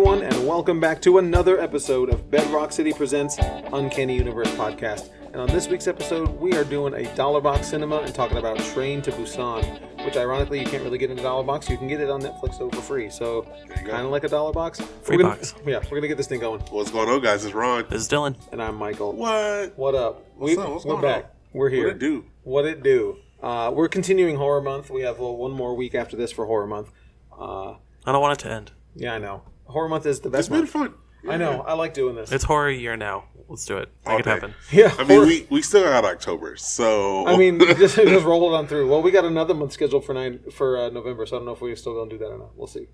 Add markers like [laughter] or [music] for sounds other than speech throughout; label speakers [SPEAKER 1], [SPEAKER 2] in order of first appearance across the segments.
[SPEAKER 1] welcome back to another episode of Bedrock City Presents Uncanny Universe Podcast. And on this week's episode, we are doing a Dollar Box cinema and talking about Train to Busan, which ironically you can't really get in a Dollar Box. You can get it on Netflix though for free. So
[SPEAKER 2] you go.
[SPEAKER 1] kind of like a Dollar Box.
[SPEAKER 3] Free
[SPEAKER 1] we're gonna,
[SPEAKER 3] box.
[SPEAKER 1] Yeah, we're gonna get this thing going.
[SPEAKER 2] What's going on, guys? It's Ron.
[SPEAKER 3] This is Dylan.
[SPEAKER 1] And I'm Michael.
[SPEAKER 2] What?
[SPEAKER 1] What up?
[SPEAKER 2] What's up? What's
[SPEAKER 1] we're
[SPEAKER 2] going
[SPEAKER 1] back.
[SPEAKER 2] on?
[SPEAKER 1] We're here.
[SPEAKER 2] What it do?
[SPEAKER 1] What it do? Uh, we're continuing Horror Month. We have uh, one more week after this for Horror Month. Uh,
[SPEAKER 3] I don't want it to end.
[SPEAKER 1] yeah, I know. Horror Month is the best
[SPEAKER 2] It's been
[SPEAKER 1] month.
[SPEAKER 2] fun.
[SPEAKER 1] I know. I like doing this.
[SPEAKER 3] It's horror year now. Let's do it. Make
[SPEAKER 2] All
[SPEAKER 3] it
[SPEAKER 2] day.
[SPEAKER 3] happen.
[SPEAKER 1] yeah.
[SPEAKER 2] I mean,
[SPEAKER 1] horror-
[SPEAKER 2] we, we still got October, so
[SPEAKER 1] I
[SPEAKER 2] [laughs]
[SPEAKER 1] mean, just, just roll it on through. Well, we got another month scheduled for nine for uh, November, so I don't know if we're still going to do that or not. We'll see.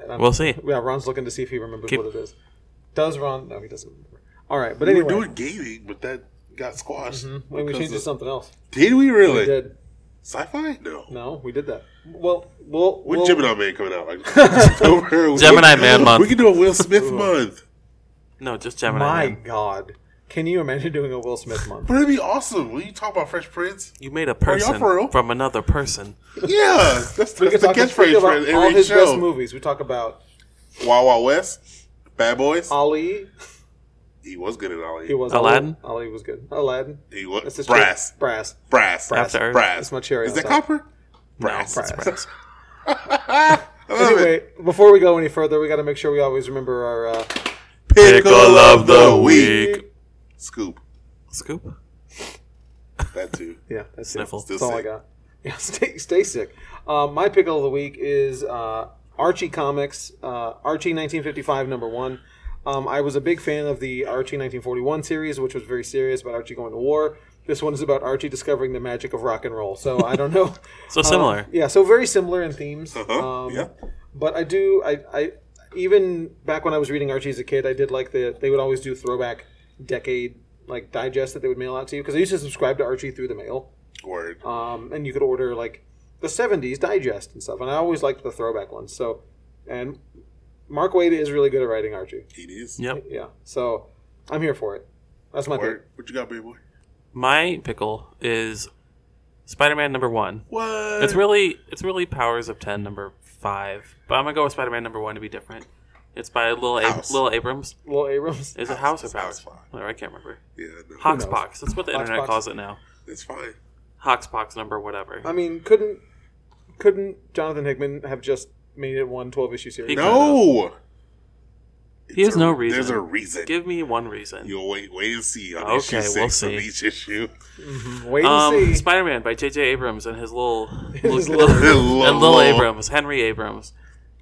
[SPEAKER 1] And I'm-
[SPEAKER 3] We'll see.
[SPEAKER 1] Yeah, Ron's looking to see if he remembers
[SPEAKER 3] Keep-
[SPEAKER 1] what it is. Does Ron? No, he doesn't remember. All right, but
[SPEAKER 2] we
[SPEAKER 1] anyway, Mm-hmm.
[SPEAKER 2] were doing gaming, but that got squashed.
[SPEAKER 1] when we
[SPEAKER 2] because
[SPEAKER 1] changed to
[SPEAKER 2] of-
[SPEAKER 1] something else,
[SPEAKER 2] Did we
[SPEAKER 1] we
[SPEAKER 2] really?
[SPEAKER 1] did.
[SPEAKER 2] Sci-fi? No.
[SPEAKER 1] No, we did that. Well, well,
[SPEAKER 2] When
[SPEAKER 1] well
[SPEAKER 2] Gemini Man coming
[SPEAKER 1] [laughs]
[SPEAKER 2] out? Like, October. We-
[SPEAKER 3] Gemini Man month.
[SPEAKER 2] We can do a Will Smith month.
[SPEAKER 3] No, just Gemini.
[SPEAKER 1] my
[SPEAKER 3] Man.
[SPEAKER 1] God, can you imagine doing a Will Smith month?
[SPEAKER 2] But it'd be awesome. Will you talk about Fresh
[SPEAKER 1] [laughs]
[SPEAKER 2] Prince?
[SPEAKER 3] You made a
[SPEAKER 2] y'all
[SPEAKER 3] person
[SPEAKER 2] for real?
[SPEAKER 3] from another person.
[SPEAKER 2] Yeah, [laughs] that's, that's the
[SPEAKER 1] We could talk we
[SPEAKER 2] catchphrase
[SPEAKER 1] could
[SPEAKER 2] for
[SPEAKER 1] talk about all
[SPEAKER 2] every
[SPEAKER 1] his best
[SPEAKER 2] show.
[SPEAKER 1] movies. We talk about
[SPEAKER 2] Wild Wild West, Bad Boys.
[SPEAKER 1] Ali.
[SPEAKER 2] He was good at Ollie.
[SPEAKER 1] Uh, He was
[SPEAKER 3] Aladdin?
[SPEAKER 1] Ali, Ali was good. Aladdin.
[SPEAKER 2] He
[SPEAKER 1] That's
[SPEAKER 2] was
[SPEAKER 1] his
[SPEAKER 2] brass,
[SPEAKER 1] trick. Brass.
[SPEAKER 2] brass, brass,
[SPEAKER 3] After Earth.
[SPEAKER 1] That's my cherry
[SPEAKER 2] Is
[SPEAKER 1] on
[SPEAKER 2] that
[SPEAKER 1] top.
[SPEAKER 2] copper? Brass.
[SPEAKER 1] brass.
[SPEAKER 3] [laughs] Surprise.
[SPEAKER 2] I love it.
[SPEAKER 1] Anyway, before we go any further, we got to make sure we always remember our. Uh,
[SPEAKER 2] Pickle of the week. Scoop.
[SPEAKER 3] Scoop.
[SPEAKER 2] That too.
[SPEAKER 1] yeah, that's it.
[SPEAKER 3] Sniffle.
[SPEAKER 1] That's
[SPEAKER 2] Still
[SPEAKER 1] all I
[SPEAKER 2] sick.
[SPEAKER 1] got. Yeah, [laughs] stay, stay sick. Uh, my pickle of the week is uh, Archie Comics, uh, Archie 1955, number one. Um, I was a big fan of the Archie 1941 series, which was very serious about Archie going to war. This one is about Archie discovering the magic of rock and roll. So I don't know.
[SPEAKER 3] [laughs]
[SPEAKER 1] Uh,
[SPEAKER 3] So similar.
[SPEAKER 1] Yeah, so very similar in themes.
[SPEAKER 2] Uh-huh,
[SPEAKER 1] Um,
[SPEAKER 2] yeah.
[SPEAKER 1] But I do, I, I, even back when I was reading Archie as a kid, I did like the, they would always do throwback decade, like digest that they would mail out to you. Because I used to subscribe to Archie through the mail.
[SPEAKER 2] Word.
[SPEAKER 1] Um, and you could order like the 70s digest and stuff. And I always liked the throwback ones. So, and Mark Wade is really good at writing Archie.
[SPEAKER 2] It is.
[SPEAKER 3] Yep.
[SPEAKER 1] Yeah. So I'm here for it. That's my pick.
[SPEAKER 2] Word. What you got, baby boy?
[SPEAKER 3] My pickle is Spider-Man number one.
[SPEAKER 2] What?
[SPEAKER 3] It's really it's really Powers of Ten number five, but I'm gonna go with Spider-Man number one to be different. It's by Lil, Ab-
[SPEAKER 2] House.
[SPEAKER 3] Lil Abrams.
[SPEAKER 1] Little
[SPEAKER 2] [laughs]
[SPEAKER 1] Abrams.
[SPEAKER 3] Is it
[SPEAKER 2] House.
[SPEAKER 3] House or
[SPEAKER 2] House
[SPEAKER 3] Powers?
[SPEAKER 2] Fox.
[SPEAKER 3] Whatever, I can't remember.
[SPEAKER 2] Yeah, no.
[SPEAKER 1] knows?
[SPEAKER 3] Hoxpox. That's what the internet
[SPEAKER 1] Hoxpox.
[SPEAKER 3] calls it now.
[SPEAKER 2] It's fine.
[SPEAKER 3] Hoxpox number whatever.
[SPEAKER 1] I mean, couldn't couldn't Jonathan Hickman have just made it one 12 issue series?
[SPEAKER 3] He-
[SPEAKER 2] No.
[SPEAKER 3] He has
[SPEAKER 2] It's a-
[SPEAKER 3] no reason.
[SPEAKER 2] There's a reason.
[SPEAKER 3] Give me one reason.
[SPEAKER 2] You'll wait, wait and see on
[SPEAKER 3] Okay,
[SPEAKER 2] issue
[SPEAKER 3] we'll
[SPEAKER 2] 6 of
[SPEAKER 3] see.
[SPEAKER 2] each issue.
[SPEAKER 1] Wait and
[SPEAKER 3] Um,
[SPEAKER 1] see.
[SPEAKER 3] Spider Man by J.J. Abrams and his little.
[SPEAKER 1] His
[SPEAKER 3] little-
[SPEAKER 1] little-
[SPEAKER 3] and Lil Abrams, Henry Abrams,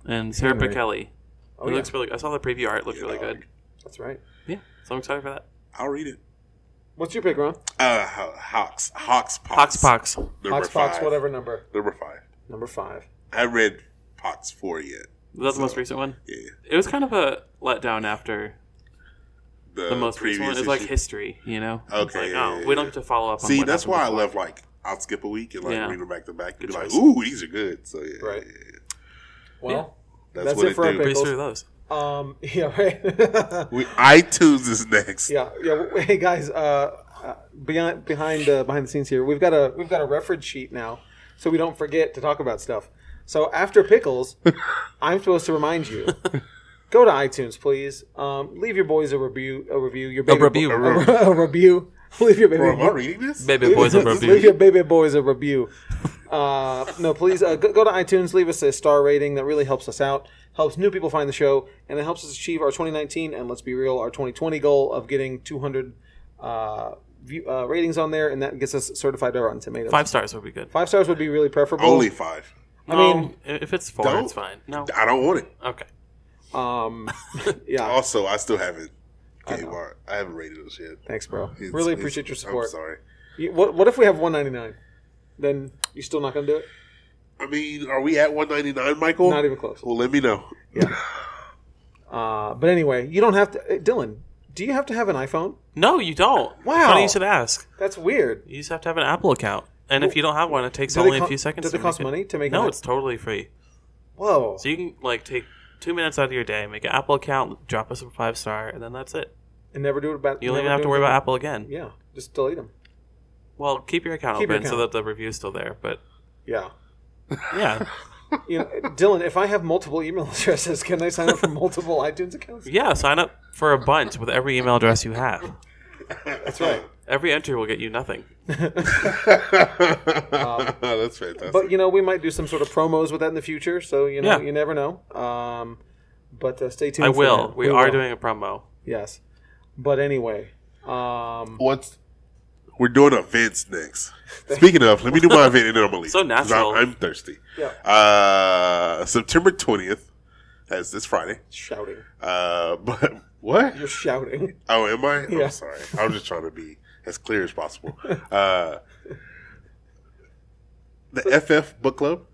[SPEAKER 3] and Sarah
[SPEAKER 1] Henry.
[SPEAKER 3] Kelly.
[SPEAKER 1] Oh,
[SPEAKER 3] it
[SPEAKER 1] yeah.
[SPEAKER 3] looks really I saw the preview art, it looked really good.
[SPEAKER 1] That's right.
[SPEAKER 3] Yeah, so I'm excited for that.
[SPEAKER 2] I'll read it.
[SPEAKER 1] What's your pick, Ron?
[SPEAKER 2] Uh, Ho- Hawks. Hawks Pox.
[SPEAKER 3] Pox Pox.
[SPEAKER 2] Number
[SPEAKER 1] Fox
[SPEAKER 2] five.
[SPEAKER 1] Fox, whatever number.
[SPEAKER 2] Number five.
[SPEAKER 1] Number five.
[SPEAKER 2] I read Pox 4 yet.
[SPEAKER 3] Was that the most recent one?
[SPEAKER 2] Yeah.
[SPEAKER 3] It was kind of a letdown after the most recent one. It's like
[SPEAKER 2] Uh, issue.
[SPEAKER 3] history, you know? It's
[SPEAKER 2] Okay,
[SPEAKER 3] like,
[SPEAKER 2] yeah,
[SPEAKER 3] oh,
[SPEAKER 2] yeah,
[SPEAKER 3] we don't get to follow up on
[SPEAKER 2] See,
[SPEAKER 3] what
[SPEAKER 2] that's why I
[SPEAKER 3] happened
[SPEAKER 2] love like I'll skip a week and like
[SPEAKER 3] Yeah.
[SPEAKER 2] read them back to back. and
[SPEAKER 3] Good
[SPEAKER 2] Be like,
[SPEAKER 3] choice.
[SPEAKER 2] ooh, these are good. So yeah,
[SPEAKER 1] Right.
[SPEAKER 2] yeah, yeah.
[SPEAKER 1] Well,
[SPEAKER 2] that's,
[SPEAKER 1] That's
[SPEAKER 2] what
[SPEAKER 1] it
[SPEAKER 2] it,
[SPEAKER 1] for our
[SPEAKER 2] do.
[SPEAKER 1] pick.
[SPEAKER 3] before. Breeze through those.
[SPEAKER 1] um, [laughs] yeah, right. [laughs]
[SPEAKER 2] We, iTunes is next.
[SPEAKER 1] Yeah, yeah. w- [laughs] Hey guys, uh, uh, beyond behind uh, behind the scenes here, we've got a we've got a reference sheet now, so we don't forget to talk about stuff. So after pickles, I'm supposed to remind you. Go to iTunes, please. Um, leave your boys a review. A review. Your baby
[SPEAKER 3] review.
[SPEAKER 1] bo- a, re- a review. [laughs] Leave your baby.
[SPEAKER 2] Bro, am I
[SPEAKER 1] bo-
[SPEAKER 2] reading this?
[SPEAKER 3] Baby boys a review.
[SPEAKER 1] Leave your baby boys a review. Uh, no, please uh, go, go to iTunes, leave us a star rating. That really helps us out, helps new people find the show, and it helps us achieve our 2019 and let's be real, our 2020 goal of getting 200 uh, view, uh, ratings on there, and that gets us certified to Rotten Tomatoes.
[SPEAKER 3] Five stars would be good. Um,
[SPEAKER 1] Five stars would be really preferable.
[SPEAKER 2] Only five.
[SPEAKER 3] I
[SPEAKER 1] mean-
[SPEAKER 3] if it's 4
[SPEAKER 2] Don't-
[SPEAKER 3] it's fine. No,
[SPEAKER 2] I don't want it.
[SPEAKER 3] okay.
[SPEAKER 1] Um, [laughs] yeah,
[SPEAKER 2] Also, I still haven't. gave our- I haven't rated this yet.
[SPEAKER 1] thanks, bro.
[SPEAKER 2] It's-
[SPEAKER 1] really
[SPEAKER 2] it's-
[SPEAKER 1] appreciate your support.
[SPEAKER 2] I'm sorry.
[SPEAKER 1] You- what, what if we have 199? Then you still not gonna do it?
[SPEAKER 2] I mean, are we at 199, Michael?
[SPEAKER 1] Not even close.
[SPEAKER 2] Well, let me know.
[SPEAKER 1] Uh, but anyway, you don't have to. uh, Dylan, do you have to have an iPhone?
[SPEAKER 3] No, you don't.
[SPEAKER 1] Wow.
[SPEAKER 3] Funny you should ask.
[SPEAKER 1] That's weird.
[SPEAKER 3] You just have to have an Apple account. And if you don't have one, it takes
[SPEAKER 1] do they
[SPEAKER 3] only
[SPEAKER 1] co-
[SPEAKER 3] a few seconds
[SPEAKER 1] does
[SPEAKER 3] to
[SPEAKER 1] it cost
[SPEAKER 3] make
[SPEAKER 1] money to make
[SPEAKER 3] No,
[SPEAKER 1] an-
[SPEAKER 3] it's totally free.
[SPEAKER 1] Whoa.
[SPEAKER 3] So you can like take two minutes out of your day, make an Apple account, drop us a five star, and then that's it.
[SPEAKER 1] and never do it about.
[SPEAKER 3] You don't
[SPEAKER 1] never
[SPEAKER 3] even have
[SPEAKER 1] do
[SPEAKER 3] to
[SPEAKER 1] it
[SPEAKER 3] worry about Apple again.
[SPEAKER 1] Yeah, just delete them.
[SPEAKER 3] Well, keep your account
[SPEAKER 1] Keep your
[SPEAKER 3] open so
[SPEAKER 1] account.
[SPEAKER 3] that the review's still there. But
[SPEAKER 1] Yeah.
[SPEAKER 3] yeah,
[SPEAKER 1] You know, [laughs] Dylan, if I have multiple email [laughs] addresses, can I sign up for multiple [laughs] iTunes accounts?
[SPEAKER 3] Yeah, sign up for a bunch with every email address you have.
[SPEAKER 1] That's right.
[SPEAKER 3] Every entry will get you nothing.
[SPEAKER 2] [laughs] That's fantastic.
[SPEAKER 1] Um, But you know, we might do some sort of promos with that in the future. So you know,
[SPEAKER 3] Yeah.
[SPEAKER 1] you never know. Um, but uh, stay tuned.
[SPEAKER 3] I
[SPEAKER 1] for
[SPEAKER 3] will.
[SPEAKER 1] that.
[SPEAKER 3] We are doing a promo.
[SPEAKER 1] yes. But anyway, um,
[SPEAKER 2] What's we're doing events
[SPEAKER 1] [laughs]
[SPEAKER 2] next. Speaking of, let me do my event and then I'm gonna leave.
[SPEAKER 3] So
[SPEAKER 2] 'cause I'm-
[SPEAKER 3] natural.
[SPEAKER 2] I'm, thirsty.
[SPEAKER 1] Yeah.
[SPEAKER 2] Uh, September 20th. That's this Friday.
[SPEAKER 1] shouting.
[SPEAKER 2] Uh, [laughs] but what?
[SPEAKER 1] You're shouting. [laughs]
[SPEAKER 2] Oh, am I?
[SPEAKER 1] Yeah.
[SPEAKER 2] I'm sorry. I'm just trying to be as clear
[SPEAKER 1] [laughs]
[SPEAKER 2] as possible. Uh, the FF Book Club.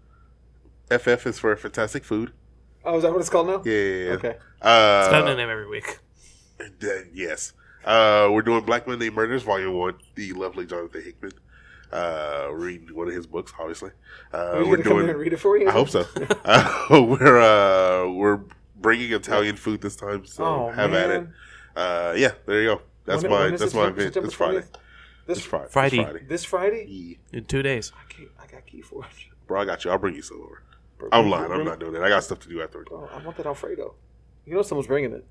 [SPEAKER 2] FF is for Fantastic Food.
[SPEAKER 1] Oh, is that what it's called now?
[SPEAKER 2] Yeah. yeah, yeah.
[SPEAKER 1] Okay.
[SPEAKER 2] Uh,
[SPEAKER 3] It's not a new name every week.
[SPEAKER 2] Th- yes. Uh, we're doing Black Monday Murders, Volume 1, the lovely Jonathan Hickman. Uh, read one of his books, obviously. Uh,
[SPEAKER 1] Are you
[SPEAKER 2] we're
[SPEAKER 1] gonna come in and
[SPEAKER 2] doing.
[SPEAKER 1] read it for you?
[SPEAKER 2] I hope
[SPEAKER 1] [laughs]
[SPEAKER 2] so. [laughs] uh, we're uh, we're bringing Italian food this time, so
[SPEAKER 1] Oh,
[SPEAKER 2] have at it.
[SPEAKER 1] man.
[SPEAKER 2] Uh, yeah, there you go. That's
[SPEAKER 1] When-
[SPEAKER 2] my
[SPEAKER 1] when is
[SPEAKER 2] that's
[SPEAKER 1] it?
[SPEAKER 2] my
[SPEAKER 1] Sep-
[SPEAKER 2] event.
[SPEAKER 1] September
[SPEAKER 2] It's Friday.
[SPEAKER 1] 20th?
[SPEAKER 2] It's
[SPEAKER 1] This
[SPEAKER 2] Friday. It's
[SPEAKER 3] Friday.
[SPEAKER 2] Friday.
[SPEAKER 1] This Friday?
[SPEAKER 2] Yeah.
[SPEAKER 3] In two days.
[SPEAKER 1] I, can't, I got key for it.
[SPEAKER 2] Bro, I got you. I'll bring you some over. I'm lying. I'm not doing that. I got stuff to do afterward.
[SPEAKER 1] Oh, I want that Alfredo. You know someone's bringing it.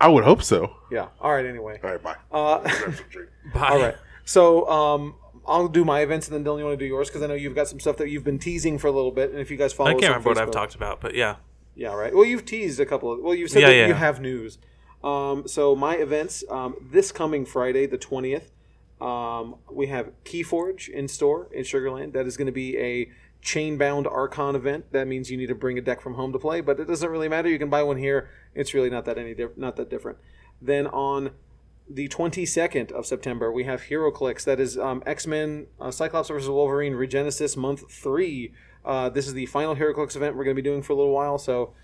[SPEAKER 2] I would hope so.
[SPEAKER 1] Yeah. All right.
[SPEAKER 2] [laughs]
[SPEAKER 1] Anyway.
[SPEAKER 2] All right, bye.
[SPEAKER 1] Uh, [laughs]
[SPEAKER 2] Grab some drink.
[SPEAKER 3] Bye.
[SPEAKER 1] all right. So um, I'll do my events, and then Dylan, you want to do yours because I know you've got some stuff that you've been teasing for a little bit. And if you guys follow,
[SPEAKER 3] I
[SPEAKER 1] us
[SPEAKER 3] can't
[SPEAKER 1] on
[SPEAKER 3] remember what I've
[SPEAKER 1] Facebook-
[SPEAKER 3] talked about, but yeah.
[SPEAKER 1] Yeah, right. Well, you've teased a couple of. Well, you've said
[SPEAKER 3] Yeah,
[SPEAKER 1] that
[SPEAKER 3] yeah,
[SPEAKER 1] you
[SPEAKER 3] yeah.
[SPEAKER 1] have news. Um, so my events um, this coming Friday, the twentieth, um, we have Keyforge in store in Sugarland. That is going to be a chain-bound Archon event. That means you need to bring a deck from home to play, but it doesn't really matter. You can buy one here. It's really not that any diff- not that different. Then on the 22nd of September, we have HeroClix. That is um, X Men uh, Cyclops versus Wolverine Regenesis Month 3. Uh, this is the final HeroClix event we're going to be doing for a little while, so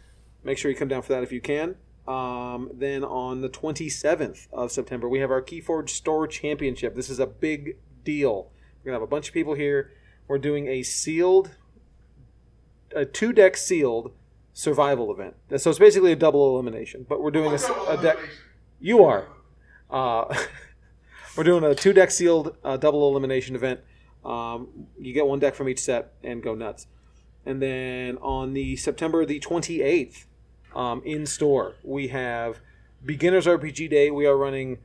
[SPEAKER 1] make sure you come down for that if you can. Um, then on the 27th of September, we have our Keyforge Store Championship. This is a big deal. We're going to have a bunch of people here. We're doing a sealed, a two deck sealed survival event. So it's basically a double elimination, but we're doing a, s- a deck. You are. Uh, [laughs] we're doing a two deck sealed uh, double elimination event. Um, you get one deck from each set and go nuts. And then on the September the 28th um, in store, we have Beginners RPG Day. We are running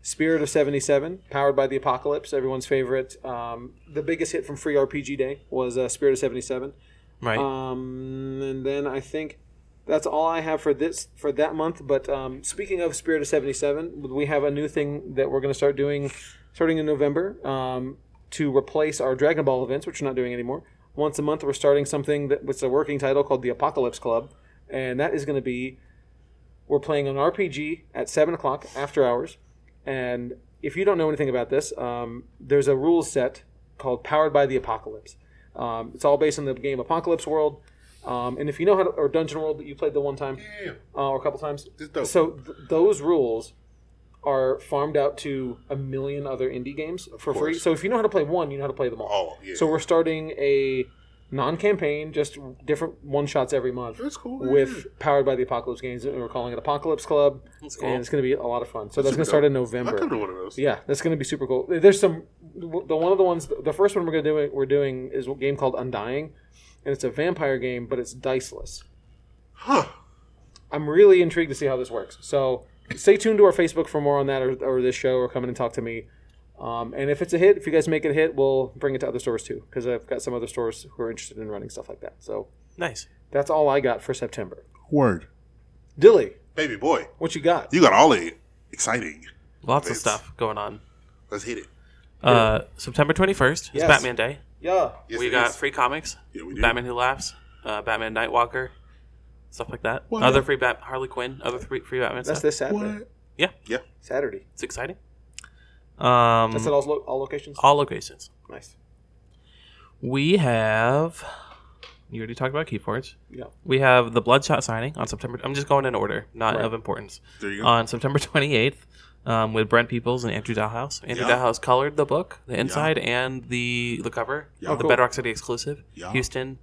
[SPEAKER 1] Spirit of 77, powered by the Apocalypse, everyone's favorite. Um, the biggest hit from Free RPG Day was uh, Spirit of 77.
[SPEAKER 3] Right.
[SPEAKER 1] Um, and then I think that's all I have for this for that month. But um, speaking of Spirit of Seventy Seven, we have a new thing that we're going to start doing starting in November um, to replace our Dragon Ball events, which we're not doing anymore. Once a month, we're starting something that with a working title called the Apocalypse Club, and that is going to be we're playing an RPG at seven o'clock after hours. And if you don't know anything about this, um, there's a rule set called Powered by the Apocalypse. Um, it's all based on the game Apocalypse World. Um, and if you know how to, or Dungeon World that you played the one time
[SPEAKER 2] Yeah,
[SPEAKER 1] uh, or a couple times,
[SPEAKER 2] this dope.
[SPEAKER 1] so th- those rules are farmed out to a million other indie games for free.
[SPEAKER 2] course.
[SPEAKER 1] So if you know how to play one, you know how to play them all.
[SPEAKER 2] oh, yeah.
[SPEAKER 1] So we're starting a non-campaign, just different one shots every month
[SPEAKER 2] that's cool.
[SPEAKER 1] with powered by the Apocalypse games, and we're calling it Apocalypse Club.
[SPEAKER 3] That's cool.
[SPEAKER 1] And it's going to be a lot of fun. So that's,
[SPEAKER 2] Super
[SPEAKER 1] going to start in
[SPEAKER 2] yeah. I'll come
[SPEAKER 1] November.
[SPEAKER 2] to one of those.
[SPEAKER 1] Yeah, that's going to be super cool. There's some the one of the ones the first one we're going to do we're doing is a game called Undying, and it's a vampire game, but it's diceless.
[SPEAKER 2] Huh.
[SPEAKER 1] I'm really intrigued to see how this works. So stay tuned to our Facebook for more on that, or, or this show, or come in and talk to me. Um, and if it's a hit, if you guys make it a hit, we'll bring it to other stores too, because I've got some other stores who are interested in running stuff like that. So
[SPEAKER 3] nice.
[SPEAKER 1] that's all I got for September.
[SPEAKER 2] Word.
[SPEAKER 1] Dilly,
[SPEAKER 2] Baby boy,
[SPEAKER 1] what you got?
[SPEAKER 2] you got all the exciting.
[SPEAKER 3] Lots of
[SPEAKER 2] It's-
[SPEAKER 3] stuff going on.
[SPEAKER 2] Let's hit it.
[SPEAKER 3] Uh, September 21st
[SPEAKER 1] Yes.
[SPEAKER 3] is Batman Day.
[SPEAKER 1] Yeah.
[SPEAKER 2] Yes,
[SPEAKER 3] we
[SPEAKER 2] it
[SPEAKER 3] got
[SPEAKER 2] is.
[SPEAKER 3] free comics.
[SPEAKER 2] Yeah, we do.
[SPEAKER 3] Batman Who Laughs, uh, Batman Nightwalker, stuff like that.
[SPEAKER 2] What?
[SPEAKER 3] Other free Bat Harley Quinn, other free, free Batman
[SPEAKER 1] That's
[SPEAKER 3] stuff.
[SPEAKER 1] this Saturday.
[SPEAKER 2] What?
[SPEAKER 3] Yeah,
[SPEAKER 2] Yeah.
[SPEAKER 1] Saturday.
[SPEAKER 3] it's exciting. Um,
[SPEAKER 1] That's at all, lo- all locations.
[SPEAKER 3] all locations.
[SPEAKER 1] Nice.
[SPEAKER 3] We have. You already talked about Keyforge.
[SPEAKER 1] Yeah.
[SPEAKER 3] We have the Bloodshot signing on September. I'm just going in order, not
[SPEAKER 1] Right.
[SPEAKER 3] of importance.
[SPEAKER 2] There you go.
[SPEAKER 3] On September [laughs] 28th, um, with Brent Peoples and Andrew Dalhouse. Andrew
[SPEAKER 2] Yeah.
[SPEAKER 3] Dalhouse colored the book, the inside and the the cover,
[SPEAKER 2] Yeah.
[SPEAKER 1] Oh,
[SPEAKER 3] the
[SPEAKER 1] cool.
[SPEAKER 3] Bedrock City exclusive,
[SPEAKER 2] Yeah.
[SPEAKER 3] Houston,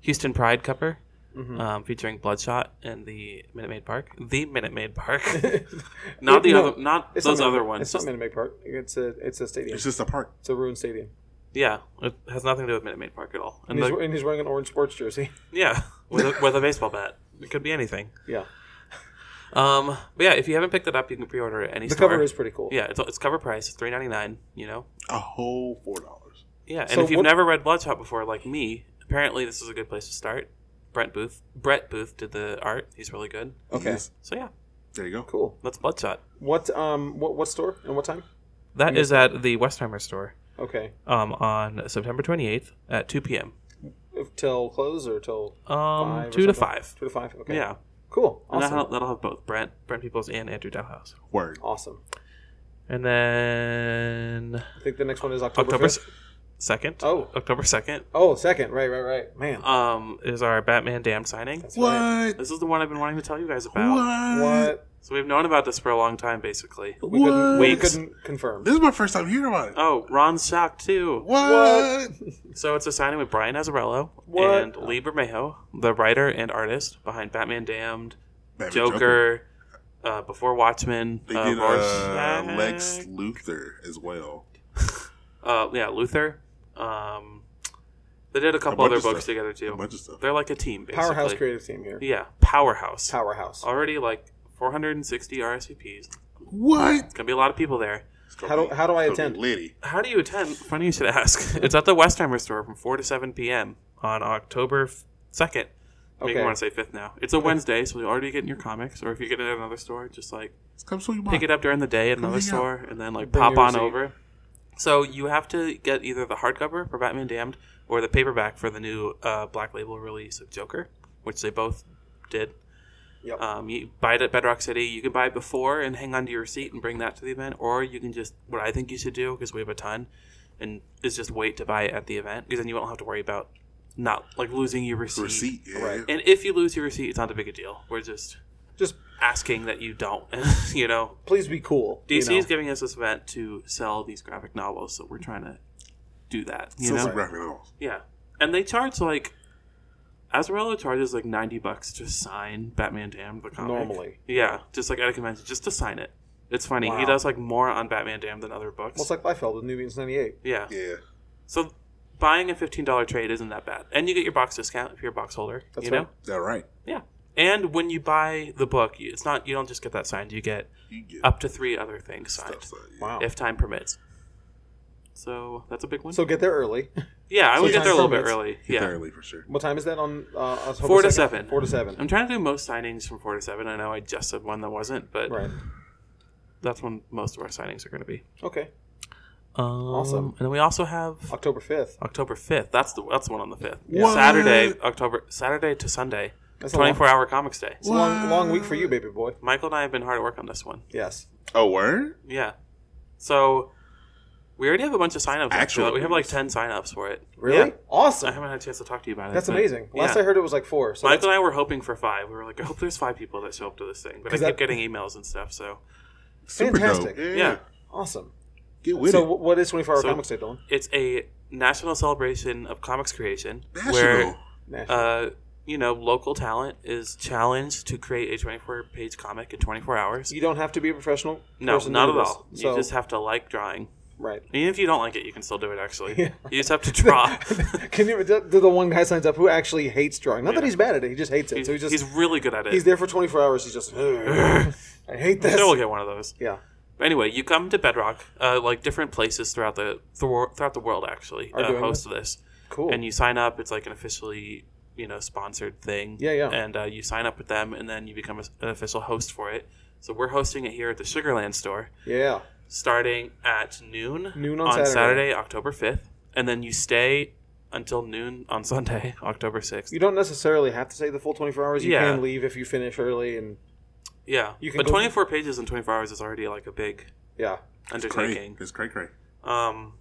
[SPEAKER 3] Houston Pride cover,
[SPEAKER 1] Mm-hmm.
[SPEAKER 3] um, featuring Bloodshot and the Minute Maid Park, the Minute
[SPEAKER 1] [laughs]
[SPEAKER 3] Maid Park, [laughs] not the
[SPEAKER 1] No,
[SPEAKER 3] other, not
[SPEAKER 1] It's
[SPEAKER 3] those
[SPEAKER 1] not Minute-
[SPEAKER 3] other ones.
[SPEAKER 1] It's not Minute Maid Park. It's a it's a stadium.
[SPEAKER 2] it's
[SPEAKER 1] It's,
[SPEAKER 2] just a park.
[SPEAKER 1] a ruined stadium.
[SPEAKER 3] Yeah, it has nothing to do with Minute Maid Park at all.
[SPEAKER 1] And
[SPEAKER 3] And
[SPEAKER 1] he's,
[SPEAKER 3] the-
[SPEAKER 1] and he's wearing an orange sports
[SPEAKER 3] [laughs]
[SPEAKER 1] jersey. [laughs]
[SPEAKER 3] yeah, with a, with a baseball bat, it could be anything.
[SPEAKER 1] Yeah,
[SPEAKER 3] Um, but yeah, if you haven't picked it up, you can pre-order it at any
[SPEAKER 1] the
[SPEAKER 3] store.
[SPEAKER 1] cover is pretty cool.
[SPEAKER 3] yeah, it's, it's cover price. It's three ninety nine. You know.
[SPEAKER 2] A whole four dollars.
[SPEAKER 3] Yeah, and
[SPEAKER 1] So
[SPEAKER 3] if you've
[SPEAKER 1] what-
[SPEAKER 3] never read Bloodshot before, like me, apparently this is a good place to start. Brent Booth, Brett Booth did the art. He's really good.
[SPEAKER 1] Okay.
[SPEAKER 3] So yeah,
[SPEAKER 2] There you go.
[SPEAKER 1] Cool.
[SPEAKER 3] that's Bloodshot.
[SPEAKER 1] What um what what store and what time?
[SPEAKER 3] That is at the Westheimer store
[SPEAKER 1] Okay,
[SPEAKER 3] um, on September twenty eighth at two p.m.
[SPEAKER 1] If- till close or till
[SPEAKER 3] Um,
[SPEAKER 1] five or
[SPEAKER 3] two to
[SPEAKER 1] something?
[SPEAKER 3] five.
[SPEAKER 1] Two to five. Okay.
[SPEAKER 3] Yeah,
[SPEAKER 1] Cool.
[SPEAKER 3] and
[SPEAKER 1] Awesome.
[SPEAKER 3] that'll, that'll have both Brent, Brent Peoples, and Andrew Downhouse.
[SPEAKER 2] Word.
[SPEAKER 1] Awesome.
[SPEAKER 3] And then
[SPEAKER 1] I think the next one is October.
[SPEAKER 3] October
[SPEAKER 1] 5th.
[SPEAKER 3] second.
[SPEAKER 1] Oh.
[SPEAKER 3] October second
[SPEAKER 1] Oh, second. Right, right, right. Man.
[SPEAKER 3] um, is our Batman Damned signing.
[SPEAKER 1] That's right.
[SPEAKER 2] What?
[SPEAKER 3] This is the one I've been wanting to tell you guys about.
[SPEAKER 2] What?
[SPEAKER 1] What?
[SPEAKER 3] So we've known about this for a long time, basically.
[SPEAKER 1] We couldn't, we
[SPEAKER 3] Weeks.
[SPEAKER 1] couldn't confirm.
[SPEAKER 2] This is my first time hearing about it.
[SPEAKER 3] Oh, Ron's shocked too.
[SPEAKER 2] What?
[SPEAKER 3] So it's a signing with Brian Azarello
[SPEAKER 1] What?
[SPEAKER 3] and Lee Bermejo, the writer and artist behind Batman Damned,
[SPEAKER 2] Batman
[SPEAKER 3] Joker, uh, Before Watchmen,
[SPEAKER 2] They
[SPEAKER 3] uh,
[SPEAKER 2] did uh,
[SPEAKER 3] Rorschach,
[SPEAKER 2] Lex Luthor as well.
[SPEAKER 3] uh, yeah, Luther. Um, they did a couple
[SPEAKER 2] bunch
[SPEAKER 3] other
[SPEAKER 2] of
[SPEAKER 3] books
[SPEAKER 2] stuff.
[SPEAKER 3] together
[SPEAKER 2] A
[SPEAKER 3] too.
[SPEAKER 2] bunch of stuff.
[SPEAKER 3] They're like a team, basically.
[SPEAKER 1] Powerhouse creative team here.
[SPEAKER 3] Yeah, powerhouse.
[SPEAKER 1] Powerhouse.
[SPEAKER 3] Already like 460 RSVPs. It's
[SPEAKER 2] What?
[SPEAKER 3] gonna be a lot of people there.
[SPEAKER 2] It's gonna
[SPEAKER 1] How do-
[SPEAKER 2] be-
[SPEAKER 1] how do I
[SPEAKER 2] it's gonna be
[SPEAKER 1] attend?
[SPEAKER 2] Liddy.
[SPEAKER 3] How do you attend? Funny you should [laughs] ask. It's at the Westheimer store from 4 to 7 p.m. on October f- 2nd. Make me
[SPEAKER 1] Okay.
[SPEAKER 3] want to say 5th now. It's a Wednesday, so you're already getting your comics, or if you get it at another store, just like
[SPEAKER 2] It's come so you
[SPEAKER 3] pick it up during the day at
[SPEAKER 2] Come
[SPEAKER 3] another
[SPEAKER 2] hang out.
[SPEAKER 3] store and then like
[SPEAKER 1] Oh, Bring
[SPEAKER 3] pop
[SPEAKER 1] your
[SPEAKER 3] on
[SPEAKER 1] receipt.
[SPEAKER 3] over. So you have to get either the hardcover for Batman Damned or the paperback for the new uh, Black Label release of Joker, which they both did.
[SPEAKER 1] Yep.
[SPEAKER 3] Um, you buy it at Bedrock City. You can buy it before and hang on to your receipt and bring that to the event, or you can just what I think you should do because we have a ton, and is just wait to buy it at the event because then you won't have to worry about not like losing your receipt.
[SPEAKER 2] Receipt. Yeah.
[SPEAKER 1] Right.
[SPEAKER 3] And if you lose your receipt, it's not a big a deal. We're just
[SPEAKER 1] Just
[SPEAKER 3] asking that you don't. [laughs] you know,
[SPEAKER 1] please be cool. you
[SPEAKER 3] DC
[SPEAKER 1] know?
[SPEAKER 3] is giving us this event to sell these graphic novels, so we're trying to do that. You
[SPEAKER 2] So
[SPEAKER 3] know,
[SPEAKER 2] some graphic novels.
[SPEAKER 3] yeah, and they charge like Azarello charges like ninety bucks to sign Batman Damned the comic.
[SPEAKER 1] Normally.
[SPEAKER 3] yeah, just like at a convention, just to sign it. It's funny he
[SPEAKER 1] Wow.
[SPEAKER 3] does like more on Batman Damned than other books.
[SPEAKER 1] Almost like Liefeld with New Mutants 98.
[SPEAKER 3] yeah.
[SPEAKER 2] Yeah.
[SPEAKER 3] so buying a fifteen dollar trade isn't that bad, and you get your box discount if you're a box holder.
[SPEAKER 1] That's
[SPEAKER 3] you
[SPEAKER 1] right.
[SPEAKER 3] know,
[SPEAKER 2] Is that right?
[SPEAKER 3] yeah. And when you buy the book, you- it's not you don't just get that signed; you get
[SPEAKER 2] You get
[SPEAKER 3] up to three other things signed.
[SPEAKER 2] stuff. So, yeah.
[SPEAKER 1] Wow.
[SPEAKER 3] if time permits. So that's a big one.
[SPEAKER 1] Oh. so get there early.
[SPEAKER 3] yeah, I would
[SPEAKER 1] so
[SPEAKER 3] get there
[SPEAKER 1] time
[SPEAKER 3] a little bit
[SPEAKER 1] permits.
[SPEAKER 3] early.
[SPEAKER 2] Get there
[SPEAKER 3] Yeah,
[SPEAKER 2] early for sure.
[SPEAKER 1] What time is that on uh, October
[SPEAKER 3] Four to
[SPEAKER 1] 2nd?
[SPEAKER 3] seven.
[SPEAKER 1] Four to seven.
[SPEAKER 3] I'm trying to do most signings from four to seven. I know I just said one that wasn't, but
[SPEAKER 1] right.
[SPEAKER 3] that's when most of our signings are going to be.
[SPEAKER 1] Okay.
[SPEAKER 3] Um,
[SPEAKER 1] Awesome.
[SPEAKER 3] And then we also have
[SPEAKER 1] October 5th.
[SPEAKER 3] October fifth. That's the that's the one on the fifth.
[SPEAKER 2] What?
[SPEAKER 3] Saturday, October Saturday to Sunday,
[SPEAKER 1] That's a
[SPEAKER 3] twenty
[SPEAKER 1] long,
[SPEAKER 3] four hour comics day.
[SPEAKER 1] it's a long, long week for you, baby boy.
[SPEAKER 3] Michael and I have been hard at work on this one.
[SPEAKER 1] Yes.
[SPEAKER 2] Oh, word?
[SPEAKER 3] Yeah, so we already have a bunch of signups. Actually,
[SPEAKER 2] Actual
[SPEAKER 3] we have like
[SPEAKER 2] news.
[SPEAKER 3] ten signups for it.
[SPEAKER 1] Really?
[SPEAKER 3] Yeah. I
[SPEAKER 1] Awesome.
[SPEAKER 3] haven't had a chance to talk to you about it.
[SPEAKER 1] That's
[SPEAKER 3] but-
[SPEAKER 1] amazing. Last
[SPEAKER 3] Yeah.
[SPEAKER 1] I heard it was like four. So
[SPEAKER 3] Michael
[SPEAKER 1] that's-
[SPEAKER 3] and I were hoping for five. We were like, I hope there's five people that show up to this thing, but I
[SPEAKER 1] 'Cause
[SPEAKER 3] kept
[SPEAKER 1] that-
[SPEAKER 3] getting emails and stuff. So
[SPEAKER 2] Super
[SPEAKER 1] Fantastic.
[SPEAKER 2] dope. Yeah.
[SPEAKER 3] yeah,
[SPEAKER 1] awesome.
[SPEAKER 2] Get with
[SPEAKER 1] so
[SPEAKER 2] it.
[SPEAKER 1] wh- what is 24 Hour
[SPEAKER 3] So-
[SPEAKER 1] Comics Day, Dylan?
[SPEAKER 3] it's a national celebration of comics creation
[SPEAKER 2] National.
[SPEAKER 1] National.
[SPEAKER 3] where, uh, you know, local talent is challenged to create a 24 page comic in 24 hours.
[SPEAKER 1] you don't have to be a professional.
[SPEAKER 3] No,
[SPEAKER 1] person to
[SPEAKER 3] not
[SPEAKER 1] do
[SPEAKER 3] at
[SPEAKER 1] this.
[SPEAKER 3] all.
[SPEAKER 1] So
[SPEAKER 3] You just have to like drawing.
[SPEAKER 1] right. [laughs]
[SPEAKER 3] Even if you don't like it, you can still do it. Actually,
[SPEAKER 1] Yeah.
[SPEAKER 3] you
[SPEAKER 1] [laughs]
[SPEAKER 3] just have to draw.
[SPEAKER 1] Can you? The, the one guy signs up who actually hates drawing. Not that
[SPEAKER 3] Yeah.
[SPEAKER 1] he's bad at it. He just hates it.
[SPEAKER 3] he's,
[SPEAKER 1] so he just
[SPEAKER 3] he's
[SPEAKER 1] he's,
[SPEAKER 3] really good at it. [clears throat]
[SPEAKER 1] there for 24 hours. He's just. "Ugh, I
[SPEAKER 3] [laughs]
[SPEAKER 1] hate this.
[SPEAKER 3] Sure, we'll get one of those.
[SPEAKER 1] Yeah.
[SPEAKER 3] But anyway, you come to Bedrock, uh, like different places throughout the thro- throughout the world. Actually,
[SPEAKER 1] Are
[SPEAKER 3] uh,
[SPEAKER 1] doing
[SPEAKER 3] host this.
[SPEAKER 1] Cool.
[SPEAKER 3] and you sign up. It's like an officially, you know, sponsored thing.
[SPEAKER 1] Yeah, yeah.
[SPEAKER 3] And uh, you sign up with them, and then you become a, an official host for it. So we're hosting it here at the Sugarland store,
[SPEAKER 1] yeah.
[SPEAKER 3] starting at noon.
[SPEAKER 1] Noon on Saturday.
[SPEAKER 3] October fifth, and then you stay until noon on Sunday, [laughs] October sixth.
[SPEAKER 1] You don't necessarily have to say the full 24 hours. You
[SPEAKER 3] Yeah.
[SPEAKER 1] can leave if you finish early and
[SPEAKER 3] Yeah,
[SPEAKER 1] You can
[SPEAKER 3] but
[SPEAKER 1] go-
[SPEAKER 3] twenty four pages in twenty four hours is already like a big
[SPEAKER 1] yeah.
[SPEAKER 2] It's cray.
[SPEAKER 3] undertaking.
[SPEAKER 2] It's cray cray.
[SPEAKER 3] Um,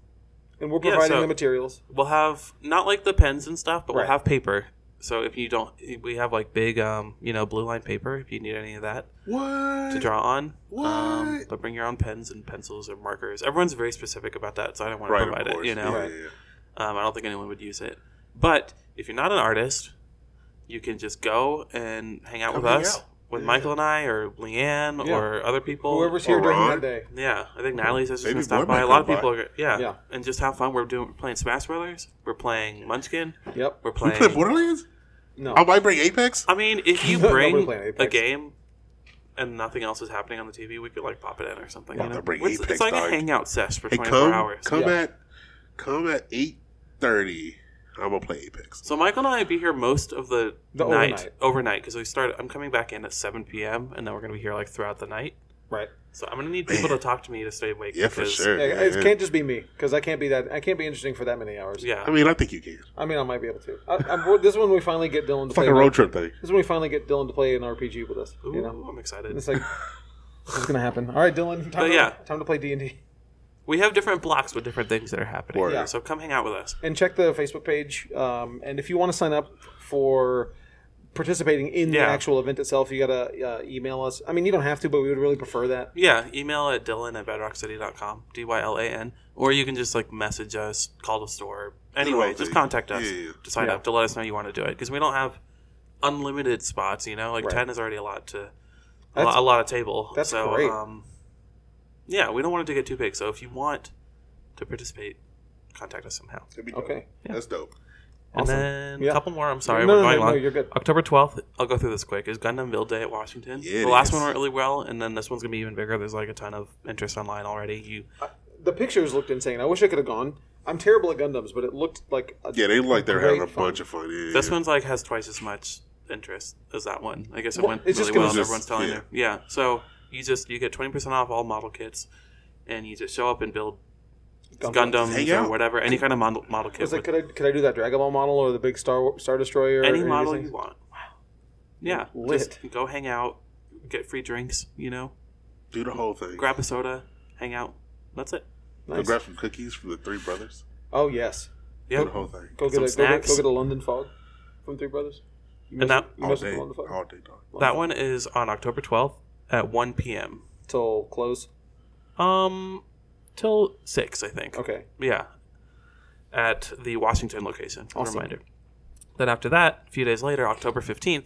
[SPEAKER 1] And we're
[SPEAKER 3] Yeah,
[SPEAKER 1] providing
[SPEAKER 3] so-
[SPEAKER 1] the materials.
[SPEAKER 3] we'll have not like the pens and stuff, but
[SPEAKER 1] Right.
[SPEAKER 3] we'll have paper. So if you don't, we have like big, um, you know, blue line paper. If you need any of that,
[SPEAKER 2] What?
[SPEAKER 3] to draw on. Um,
[SPEAKER 2] What?
[SPEAKER 3] but bring your own pens and pencils or markers. Everyone's very specific about that, so I don't want
[SPEAKER 2] Right,
[SPEAKER 3] to
[SPEAKER 2] of
[SPEAKER 3] provide it.
[SPEAKER 2] course.
[SPEAKER 3] You know,
[SPEAKER 2] Yeah, yeah, yeah.
[SPEAKER 3] um, I don't think anyone would use it. But if you're not an artist, you can just go and hang out
[SPEAKER 2] Come
[SPEAKER 3] with
[SPEAKER 2] hang
[SPEAKER 3] us.
[SPEAKER 2] out.
[SPEAKER 3] with Michael and I or Leanne
[SPEAKER 1] Yeah.
[SPEAKER 3] or other people.
[SPEAKER 1] Whoever's here during
[SPEAKER 2] Alright.
[SPEAKER 1] that day.
[SPEAKER 3] Yeah, I think Natalie says she's
[SPEAKER 2] Maybe
[SPEAKER 3] gonna stop
[SPEAKER 2] Boyd
[SPEAKER 3] by.
[SPEAKER 2] might
[SPEAKER 3] A lot of
[SPEAKER 2] come
[SPEAKER 3] people
[SPEAKER 2] by.
[SPEAKER 3] are. gonna- Yeah.
[SPEAKER 1] Yeah.
[SPEAKER 3] and just have fun. We're doing we're playing Smash Brothers. We're playing Munchkin.
[SPEAKER 1] Yep.
[SPEAKER 3] We're
[SPEAKER 2] We
[SPEAKER 3] playing.
[SPEAKER 2] play Borderlands?
[SPEAKER 1] No.
[SPEAKER 2] I might bring Apex.
[SPEAKER 3] I mean,
[SPEAKER 1] [laughs]
[SPEAKER 3] if you
[SPEAKER 1] Nobody
[SPEAKER 3] bring
[SPEAKER 1] playing
[SPEAKER 3] a
[SPEAKER 1] Apex.
[SPEAKER 3] game and nothing else is happening on the TV, we could like pop it in or something. You
[SPEAKER 2] Well,
[SPEAKER 3] know?
[SPEAKER 2] they'll bring
[SPEAKER 3] it's, it's
[SPEAKER 2] Apex,
[SPEAKER 3] like a
[SPEAKER 2] dog.
[SPEAKER 3] hangout sesh for
[SPEAKER 2] Hey,
[SPEAKER 3] 24
[SPEAKER 2] come,
[SPEAKER 3] hours.
[SPEAKER 2] come
[SPEAKER 1] Yeah.
[SPEAKER 2] at, come at eight thirty. I'm gonna play Apex.
[SPEAKER 3] So Michael and I be here most of the,
[SPEAKER 1] The
[SPEAKER 3] night
[SPEAKER 1] overnight.
[SPEAKER 3] overnight because we start. I'm coming back in at 7 p.m. and then we're gonna be here like throughout the night.
[SPEAKER 1] Right.
[SPEAKER 3] So I'm gonna need people to talk to me to stay awake.
[SPEAKER 2] Yeah, for
[SPEAKER 3] because-
[SPEAKER 2] sure.
[SPEAKER 1] Yeah,
[SPEAKER 2] man.
[SPEAKER 1] it can't just be me because I can't be that. I can't be interesting for that many hours.
[SPEAKER 3] Yeah.
[SPEAKER 2] I mean, I think you can. It's
[SPEAKER 1] I mean, I might be able to. I, I'm, [laughs] this is when we finally get Dylan to play.
[SPEAKER 2] like a road trip thing.
[SPEAKER 1] This is when we finally get Dylan to play an RPG with us.
[SPEAKER 3] Ooh,
[SPEAKER 1] You know,
[SPEAKER 3] I'm excited.
[SPEAKER 1] it's like [laughs] this is gonna happen. All right, Dylan. Time
[SPEAKER 3] But
[SPEAKER 1] to,
[SPEAKER 3] yeah.
[SPEAKER 1] time to play D and D.
[SPEAKER 3] We have different blocks with different things that are happening.
[SPEAKER 2] Word.
[SPEAKER 1] Yeah.
[SPEAKER 3] So come hang out with us.
[SPEAKER 1] And check the Facebook page. Um, and if you want to sign up for participating in
[SPEAKER 3] Yeah.
[SPEAKER 1] the actual event itself, you gotta uh, email us. I mean, you don't have to, but we would really prefer that.
[SPEAKER 3] Yeah, email at dylan at bedrockcity.com, D Y L A N. Or you can just like message us, call the store. Anyway,
[SPEAKER 2] Yeah.
[SPEAKER 3] just contact us
[SPEAKER 2] Yeah.
[SPEAKER 3] to sign
[SPEAKER 1] Yeah.
[SPEAKER 3] up to let us know you want to do it because we don't have unlimited spots, you know? Like
[SPEAKER 1] Right.
[SPEAKER 3] 10 is already a lot to a,
[SPEAKER 1] That's-
[SPEAKER 3] lot, a lot of table.
[SPEAKER 1] that's
[SPEAKER 3] so,
[SPEAKER 1] great.
[SPEAKER 3] Um, yeah, we don't want it to get too big. So if you want to participate, contact us somehow.
[SPEAKER 2] That'd be dope.
[SPEAKER 1] Okay.
[SPEAKER 3] Yeah.
[SPEAKER 2] That's dope.
[SPEAKER 1] Awesome.
[SPEAKER 3] And
[SPEAKER 1] Yeah.
[SPEAKER 3] a couple more. I'm sorry,
[SPEAKER 1] no,
[SPEAKER 3] we're
[SPEAKER 1] no,
[SPEAKER 3] going
[SPEAKER 1] no,
[SPEAKER 3] long.
[SPEAKER 1] no, you're good.
[SPEAKER 3] October 12th, I'll go through this quick, is Gundamville Day at Washington.
[SPEAKER 2] Yeah, it
[SPEAKER 3] the last
[SPEAKER 2] is.
[SPEAKER 3] one went really well, and then this one's going to be even bigger. There's like a ton of interest online already. You,
[SPEAKER 1] The pictures looked insane. I wish I could have gone. I'm terrible at Gundams, but it looked like a,
[SPEAKER 2] Yeah, they look like they're
[SPEAKER 1] Great
[SPEAKER 2] having a
[SPEAKER 1] fun.
[SPEAKER 2] bunch of fun. Yeah,
[SPEAKER 3] This
[SPEAKER 2] yeah.
[SPEAKER 3] one's like has twice as much interest as that one. I guess it
[SPEAKER 1] Well,
[SPEAKER 3] went
[SPEAKER 1] it's just
[SPEAKER 3] really
[SPEAKER 1] 'cause
[SPEAKER 3] well.
[SPEAKER 1] it's
[SPEAKER 3] and
[SPEAKER 2] just-
[SPEAKER 3] everyone's telling
[SPEAKER 2] yeah.
[SPEAKER 3] you. Yeah, so you just you get 20% off all model kits, and you just show up and build
[SPEAKER 1] Gundam.
[SPEAKER 3] Gundams
[SPEAKER 2] Hang
[SPEAKER 3] or
[SPEAKER 2] out.
[SPEAKER 3] whatever, any kind of model, model
[SPEAKER 1] I
[SPEAKER 3] kit.
[SPEAKER 1] was like,
[SPEAKER 3] With
[SPEAKER 1] could I could I do that Dragon Ball model or the big Star Star Destroyer? or
[SPEAKER 3] any
[SPEAKER 1] any of
[SPEAKER 3] model
[SPEAKER 1] these
[SPEAKER 3] you
[SPEAKER 1] things?
[SPEAKER 3] want. Yeah,
[SPEAKER 1] Lit.
[SPEAKER 3] just go hang out, get free drinks, you know,
[SPEAKER 2] Do the whole thing. Grab,
[SPEAKER 3] grab a soda, hang out. That's it.
[SPEAKER 1] Nice.
[SPEAKER 2] grab some cookies from the three brothers.
[SPEAKER 1] Oh yes,
[SPEAKER 3] Yeah.
[SPEAKER 2] Do the whole thing.
[SPEAKER 1] go
[SPEAKER 3] Get
[SPEAKER 1] get, a,
[SPEAKER 3] some
[SPEAKER 1] go get go
[SPEAKER 3] snacks.
[SPEAKER 1] get a London Fog from Three Brothers. You
[SPEAKER 3] And that-
[SPEAKER 1] you
[SPEAKER 2] All
[SPEAKER 1] mess with
[SPEAKER 2] day.
[SPEAKER 1] London Fog
[SPEAKER 2] All day, dog.
[SPEAKER 3] That one is on October 12th at 1 p.m.
[SPEAKER 1] till close.
[SPEAKER 3] Um, till 6, I think.
[SPEAKER 1] Okay,
[SPEAKER 3] Yeah. At the Washington location. A
[SPEAKER 1] Awesome.
[SPEAKER 3] Reminder. Then after that, a few days later, October 15th,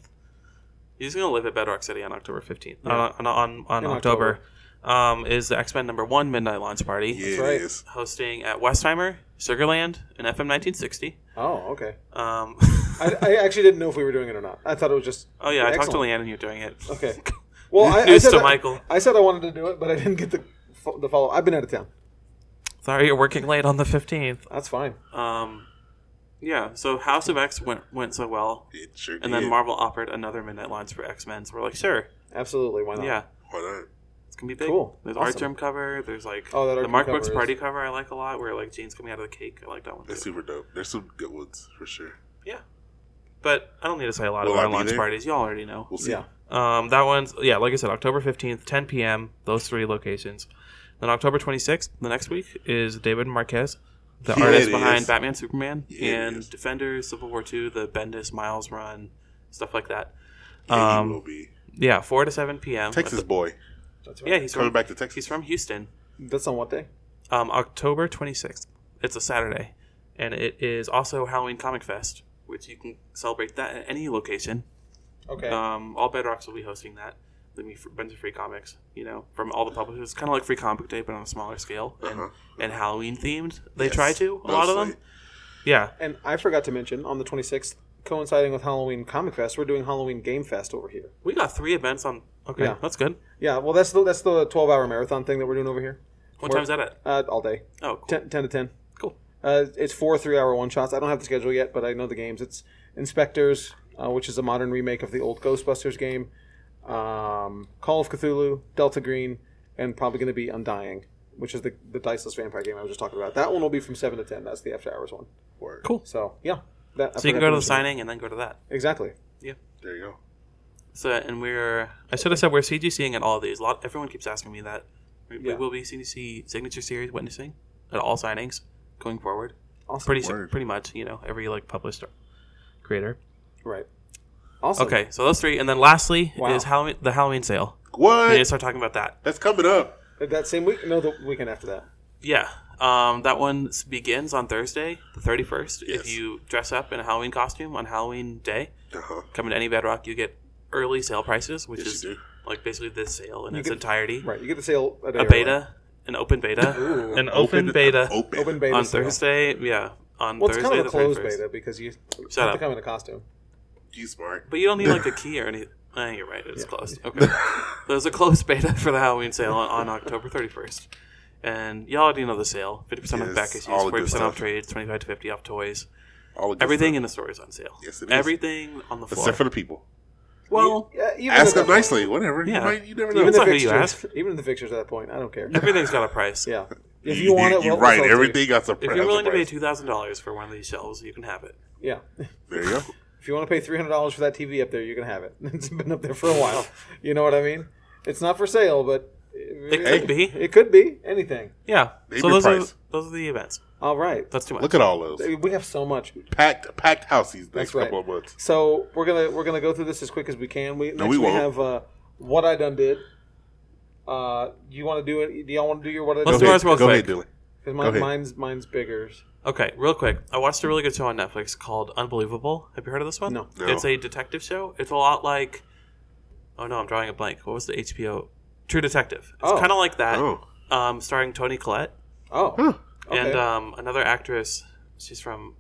[SPEAKER 3] he's going to live at Bedrock City on October 15th. On, on, on, on
[SPEAKER 1] In
[SPEAKER 3] October, Um, is the X Men number one Midnight Launch Party.
[SPEAKER 2] Yeah,
[SPEAKER 1] right.
[SPEAKER 2] it is.
[SPEAKER 3] Hosting at Westheimer, Sugarland, and FM 1960.
[SPEAKER 1] oh okay. [laughs]
[SPEAKER 3] Um, [laughs]
[SPEAKER 1] I, I actually didn't know if we were doing it or not. I thought it was just.
[SPEAKER 3] oh, yeah, I talked to
[SPEAKER 1] Excellent.
[SPEAKER 3] Leanne and you're doing it.
[SPEAKER 1] Okay. Well, I, I
[SPEAKER 3] News
[SPEAKER 1] said
[SPEAKER 3] to
[SPEAKER 1] I-
[SPEAKER 3] Michael.
[SPEAKER 1] I said I wanted to do it, but I didn't get the fo- the follow. I've been out of town.
[SPEAKER 3] [laughs] Sorry, you're working late on the 15th.
[SPEAKER 1] That's fine.
[SPEAKER 3] Um, yeah, so House of X went, went so well.
[SPEAKER 2] It sure
[SPEAKER 3] And
[SPEAKER 2] did.
[SPEAKER 3] then Marvel offered another Midnight Launch for X Men. So we're like, sure.
[SPEAKER 1] Absolutely. Why not?
[SPEAKER 3] Yeah.
[SPEAKER 2] Why not?
[SPEAKER 3] It's gonna be big.
[SPEAKER 1] Cool.
[SPEAKER 3] There's
[SPEAKER 1] Awesome.
[SPEAKER 3] art term cover. There's like
[SPEAKER 1] Oh, that art
[SPEAKER 3] the
[SPEAKER 1] term
[SPEAKER 3] Mark
[SPEAKER 1] cover
[SPEAKER 3] Brooks
[SPEAKER 1] is-
[SPEAKER 3] party cover I like a lot, where like jeans coming out of the cake. I like that one.
[SPEAKER 2] That's
[SPEAKER 3] Too.
[SPEAKER 2] super dope. There's some good ones for sure.
[SPEAKER 3] Yeah, but I don't need to say a lot
[SPEAKER 2] Will
[SPEAKER 3] about
[SPEAKER 2] I
[SPEAKER 3] our
[SPEAKER 2] be
[SPEAKER 3] launch
[SPEAKER 2] there?
[SPEAKER 3] parties. Y'all already know.
[SPEAKER 2] We'll see.
[SPEAKER 1] Yeah.
[SPEAKER 3] Um, that one's yeah, like I said, October fifteenth, ten p.m. Those three locations. Then October twenty sixth, the next week is David Marquez, the
[SPEAKER 2] Yeah,
[SPEAKER 3] artist
[SPEAKER 2] it
[SPEAKER 3] behind
[SPEAKER 2] is.
[SPEAKER 3] Batman, Superman,
[SPEAKER 2] Yeah, it
[SPEAKER 3] and
[SPEAKER 2] is.
[SPEAKER 3] Defenders, Civil War two, the Bendis Miles run, stuff like that.
[SPEAKER 2] Yeah,
[SPEAKER 3] Um,
[SPEAKER 2] he will be.
[SPEAKER 3] Yeah, four to seven p.m.
[SPEAKER 2] Texas boy.
[SPEAKER 1] That's right.
[SPEAKER 3] Yeah, he's
[SPEAKER 2] Coming
[SPEAKER 3] from,
[SPEAKER 2] back to Texas.
[SPEAKER 3] he's from Houston.
[SPEAKER 1] That's on what day?
[SPEAKER 3] um, October 26th. It's a Saturday, and it is also Halloween Comic Fest, which you can celebrate that at any location.
[SPEAKER 1] Okay.
[SPEAKER 3] Um, all Bedrocks will be hosting that. There'll be a bunch of free comics, you know, from all the publishers. It's kind of like Free Comic Day, but on a smaller scale and,
[SPEAKER 2] Uh-huh.
[SPEAKER 3] and Halloween themed. They
[SPEAKER 2] Yes,
[SPEAKER 3] try to a lot of them.
[SPEAKER 2] mostly.
[SPEAKER 3] Yeah,
[SPEAKER 1] and I forgot to mention on the 26th, coinciding with Halloween Comic Fest, we're doing Halloween Game Fest over here.
[SPEAKER 3] we got three events on. Okay,
[SPEAKER 1] Yeah.
[SPEAKER 3] that's good.
[SPEAKER 1] Yeah, well, that's the that's the twelve hour marathon thing that we're doing over here.
[SPEAKER 3] What
[SPEAKER 1] We're-
[SPEAKER 3] time's that at?
[SPEAKER 1] Uh, all day,
[SPEAKER 3] Oh, cool.
[SPEAKER 1] 10, 10 to ten.
[SPEAKER 3] cool.
[SPEAKER 1] Uh, it's four three hour one shots. I don't have the schedule yet, but I know the games. It's Inspectors, uh, which is a modern remake of the old Ghostbusters game. Um, Call of Cthulhu, Delta Green, and probably going to be Undying, which is the the diceless vampire game I was just talking about. That one will be from seven to ten. That's the after hours one.
[SPEAKER 2] Word.
[SPEAKER 3] Cool.
[SPEAKER 1] So yeah, that, I
[SPEAKER 3] So
[SPEAKER 1] forgot
[SPEAKER 3] you can go to the
[SPEAKER 1] mention.
[SPEAKER 3] signing and then go to that.
[SPEAKER 1] Exactly.
[SPEAKER 2] There you go.
[SPEAKER 3] So and we're I should have said we're CGCing at all of these. A lot everyone keeps asking me that. We, we
[SPEAKER 1] Yeah.
[SPEAKER 3] will be CGC signature series witnessing at all signings going forward.
[SPEAKER 1] Awesome.
[SPEAKER 3] Pretty
[SPEAKER 2] Word.
[SPEAKER 3] pretty much, you know, every like published creator.
[SPEAKER 1] right. Awesome.
[SPEAKER 3] Okay, so those three, and then lastly
[SPEAKER 1] Wow.
[SPEAKER 3] is Halloween the Halloween sale.
[SPEAKER 2] What?
[SPEAKER 3] We need to start talking about that.
[SPEAKER 2] That's coming up.
[SPEAKER 1] That same week? No, the weekend after that.
[SPEAKER 3] Yeah. Um, that one s- begins on Thursday, the 31st. If
[SPEAKER 2] Yes.
[SPEAKER 3] you dress up in a Halloween costume on Halloween day,
[SPEAKER 2] Uh huh.
[SPEAKER 3] come to any Bedrock, you get early sale prices, which
[SPEAKER 2] Yes,
[SPEAKER 3] is
[SPEAKER 2] you do.
[SPEAKER 3] like basically this sale in
[SPEAKER 1] You
[SPEAKER 3] its
[SPEAKER 1] get-
[SPEAKER 3] entirety.
[SPEAKER 1] Right, you get the sale a, day
[SPEAKER 3] A
[SPEAKER 1] early.
[SPEAKER 3] beta, an open beta,
[SPEAKER 1] Ooh.
[SPEAKER 3] an open, beta
[SPEAKER 2] Open.
[SPEAKER 1] open beta
[SPEAKER 3] on
[SPEAKER 1] sale.
[SPEAKER 3] Thursday. Yeah, on
[SPEAKER 1] Well, it's
[SPEAKER 3] Thursday
[SPEAKER 1] kind of
[SPEAKER 3] the
[SPEAKER 1] a closed
[SPEAKER 3] 31st.
[SPEAKER 1] beta because you
[SPEAKER 3] Shut
[SPEAKER 1] have
[SPEAKER 3] up.
[SPEAKER 1] to come in a costume.
[SPEAKER 2] You smart.
[SPEAKER 3] But you don't need
[SPEAKER 2] [laughs]
[SPEAKER 3] like a key or anything. Uh, you're right. It's closed. Okay. There's a closed beta [laughs] for the Halloween sale on, on October 31st. And y'all already know the sale. 50% off
[SPEAKER 2] Yes,
[SPEAKER 3] back issues,
[SPEAKER 2] all the good
[SPEAKER 3] 40% off
[SPEAKER 2] stuff.
[SPEAKER 3] trades, 25 to 50 off toys.
[SPEAKER 2] All the good
[SPEAKER 3] Everything
[SPEAKER 2] stuff.
[SPEAKER 3] in the store is on sale.
[SPEAKER 2] Yes, it is.
[SPEAKER 3] Everything on the floor.
[SPEAKER 2] except for the people.
[SPEAKER 3] well,
[SPEAKER 1] yeah, even
[SPEAKER 2] Ask
[SPEAKER 1] if
[SPEAKER 2] them
[SPEAKER 1] the-
[SPEAKER 2] nicely. Whatever.
[SPEAKER 3] Yeah.
[SPEAKER 2] You, might, you never know.
[SPEAKER 1] Even
[SPEAKER 3] That's
[SPEAKER 1] the
[SPEAKER 3] not who you
[SPEAKER 1] fixtures, even the fixtures at that point, I don't care.
[SPEAKER 3] everything's got
[SPEAKER 2] [laughs]
[SPEAKER 3] a price.
[SPEAKER 1] Yeah, if you want it,
[SPEAKER 2] you're
[SPEAKER 1] we'll- we'll sell
[SPEAKER 2] right.
[SPEAKER 1] it to you.
[SPEAKER 2] Everything got some.
[SPEAKER 3] If you're willing to pay $2,000 for one of these shelves, you can have it.
[SPEAKER 1] Yeah, [laughs]
[SPEAKER 2] there you go.
[SPEAKER 1] if you want to pay three hundred dollars for that TV up there, you can have it. [laughs] It's been up there for a while. You know what I mean? It's not for sale, but
[SPEAKER 3] It could be.
[SPEAKER 1] It could be anything.
[SPEAKER 3] Yeah.
[SPEAKER 2] Name
[SPEAKER 3] so
[SPEAKER 2] your
[SPEAKER 3] those
[SPEAKER 2] price.
[SPEAKER 3] are, those are the events.
[SPEAKER 1] All right,
[SPEAKER 3] That's too much.
[SPEAKER 2] Look at all those
[SPEAKER 1] we have so much.
[SPEAKER 2] packed packed houses next
[SPEAKER 1] That's right.
[SPEAKER 2] couple of months.
[SPEAKER 1] So we're gonna we're gonna go through this as quick as we can. We next
[SPEAKER 2] we won't.
[SPEAKER 1] have uh, what I done did. Uh, you want to do it? Do y'all want to do your what I
[SPEAKER 3] Let's
[SPEAKER 1] done?
[SPEAKER 3] do
[SPEAKER 1] Did?
[SPEAKER 3] ours real
[SPEAKER 2] go
[SPEAKER 3] quick.
[SPEAKER 2] ahead, Dylan.
[SPEAKER 1] Because
[SPEAKER 2] Go ahead.
[SPEAKER 1] mine's mine's bigger.
[SPEAKER 3] Okay, real quick. I watched a really good show on Netflix called Unbelievable. Have you heard of this one?
[SPEAKER 1] No.
[SPEAKER 2] No.
[SPEAKER 3] It's a detective show. It's a lot like Oh no, I'm drawing a blank. What was the HBO True Detective. It's
[SPEAKER 1] Oh.
[SPEAKER 3] kind of like that.
[SPEAKER 2] Oh,
[SPEAKER 3] Um starring Toni Collette
[SPEAKER 1] Oh,
[SPEAKER 2] Huh.
[SPEAKER 1] okay.
[SPEAKER 3] and um, another actress. She's from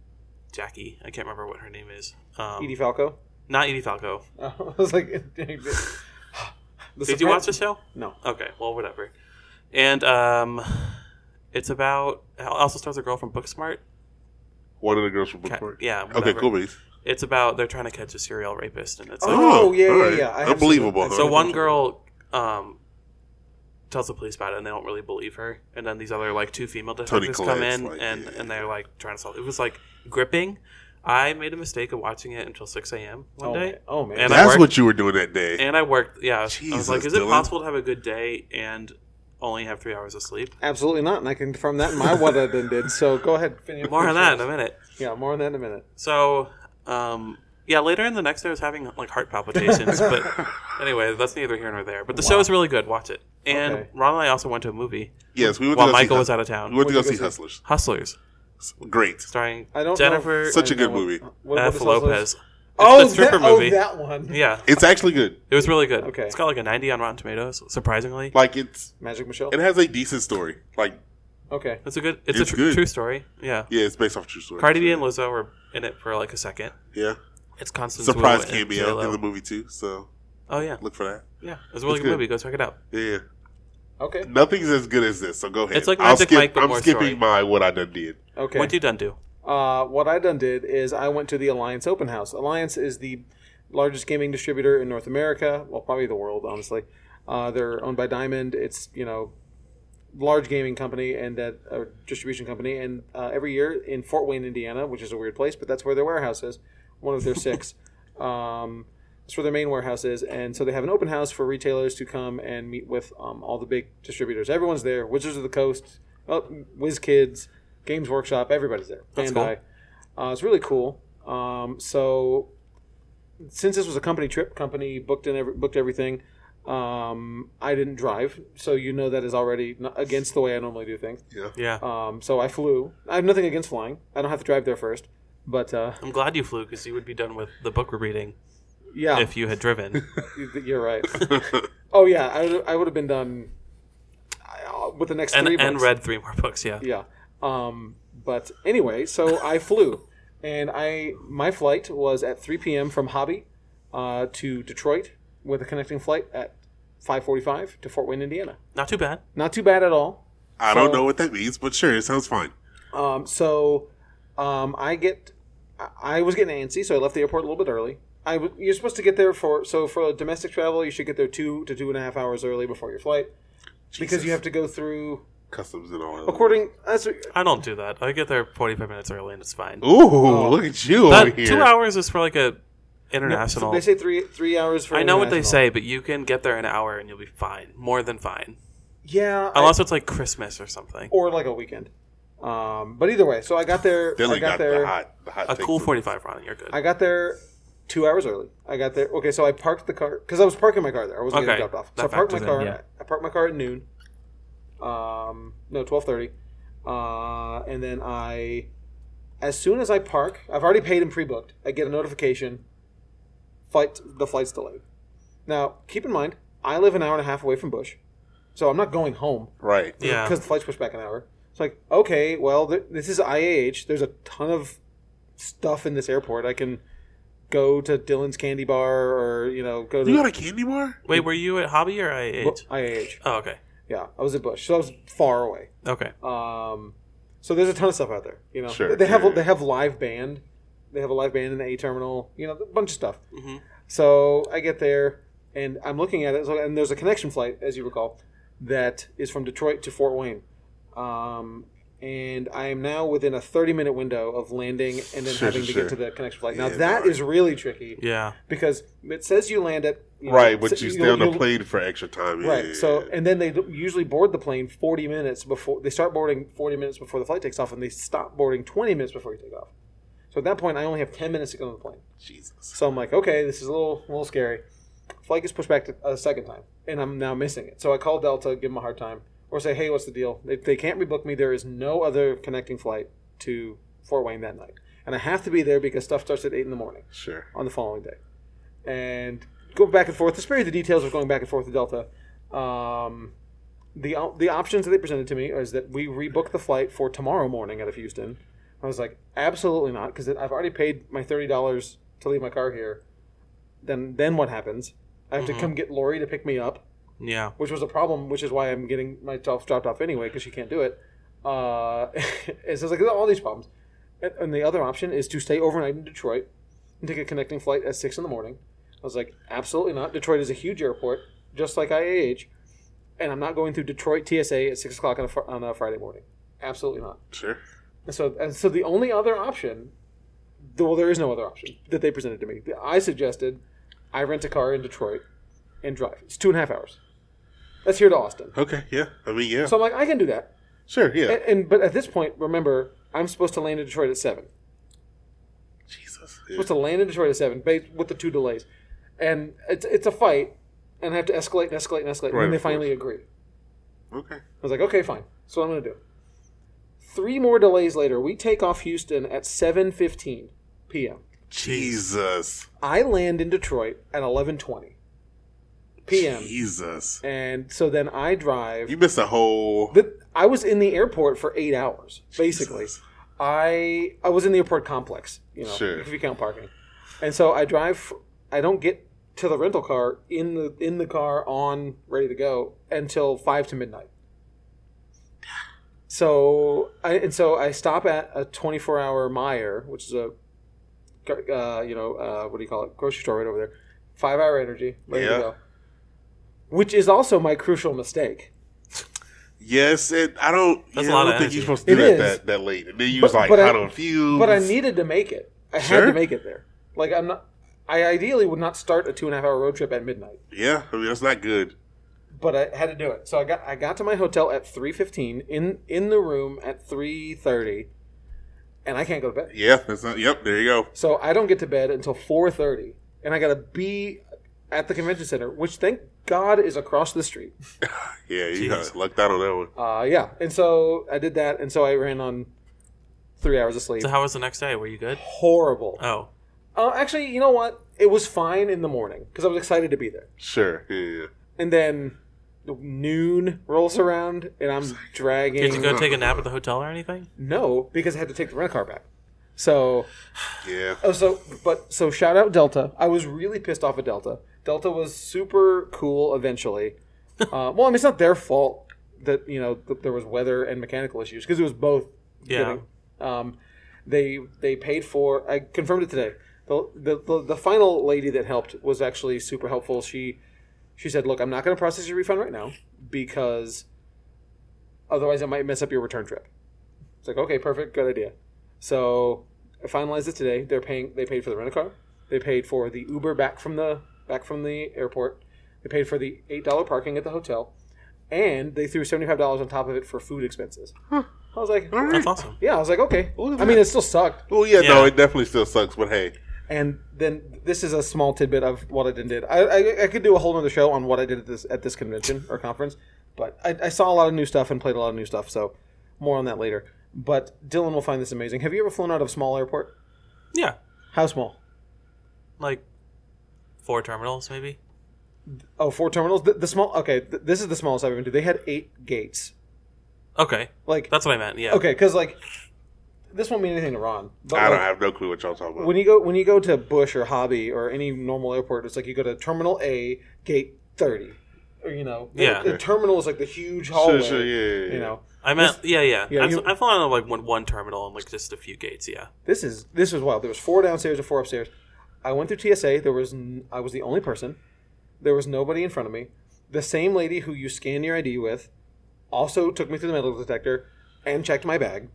[SPEAKER 3] Jackie. I can't remember what her name is. Um,
[SPEAKER 1] Edie Falco.
[SPEAKER 3] Not Edie Falco.
[SPEAKER 1] [laughs] I was like, did
[SPEAKER 3] Did you watch the show?
[SPEAKER 1] No.
[SPEAKER 3] Okay, well, whatever. And um, it's about. It also stars a girl from Booksmart.
[SPEAKER 2] one of the girls from
[SPEAKER 3] Ca-
[SPEAKER 2] Bookmark.
[SPEAKER 3] yeah.
[SPEAKER 2] Okay,
[SPEAKER 3] whatever.
[SPEAKER 2] cool, beans.
[SPEAKER 3] It's about they're trying to catch a serial rapist, and it's like,
[SPEAKER 1] Oh, yeah, yeah,
[SPEAKER 2] all
[SPEAKER 1] yeah. I have seen
[SPEAKER 2] Unbelievable.
[SPEAKER 1] it.
[SPEAKER 2] though.
[SPEAKER 3] So one girl um, tells the police about it, and they don't really believe her. And then these other like two female
[SPEAKER 2] Tony
[SPEAKER 3] detectives come
[SPEAKER 2] Collette's
[SPEAKER 3] in,
[SPEAKER 2] like,
[SPEAKER 3] and
[SPEAKER 2] yeah, yeah,
[SPEAKER 3] and they're like trying to solve. It was like gripping. I made a mistake of watching it until six a.m. one
[SPEAKER 1] Oh,
[SPEAKER 3] day,
[SPEAKER 1] man. Oh man.
[SPEAKER 3] And I
[SPEAKER 2] That's
[SPEAKER 3] worked-
[SPEAKER 2] what you were doing that day.
[SPEAKER 3] and I worked. Yeah, I was
[SPEAKER 2] Jesus,
[SPEAKER 3] like, is it
[SPEAKER 2] Dylan.
[SPEAKER 3] possible to have a good day and only have three hours of sleep?
[SPEAKER 1] Absolutely not, and I can confirm that in my what I done did. So go ahead. Finish
[SPEAKER 3] More on that in a minute.
[SPEAKER 1] Yeah, more on that in a minute.
[SPEAKER 3] So, um, yeah, later in the next day, I was having like
[SPEAKER 2] [laughs]
[SPEAKER 3] heart palpitations. but anyway, that's neither here nor there. But the show is really good. Watch it. And
[SPEAKER 1] Okay.
[SPEAKER 3] Ron and I also went to a movie
[SPEAKER 2] yes, we went
[SPEAKER 3] while
[SPEAKER 2] to go
[SPEAKER 3] Michael
[SPEAKER 2] see
[SPEAKER 3] was
[SPEAKER 2] Hus-
[SPEAKER 3] out of
[SPEAKER 2] We
[SPEAKER 3] town.
[SPEAKER 2] went to go
[SPEAKER 1] Where'd you
[SPEAKER 2] see
[SPEAKER 1] go
[SPEAKER 2] Hustlers.
[SPEAKER 3] Hustlers,
[SPEAKER 2] Great.
[SPEAKER 3] starring
[SPEAKER 1] I don't.
[SPEAKER 3] Jennifer
[SPEAKER 1] know.
[SPEAKER 2] Such a
[SPEAKER 1] I don't
[SPEAKER 2] good
[SPEAKER 1] know
[SPEAKER 2] movie.
[SPEAKER 1] What, what
[SPEAKER 3] F.
[SPEAKER 1] is Hustlers?
[SPEAKER 3] Lopez. It's
[SPEAKER 1] Oh,
[SPEAKER 3] the stripper
[SPEAKER 1] that,
[SPEAKER 3] movie.
[SPEAKER 1] oh, that one.
[SPEAKER 3] Yeah,
[SPEAKER 2] It's actually good.
[SPEAKER 3] it was really good.
[SPEAKER 1] Okay.
[SPEAKER 3] It's got like a 90 on Rotten Tomatoes, surprisingly.
[SPEAKER 2] Like it's
[SPEAKER 1] Magic Michelle.
[SPEAKER 2] it has a decent story. Like
[SPEAKER 1] Okay.
[SPEAKER 3] It's a good. It's,
[SPEAKER 2] It's
[SPEAKER 3] a tr-
[SPEAKER 2] good.
[SPEAKER 3] true story. Yeah.
[SPEAKER 2] yeah, it's based off a true story.
[SPEAKER 3] Cardi B and Lizzo were in it for like a second.
[SPEAKER 2] yeah,
[SPEAKER 3] It's Constance
[SPEAKER 2] surprise
[SPEAKER 3] Wu and
[SPEAKER 2] cameo
[SPEAKER 3] J.Lo.
[SPEAKER 2] in the movie too. So
[SPEAKER 3] Oh yeah,
[SPEAKER 2] look for that.
[SPEAKER 3] yeah. It was a really
[SPEAKER 2] It's
[SPEAKER 3] good
[SPEAKER 2] good.
[SPEAKER 3] movie. Go check it out.
[SPEAKER 2] Yeah,
[SPEAKER 1] Okay.
[SPEAKER 2] nothing's as good as this. So go ahead.
[SPEAKER 3] It's like
[SPEAKER 2] I'll
[SPEAKER 3] Magic
[SPEAKER 2] skip,
[SPEAKER 3] Mike, but
[SPEAKER 2] I'm
[SPEAKER 3] more
[SPEAKER 2] skipping
[SPEAKER 3] story.
[SPEAKER 2] my what I done did.
[SPEAKER 1] Okay.
[SPEAKER 3] What you done do?
[SPEAKER 1] uh, what I done did is I went to the Alliance Open House. Alliance is the largest gaming distributor in North America, well, probably the world, honestly. Uh, they're owned by Diamond. It's you know, large gaming company and that uh, distribution company. And uh, every year in Fort Wayne, Indiana, which is a weird place, but that's where their warehouse is, one
[SPEAKER 3] [laughs]
[SPEAKER 1] of their six. Um, that's where their main warehouse is, and so they have an open house for retailers to come and meet with um, all the big distributors. Everyone's there. Wizards of the Coast, uh, Whiz Kids, Games Workshop, everybody's there.
[SPEAKER 3] That's
[SPEAKER 1] and
[SPEAKER 3] cool.
[SPEAKER 1] I, uh, it's really cool. Um, so, since this was a company trip, company booked in every, booked everything. Um, I didn't drive, so you know that is already not against the way I normally do things.
[SPEAKER 2] Yeah, [laughs]
[SPEAKER 3] Yeah.
[SPEAKER 1] Um, so I flew. I have nothing against flying. I don't have to drive there first, but uh,
[SPEAKER 3] I'm glad you flew because you would be done with the book we're reading
[SPEAKER 1] yeah,
[SPEAKER 3] if you had driven.
[SPEAKER 1] you, you're right. [laughs] oh yeah, I would, I would have been done uh, with the next
[SPEAKER 3] and,
[SPEAKER 1] three
[SPEAKER 3] and
[SPEAKER 1] books.
[SPEAKER 3] read three more books. Yeah.
[SPEAKER 1] Yeah. Um, but anyway, so I flew, and I my flight was at 3 p.m. from Hobby uh, to Detroit with a connecting flight at 5:45 to Fort Wayne, Indiana.
[SPEAKER 3] Not too bad.
[SPEAKER 1] Not too bad at all.
[SPEAKER 2] I don't
[SPEAKER 1] So-
[SPEAKER 2] know what that means, but sure, it sounds fine.
[SPEAKER 1] Um, so um, I get, I- I was getting antsy, so I left the airport a little bit early. I w- you're supposed to get there for so for domestic travel, you should get there two to two and a half hours early before your flight because
[SPEAKER 2] Jesus.
[SPEAKER 1] you have to go through.
[SPEAKER 2] customs and all. that.
[SPEAKER 1] According, that's what-
[SPEAKER 3] I don't do that. I get there 45 minutes early and it's fine.
[SPEAKER 2] Ooh,
[SPEAKER 1] Oh.
[SPEAKER 2] look at you
[SPEAKER 3] That-
[SPEAKER 2] over here.
[SPEAKER 3] two hours is for like a international.
[SPEAKER 1] they say three three hours for.
[SPEAKER 3] I know what they
[SPEAKER 1] international.
[SPEAKER 3] say, but you can get there in an hour and you'll be fine, more than fine,
[SPEAKER 1] Yeah, I-
[SPEAKER 3] unless it's like Christmas or something.
[SPEAKER 1] or like a weekend. Um, but either way, so I got there.
[SPEAKER 2] Dylan
[SPEAKER 1] I got,
[SPEAKER 2] got,
[SPEAKER 1] there.
[SPEAKER 2] the hot, the hot
[SPEAKER 3] A
[SPEAKER 2] take
[SPEAKER 3] cool
[SPEAKER 2] from-
[SPEAKER 3] 45, Ron. You're good.
[SPEAKER 1] I got there two hours early. I got there. Okay, so I parked the car because I was parking my car there. I wasn't
[SPEAKER 3] Okay,
[SPEAKER 1] getting dropped off. So I
[SPEAKER 3] that
[SPEAKER 1] parked my
[SPEAKER 3] factors
[SPEAKER 1] car.
[SPEAKER 3] in, yeah.
[SPEAKER 1] I parked my car at noon. Um, no, twelve thirty. Uh, and then I, as soon as I park, I've already paid and pre-booked. I get a notification. Flight. The flight's delayed. Now, keep in mind, I live an hour and a half away from Bush, so I'm not going home
[SPEAKER 2] Right.
[SPEAKER 3] Yeah.
[SPEAKER 1] because the flights push back an hour. It's like, okay, well, th- this is IAH. There's a ton of stuff in this airport. I can go to Dylan's Candy Bar or, you know, go to
[SPEAKER 2] You got a candy bar?
[SPEAKER 3] Wait, were you at Hobby or IH?
[SPEAKER 1] Well, IAH.
[SPEAKER 3] Oh, okay.
[SPEAKER 1] Yeah, I was at Bush, so I was far away.
[SPEAKER 3] Okay.
[SPEAKER 1] Um, so there's a ton of stuff out there. You know,
[SPEAKER 2] Sure,
[SPEAKER 1] they have
[SPEAKER 2] yeah, yeah.
[SPEAKER 1] they have live band, they have a live band in the A terminal. You know, a bunch of stuff.
[SPEAKER 2] Mm-hmm.
[SPEAKER 3] Mhm.
[SPEAKER 1] So I get there and I'm looking at it, so, and there's a connection flight, as you recall, that is from Detroit to Fort Wayne. Um, and I am now within a 30 minute window of landing and then
[SPEAKER 2] Sure,
[SPEAKER 1] having to
[SPEAKER 2] sure,
[SPEAKER 1] get to
[SPEAKER 2] sure.
[SPEAKER 1] the connection flight. Now
[SPEAKER 2] Yeah,
[SPEAKER 1] that
[SPEAKER 2] right.
[SPEAKER 1] is really tricky
[SPEAKER 3] Yeah.
[SPEAKER 1] because it says you land at you know,
[SPEAKER 2] Right, but
[SPEAKER 1] so
[SPEAKER 2] you
[SPEAKER 1] you'll-
[SPEAKER 2] stay on the
[SPEAKER 1] you'll-
[SPEAKER 2] plane for extra time. Yeah,
[SPEAKER 1] Right.
[SPEAKER 2] yeah,
[SPEAKER 1] So,
[SPEAKER 2] yeah.
[SPEAKER 1] and then they d- usually board the plane 40 minutes before they start boarding 40 minutes before the flight takes off, and they stop boarding 20 minutes before you take off. So at that point, I only have 10 minutes to get on the plane.
[SPEAKER 2] Jesus.
[SPEAKER 1] So I'm like, okay, this is a little, a little scary. Flight gets pushed back to a second time, and I'm now missing it. So I call Delta, give them a hard time, or say, hey, what's the deal? They, they can't rebook me. There is no other connecting flight to Fort Wayne that night, and I have to be there because stuff starts at eight in the morning
[SPEAKER 2] Sure.
[SPEAKER 1] on the following day. And going back and forth, to spare you the details of going back and forth to Delta, um, the op- the options that they presented to me is that we rebook the flight for tomorrow morning out of Houston. I was like, absolutely not, because I've already paid my thirty dollars to leave my car here. Then then what happens? I have to come get Lori to pick me up,
[SPEAKER 3] Yeah.
[SPEAKER 1] [laughs] which was a problem, which is why I'm getting myself dropped off anyway because she can't do it. Uh, [laughs] and so it's like all these problems. And, and the other option is to stay overnight in Detroit and take a connecting flight at six in the morning. I was like, absolutely not. Detroit is a huge airport, just like IAH, and I'm not going through Detroit TSA at six o'clock on a, fr- on a Friday morning. Absolutely not.
[SPEAKER 2] Sure.
[SPEAKER 1] And so, and so the only other option, well, there is no other option that they presented to me. I suggested I rent a car in Detroit and drive. It's two and a half hours. That's here to Austin.
[SPEAKER 2] Okay. Yeah. I mean, yeah.
[SPEAKER 1] So I'm like, I can do that.
[SPEAKER 2] sure. Yeah.
[SPEAKER 1] And, and but at this point, remember, I'm supposed to land in Detroit at seven.
[SPEAKER 2] Jesus.
[SPEAKER 1] I'm supposed to land in Detroit at seven, ba- with the two delays, and it's it's a fight, and I have to escalate and escalate and escalate, and
[SPEAKER 2] Right,
[SPEAKER 1] then they
[SPEAKER 2] of course.
[SPEAKER 1] finally agree.
[SPEAKER 2] Okay.
[SPEAKER 1] I was like, okay, fine. So I'm going to do. Three more delays later, we take off Houston at seven fifteen p.m.
[SPEAKER 2] Jesus.
[SPEAKER 1] I land in Detroit at 11:20 p.m.
[SPEAKER 2] Jesus.
[SPEAKER 1] and so then I drive.
[SPEAKER 2] You missed a whole.
[SPEAKER 1] The, I was in the airport for eight hours, basically.
[SPEAKER 2] Jesus.
[SPEAKER 1] I I was in the airport complex, you know,
[SPEAKER 2] Sure.
[SPEAKER 1] if you count parking. And so I drive. I don't get to the rental car in the in the car on ready to go until five to midnight. So I and so I stop at a 24 hour Meyer, which is a uh, you know uh, what do you call it grocery store right over there. Five hour energy, ready
[SPEAKER 2] Yeah.
[SPEAKER 1] to go. Which is also my crucial mistake.
[SPEAKER 2] Yes, and I don't.
[SPEAKER 3] That's
[SPEAKER 2] yeah,
[SPEAKER 3] a lot
[SPEAKER 2] I don't
[SPEAKER 3] of
[SPEAKER 2] think
[SPEAKER 3] energy.
[SPEAKER 2] you're supposed to do
[SPEAKER 1] It
[SPEAKER 2] that,
[SPEAKER 1] is.
[SPEAKER 2] that that late. And then you
[SPEAKER 1] But-
[SPEAKER 2] was like,
[SPEAKER 1] but I-
[SPEAKER 2] I, don't feel.
[SPEAKER 1] But I needed to make it. I had
[SPEAKER 2] Sure.
[SPEAKER 1] to make it there. Like I'm not. I ideally would not start a two and a half hour road trip at midnight,
[SPEAKER 2] Yeah, I mean that's not good.
[SPEAKER 1] but I had to do it. So I got I got to my hotel at three fifteen in in the room at three thirty, and I can't go to bed.
[SPEAKER 2] Yeah, that's not. Yep, there you go.
[SPEAKER 1] So I don't get to bed until four thirty, and I got to be at the convention center, which thank God is across the street.
[SPEAKER 2] Yeah, you
[SPEAKER 3] Jeez.
[SPEAKER 2] got lucked out on that one.
[SPEAKER 1] Uh, yeah, and so I did that, and so I ran on three hours of sleep.
[SPEAKER 3] So how was the next day? Were you good?
[SPEAKER 1] Horrible.
[SPEAKER 3] Oh.
[SPEAKER 1] Uh, actually, you know what? It was fine in the morning because I was excited to be there.
[SPEAKER 2] Sure. Yeah.
[SPEAKER 1] and then noon rolls around and I'm dragging.
[SPEAKER 3] Did you go take a nap at the hotel or anything?
[SPEAKER 1] No, because I had to take the rent car back. So,
[SPEAKER 2] Yeah.
[SPEAKER 1] oh, so but so shout out Delta. I was really pissed off at Delta. Delta was super cool eventually. Uh, well, I mean, it's not their fault that you know th- there was weather and mechanical issues because it was both.
[SPEAKER 3] Yeah.
[SPEAKER 1] Um, they they paid for. I confirmed it today. The, the, the, the final lady that helped was actually super helpful. She she said, "Look, I'm not going to process your refund right now because otherwise I might mess up your return trip." It's like, "Okay, perfect, good idea." So I finalized it today. They're paying. They paid for the rental car. They paid for the Uber back from the back from the airport. They paid for the eight dollar parking at the hotel, and they threw seventy five dollars on top of it for food expenses. I was like,
[SPEAKER 2] All right.
[SPEAKER 3] That's awesome.
[SPEAKER 1] yeah, I was like, okay.
[SPEAKER 2] Look at
[SPEAKER 1] I mean,
[SPEAKER 2] that.
[SPEAKER 1] it still sucked.
[SPEAKER 2] Well, yeah, no,
[SPEAKER 3] Yeah.
[SPEAKER 2] it definitely still sucks, but hey,
[SPEAKER 1] And then this is a small tidbit of what I did. Did I? I, I could do a whole other show on what I did at this at this convention or conference, but I, I saw a lot of new stuff and played a lot of new stuff. So more on that later. But Dylan will find this amazing. Have you ever flown out of a small airport?
[SPEAKER 3] Yeah.
[SPEAKER 1] How small?
[SPEAKER 3] Like four terminals maybe.
[SPEAKER 1] Oh, four terminals. The, the small. Okay, th- this is the smallest I've been to. They had eight gates.
[SPEAKER 3] Okay,
[SPEAKER 1] Like
[SPEAKER 3] that's what I meant. Yeah.
[SPEAKER 1] okay, because like this won't mean anything to Ron. But
[SPEAKER 2] I
[SPEAKER 1] like,
[SPEAKER 2] don't have no clue what y'all talking about.
[SPEAKER 1] when you go when you go to Bush or Hobby or any normal airport, it's like you go to Terminal A, Gate Thirty, or you know, the-
[SPEAKER 3] Yeah.
[SPEAKER 1] The, terminal is like the huge hallway.
[SPEAKER 2] Sure, sure, yeah, yeah, yeah.
[SPEAKER 1] You know,
[SPEAKER 3] I meant yeah, yeah.
[SPEAKER 1] yeah,
[SPEAKER 3] I've,
[SPEAKER 1] you-
[SPEAKER 3] I've flown out of like one one terminal and like just a few gates. Yeah.
[SPEAKER 1] this is this was wild. There was four downstairs and four upstairs. I went through TSA. There was n- I was the only person. There was nobody in front of me. The same lady who you scan your ID with also took me through the metal detector and checked my bag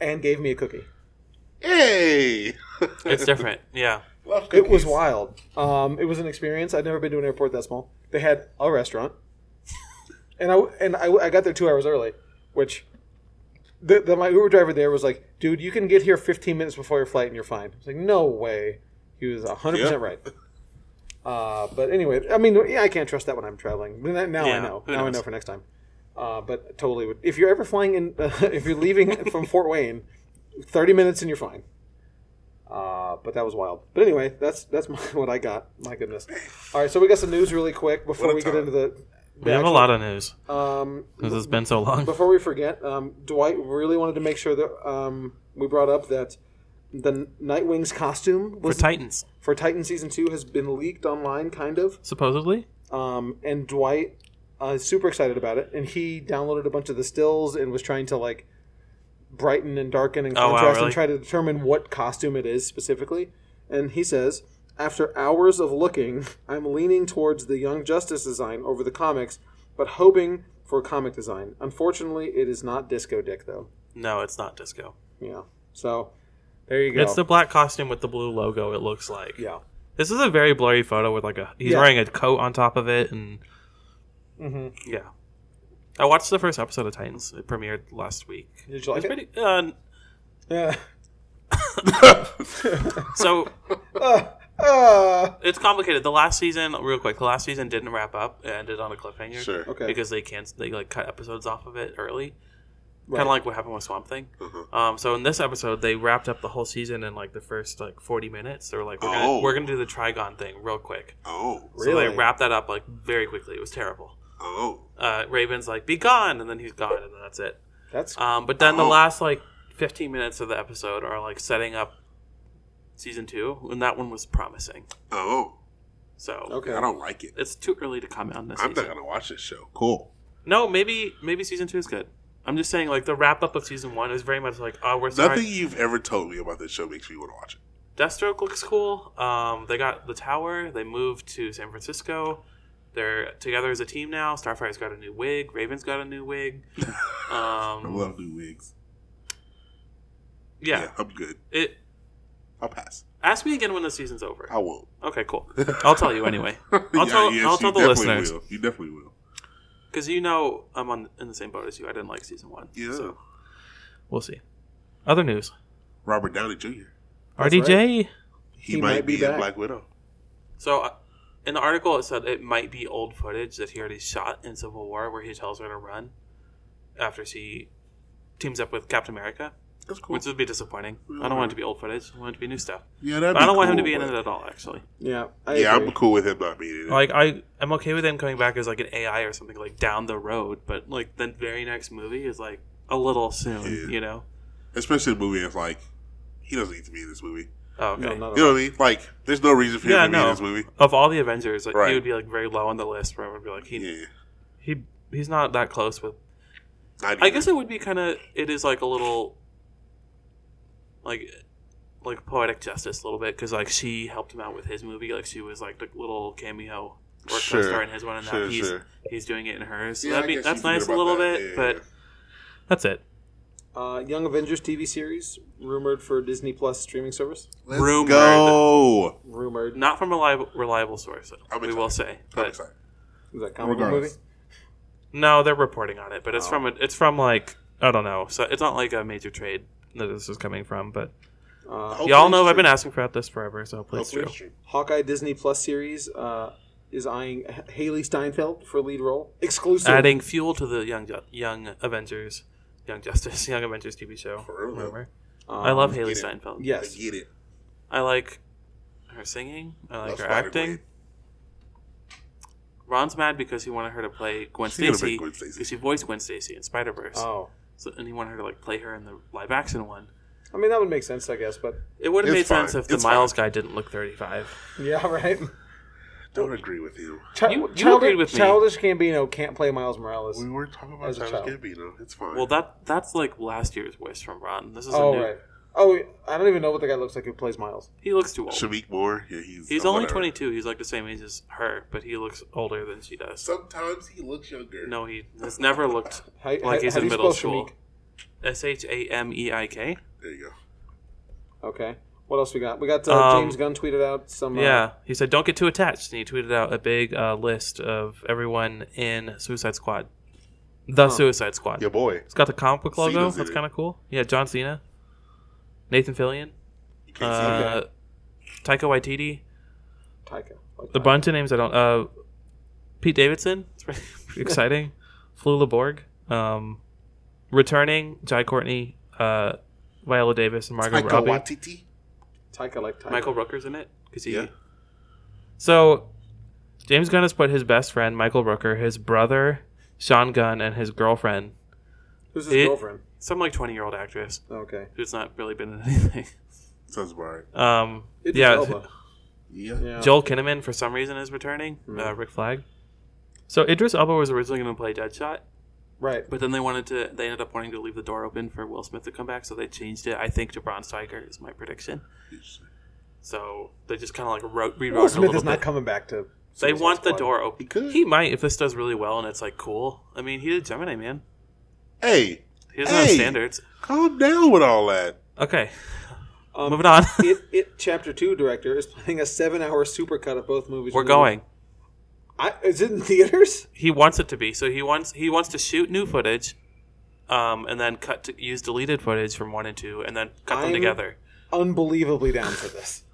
[SPEAKER 1] and gave me a cookie.
[SPEAKER 2] Hey,
[SPEAKER 1] [laughs]
[SPEAKER 3] It's different. Yeah.
[SPEAKER 2] Love
[SPEAKER 1] It was
[SPEAKER 2] cookies.
[SPEAKER 1] wild. Um, it was an experience. I'd never been to an airport that small. They had a
[SPEAKER 3] [laughs]
[SPEAKER 1] restaurant, and I and I, I got there two hours early, which the, the my Uber driver there was like, "Dude, you can get here 15 minutes before your flight and you're fine." I was like, "No way." He was 100
[SPEAKER 2] Yep.
[SPEAKER 1] percent right. Uh, but anyway, I mean, yeah, I can't trust that when I'm traveling. Now now I
[SPEAKER 3] Yeah,
[SPEAKER 1] know.
[SPEAKER 3] who
[SPEAKER 1] Now I
[SPEAKER 3] knows?
[SPEAKER 1] know for next time. Uh, but totally would. If you're ever flying in, [laughs] if you're
[SPEAKER 3] [laughs]
[SPEAKER 1] leaving from Fort Wayne, 30 minutes and you're fine. Uh, but that was wild. But anyway, that's that's [laughs] my, what I got. My goodness. All right, so we got some news really quick
[SPEAKER 2] What
[SPEAKER 1] before
[SPEAKER 2] a
[SPEAKER 1] we get
[SPEAKER 2] time.
[SPEAKER 1] into the.
[SPEAKER 3] We have a lot of news
[SPEAKER 1] Um,
[SPEAKER 3] because it's been so long.
[SPEAKER 1] before we forget, um, Dwight really wanted to make sure that um, we brought up that the Nightwing's costume
[SPEAKER 3] For
[SPEAKER 1] was,
[SPEAKER 3] Titans,
[SPEAKER 1] for Titan season two has been leaked online, kind of.
[SPEAKER 3] supposedly.
[SPEAKER 1] Um, and Dwight uh, is super excited about it, and he downloaded a bunch of the stills and was trying to like brighten and darken and
[SPEAKER 3] Oh, wow,
[SPEAKER 1] contrast
[SPEAKER 3] really?
[SPEAKER 1] and try to determine what costume it is specifically. And he says, after hours of looking, I'm leaning towards the Young Justice design over the comics, but hoping for comic design. Unfortunately, it is not Disco Dick though.
[SPEAKER 3] No, it's not disco.
[SPEAKER 1] Yeah, so there you go.
[SPEAKER 3] It's the black costume with the blue logo. It looks like.
[SPEAKER 1] yeah.
[SPEAKER 3] This is a very blurry photo with like a he's
[SPEAKER 1] Yeah.
[SPEAKER 3] wearing a coat on top of it and
[SPEAKER 1] Mm-hmm.
[SPEAKER 3] yeah. I watched the first episode of Titans. It premiered last week.
[SPEAKER 1] Did you
[SPEAKER 3] It's
[SPEAKER 1] like it?
[SPEAKER 3] pretty. Uh,
[SPEAKER 1] yeah. [laughs]
[SPEAKER 3] so
[SPEAKER 1] Uh, uh.
[SPEAKER 3] it's complicated. The last season, real quick, the last season didn't wrap up. It ended on a cliffhanger
[SPEAKER 2] Sure.
[SPEAKER 1] Okay.
[SPEAKER 3] because they can't they like cut episodes off of it early,
[SPEAKER 1] Right.
[SPEAKER 3] kind of like what happened with Swamp Thing.
[SPEAKER 2] Uh-huh.
[SPEAKER 3] Um, so in this episode, they wrapped up the whole season in like the first like forty minutes. They were like, we're gonna,
[SPEAKER 2] Oh.
[SPEAKER 3] we're gonna do the Trigon thing real quick.
[SPEAKER 2] Oh,
[SPEAKER 3] So
[SPEAKER 1] Really?
[SPEAKER 3] they wrapped that up like very quickly. It was terrible.
[SPEAKER 2] oh,
[SPEAKER 3] Uh, Raven's like, be gone, and then he's gone, and then that's it.
[SPEAKER 1] That's
[SPEAKER 3] Um, but then the
[SPEAKER 2] Oh.
[SPEAKER 3] last like 15 minutes of the episode are like setting up season two, and that one was promising.
[SPEAKER 2] oh.
[SPEAKER 3] So
[SPEAKER 1] okay.
[SPEAKER 2] I don't like it.
[SPEAKER 3] it's too early to comment on this.
[SPEAKER 2] I'm not
[SPEAKER 3] season.
[SPEAKER 2] gonna watch this show. Cool.
[SPEAKER 3] No, maybe maybe season two is good. I'm just saying, like the wrap up of season one is very much like, oh, we're sorry.
[SPEAKER 2] Nothing you've ever told me about this show makes me want to watch it.
[SPEAKER 3] Deathstroke looks cool. Um, they got the tower. They moved to San Francisco. They're together as a team now. Starfire's got a new wig. Raven's got a new [laughs] wig.
[SPEAKER 2] I
[SPEAKER 3] Um,
[SPEAKER 2] love new wigs.
[SPEAKER 3] yeah.
[SPEAKER 2] I'm good.
[SPEAKER 3] It.
[SPEAKER 2] I'll pass.
[SPEAKER 3] Ask me again when the season's over.
[SPEAKER 2] I won't.
[SPEAKER 3] Okay, cool. I'll tell
[SPEAKER 2] [laughs]
[SPEAKER 3] you anyway. [laughs] I'll tell, I'll tell
[SPEAKER 2] you
[SPEAKER 3] the
[SPEAKER 2] definitely
[SPEAKER 3] listeners
[SPEAKER 2] Will. You definitely will.
[SPEAKER 3] because you know I'm on in the same boat as you. I didn't like season one.
[SPEAKER 2] Yeah.
[SPEAKER 3] So we'll see. Other news:
[SPEAKER 2] Robert Downey Jr.
[SPEAKER 1] That's
[SPEAKER 3] RDJ.
[SPEAKER 2] He, might, be, in
[SPEAKER 1] back.
[SPEAKER 2] Black Widow.
[SPEAKER 3] So uh, in the article, it said it might be old footage that he already shot in Civil War, where he tells her to run after she teams up with Captain America,
[SPEAKER 2] That's cool.
[SPEAKER 3] which would be disappointing. I don't want it to be old footage. I want it to be new stuff.
[SPEAKER 2] yeah, that'd
[SPEAKER 3] But I
[SPEAKER 2] be
[SPEAKER 3] don't want him to
[SPEAKER 2] cool,
[SPEAKER 3] be in
[SPEAKER 2] but-
[SPEAKER 3] it at all. Actually,
[SPEAKER 1] yeah. I
[SPEAKER 2] Yeah,
[SPEAKER 1] agree.
[SPEAKER 2] I'm cool with him not being in it.
[SPEAKER 3] like I, I'm okay with him coming back as like an AI or something like down the road, but like the very next movie is like a little soon,
[SPEAKER 2] Yeah.
[SPEAKER 3] you know?
[SPEAKER 2] Especially the movie that's like, he doesn't need to be in this movie.
[SPEAKER 3] Oh, okay.
[SPEAKER 1] No, not at
[SPEAKER 2] You know what I mean? Like, there's no reason for him
[SPEAKER 3] Yeah,
[SPEAKER 2] to be
[SPEAKER 3] no.
[SPEAKER 2] in this movie.
[SPEAKER 3] Of all the Avengers, like,
[SPEAKER 2] Right.
[SPEAKER 3] he would be like very low on the list. Where I would be like, he,
[SPEAKER 2] Yeah.
[SPEAKER 3] he, he's not that close with
[SPEAKER 2] Not
[SPEAKER 3] I
[SPEAKER 2] even.
[SPEAKER 3] guess it would be kind of. It is like a little, like, like poetic justice a little bit because like she helped him out with his movie. Like she was like the little cameo or
[SPEAKER 2] Sure.
[SPEAKER 3] star in his one, and now
[SPEAKER 2] Sure,
[SPEAKER 3] he's
[SPEAKER 2] sure.
[SPEAKER 3] he's doing it in hers. So
[SPEAKER 2] Yeah, I
[SPEAKER 3] that'd be
[SPEAKER 2] guess
[SPEAKER 3] that's
[SPEAKER 2] you can
[SPEAKER 3] nice a
[SPEAKER 2] forget
[SPEAKER 3] little
[SPEAKER 2] about
[SPEAKER 3] bit,
[SPEAKER 2] that. Yeah,
[SPEAKER 3] but that's it.
[SPEAKER 1] Uh, Young Avengers TV series rumored for Disney Plus streaming service.
[SPEAKER 2] Let's
[SPEAKER 3] Rumored.
[SPEAKER 2] go.
[SPEAKER 1] Rumored.
[SPEAKER 3] Not from a reliable, reliable source.
[SPEAKER 2] I'm
[SPEAKER 3] we will say,
[SPEAKER 2] I'm
[SPEAKER 3] but
[SPEAKER 2] excited.
[SPEAKER 1] Is that comic book movie?
[SPEAKER 2] Regardless.
[SPEAKER 3] no, they're reporting on it. But
[SPEAKER 2] Oh.
[SPEAKER 3] it's from a, it's from like I don't know. So it's not like a major trade that this is coming from. But
[SPEAKER 1] Uh,
[SPEAKER 2] Hopefully
[SPEAKER 3] y'all
[SPEAKER 2] it's
[SPEAKER 3] know I've
[SPEAKER 2] true.
[SPEAKER 3] been asking for this forever, so hopefully it's
[SPEAKER 2] Hopefully
[SPEAKER 3] true.
[SPEAKER 2] it's true.
[SPEAKER 1] Hawkeye Disney Plus series uh, is eyeing H- Haley Steinfeld for lead role. Exclusive.
[SPEAKER 3] adding fuel to the young Ju- young Avengers, Young Justice, [laughs] Young Avengers TV show.
[SPEAKER 2] For real, though.
[SPEAKER 3] Remember,
[SPEAKER 1] Um,
[SPEAKER 3] I love Haley
[SPEAKER 2] get it.
[SPEAKER 3] Steinfeld.
[SPEAKER 2] I
[SPEAKER 1] Yes.
[SPEAKER 2] get it.
[SPEAKER 3] I like her singing. I like
[SPEAKER 2] Love
[SPEAKER 3] her
[SPEAKER 2] Spider-Man.
[SPEAKER 3] acting. Ron's mad because he wanted her to play Gwen
[SPEAKER 2] She's gonna play
[SPEAKER 3] Stacy
[SPEAKER 2] Gwen Stacy.
[SPEAKER 3] because she voiced Gwen Stacy in Spider Verse,
[SPEAKER 1] Oh,
[SPEAKER 3] so, and he wanted her to like play her in the live action one.
[SPEAKER 1] I mean that would make sense, I guess.
[SPEAKER 3] [laughs]
[SPEAKER 1] But
[SPEAKER 3] It would have
[SPEAKER 2] It's
[SPEAKER 3] made
[SPEAKER 2] fine.
[SPEAKER 3] sense if the
[SPEAKER 2] It's
[SPEAKER 3] Miles guy didn't look thirty five.
[SPEAKER 1] yeah, [laughs] right.
[SPEAKER 2] Don't agree with you.
[SPEAKER 1] Chi-
[SPEAKER 3] You- you
[SPEAKER 1] childish,
[SPEAKER 3] agreed with me.
[SPEAKER 1] childish Gambino can't play Miles Morales.
[SPEAKER 2] We were talking about
[SPEAKER 1] As a
[SPEAKER 2] Childish
[SPEAKER 1] child.
[SPEAKER 2] Gambino. It's fine.
[SPEAKER 3] Well, that that's like last year's voice from Ron. This is
[SPEAKER 1] oh
[SPEAKER 3] a new.
[SPEAKER 1] right. Oh, I don't even know what the guy looks like who plays Miles.
[SPEAKER 3] He looks too old.
[SPEAKER 2] Shamik Moore. Yeah, he's
[SPEAKER 3] He's
[SPEAKER 2] uh,
[SPEAKER 3] only
[SPEAKER 2] whatever.
[SPEAKER 3] twenty two. He's like the same age as her, but he looks older than she does.
[SPEAKER 2] Sometimes he looks younger.
[SPEAKER 3] No, he has never looked
[SPEAKER 1] How- how-
[SPEAKER 3] like he's
[SPEAKER 1] how do
[SPEAKER 3] in
[SPEAKER 1] you
[SPEAKER 3] middle
[SPEAKER 1] spell
[SPEAKER 3] school.
[SPEAKER 1] Shamik?
[SPEAKER 3] S H A M E I K.
[SPEAKER 2] There you go.
[SPEAKER 1] Okay. What else we got? We got uh,
[SPEAKER 3] Um,
[SPEAKER 1] James Gunn tweeted out some. Uh,
[SPEAKER 3] Yeah, he said, "Don't get too attached," and he tweeted out a big uh, list of everyone in Suicide Squad, the Suicide Squad.
[SPEAKER 2] Your boy.
[SPEAKER 3] It's got the comic book logo.
[SPEAKER 2] Cena's in
[SPEAKER 3] That's
[SPEAKER 2] it.
[SPEAKER 3] kind of cool. Yeah, John Cena, Nathan Fillion,
[SPEAKER 2] You can't see that.
[SPEAKER 3] uh, Taika Waititi.
[SPEAKER 1] Taika. Like
[SPEAKER 3] The
[SPEAKER 1] Taika.
[SPEAKER 3] bunch of names I don't. Uh, Pete Davidson. It's pretty, pretty exciting. Flula Borg. Um, returning Jai Courtney, uh, Viola Davis, and Margot
[SPEAKER 2] Taika
[SPEAKER 3] Robbie.
[SPEAKER 2] Waititi.
[SPEAKER 1] Taika like Taika.
[SPEAKER 3] Michael Rooker's in it because he.
[SPEAKER 2] Yeah.
[SPEAKER 3] So, James Gunn has put his best friend Michael Rooker, his brother Sean Gunn, and his girlfriend,
[SPEAKER 1] Who's his
[SPEAKER 3] It-
[SPEAKER 1] girlfriend? Oh,
[SPEAKER 3] some like twenty year old actress
[SPEAKER 1] Okay.
[SPEAKER 3] who's not really been in [laughs] anything.
[SPEAKER 2] Sounds about right.
[SPEAKER 3] Um,
[SPEAKER 1] Idris
[SPEAKER 3] yeah,
[SPEAKER 1] Elba.
[SPEAKER 2] Yeah.
[SPEAKER 1] Yeah.
[SPEAKER 3] Joel Kinnaman for some reason is returning.
[SPEAKER 1] Mm-hmm.
[SPEAKER 3] Uh, Rick Flag. So Idris Elba was originally going to play Deadshot,
[SPEAKER 1] Right.
[SPEAKER 3] But then they wanted to. They ended up wanting to leave the door open for Will Smith to come back, so they changed it. I think to Bronze Tiger is my prediction. So they just kind of like wrote, rewrote
[SPEAKER 1] Will
[SPEAKER 3] it a
[SPEAKER 1] Smith
[SPEAKER 3] little
[SPEAKER 1] is not
[SPEAKER 3] bit.
[SPEAKER 1] coming back to.
[SPEAKER 3] they
[SPEAKER 1] Suicide
[SPEAKER 3] want the
[SPEAKER 1] Squad.
[SPEAKER 3] door
[SPEAKER 2] He
[SPEAKER 3] open.
[SPEAKER 2] could.
[SPEAKER 3] He might if this does really well and it's like cool. I mean, he did Gemini Man.
[SPEAKER 2] hey,
[SPEAKER 3] He doesn't have
[SPEAKER 2] Hey!
[SPEAKER 3] standards.
[SPEAKER 2] calm down with all that. [laughs]
[SPEAKER 3] Okay,
[SPEAKER 1] Um,
[SPEAKER 3] moving on. [laughs]
[SPEAKER 1] it, it chapter two director is playing a seven-hour supercut of both movies.
[SPEAKER 3] We're going.
[SPEAKER 1] I, is it in theaters?
[SPEAKER 3] He wants it to be. So he wants he wants to shoot new footage, um, and then cut to use deleted footage from one and two, and then cut them
[SPEAKER 1] I'm-
[SPEAKER 3] together.
[SPEAKER 1] Unbelievably down for this.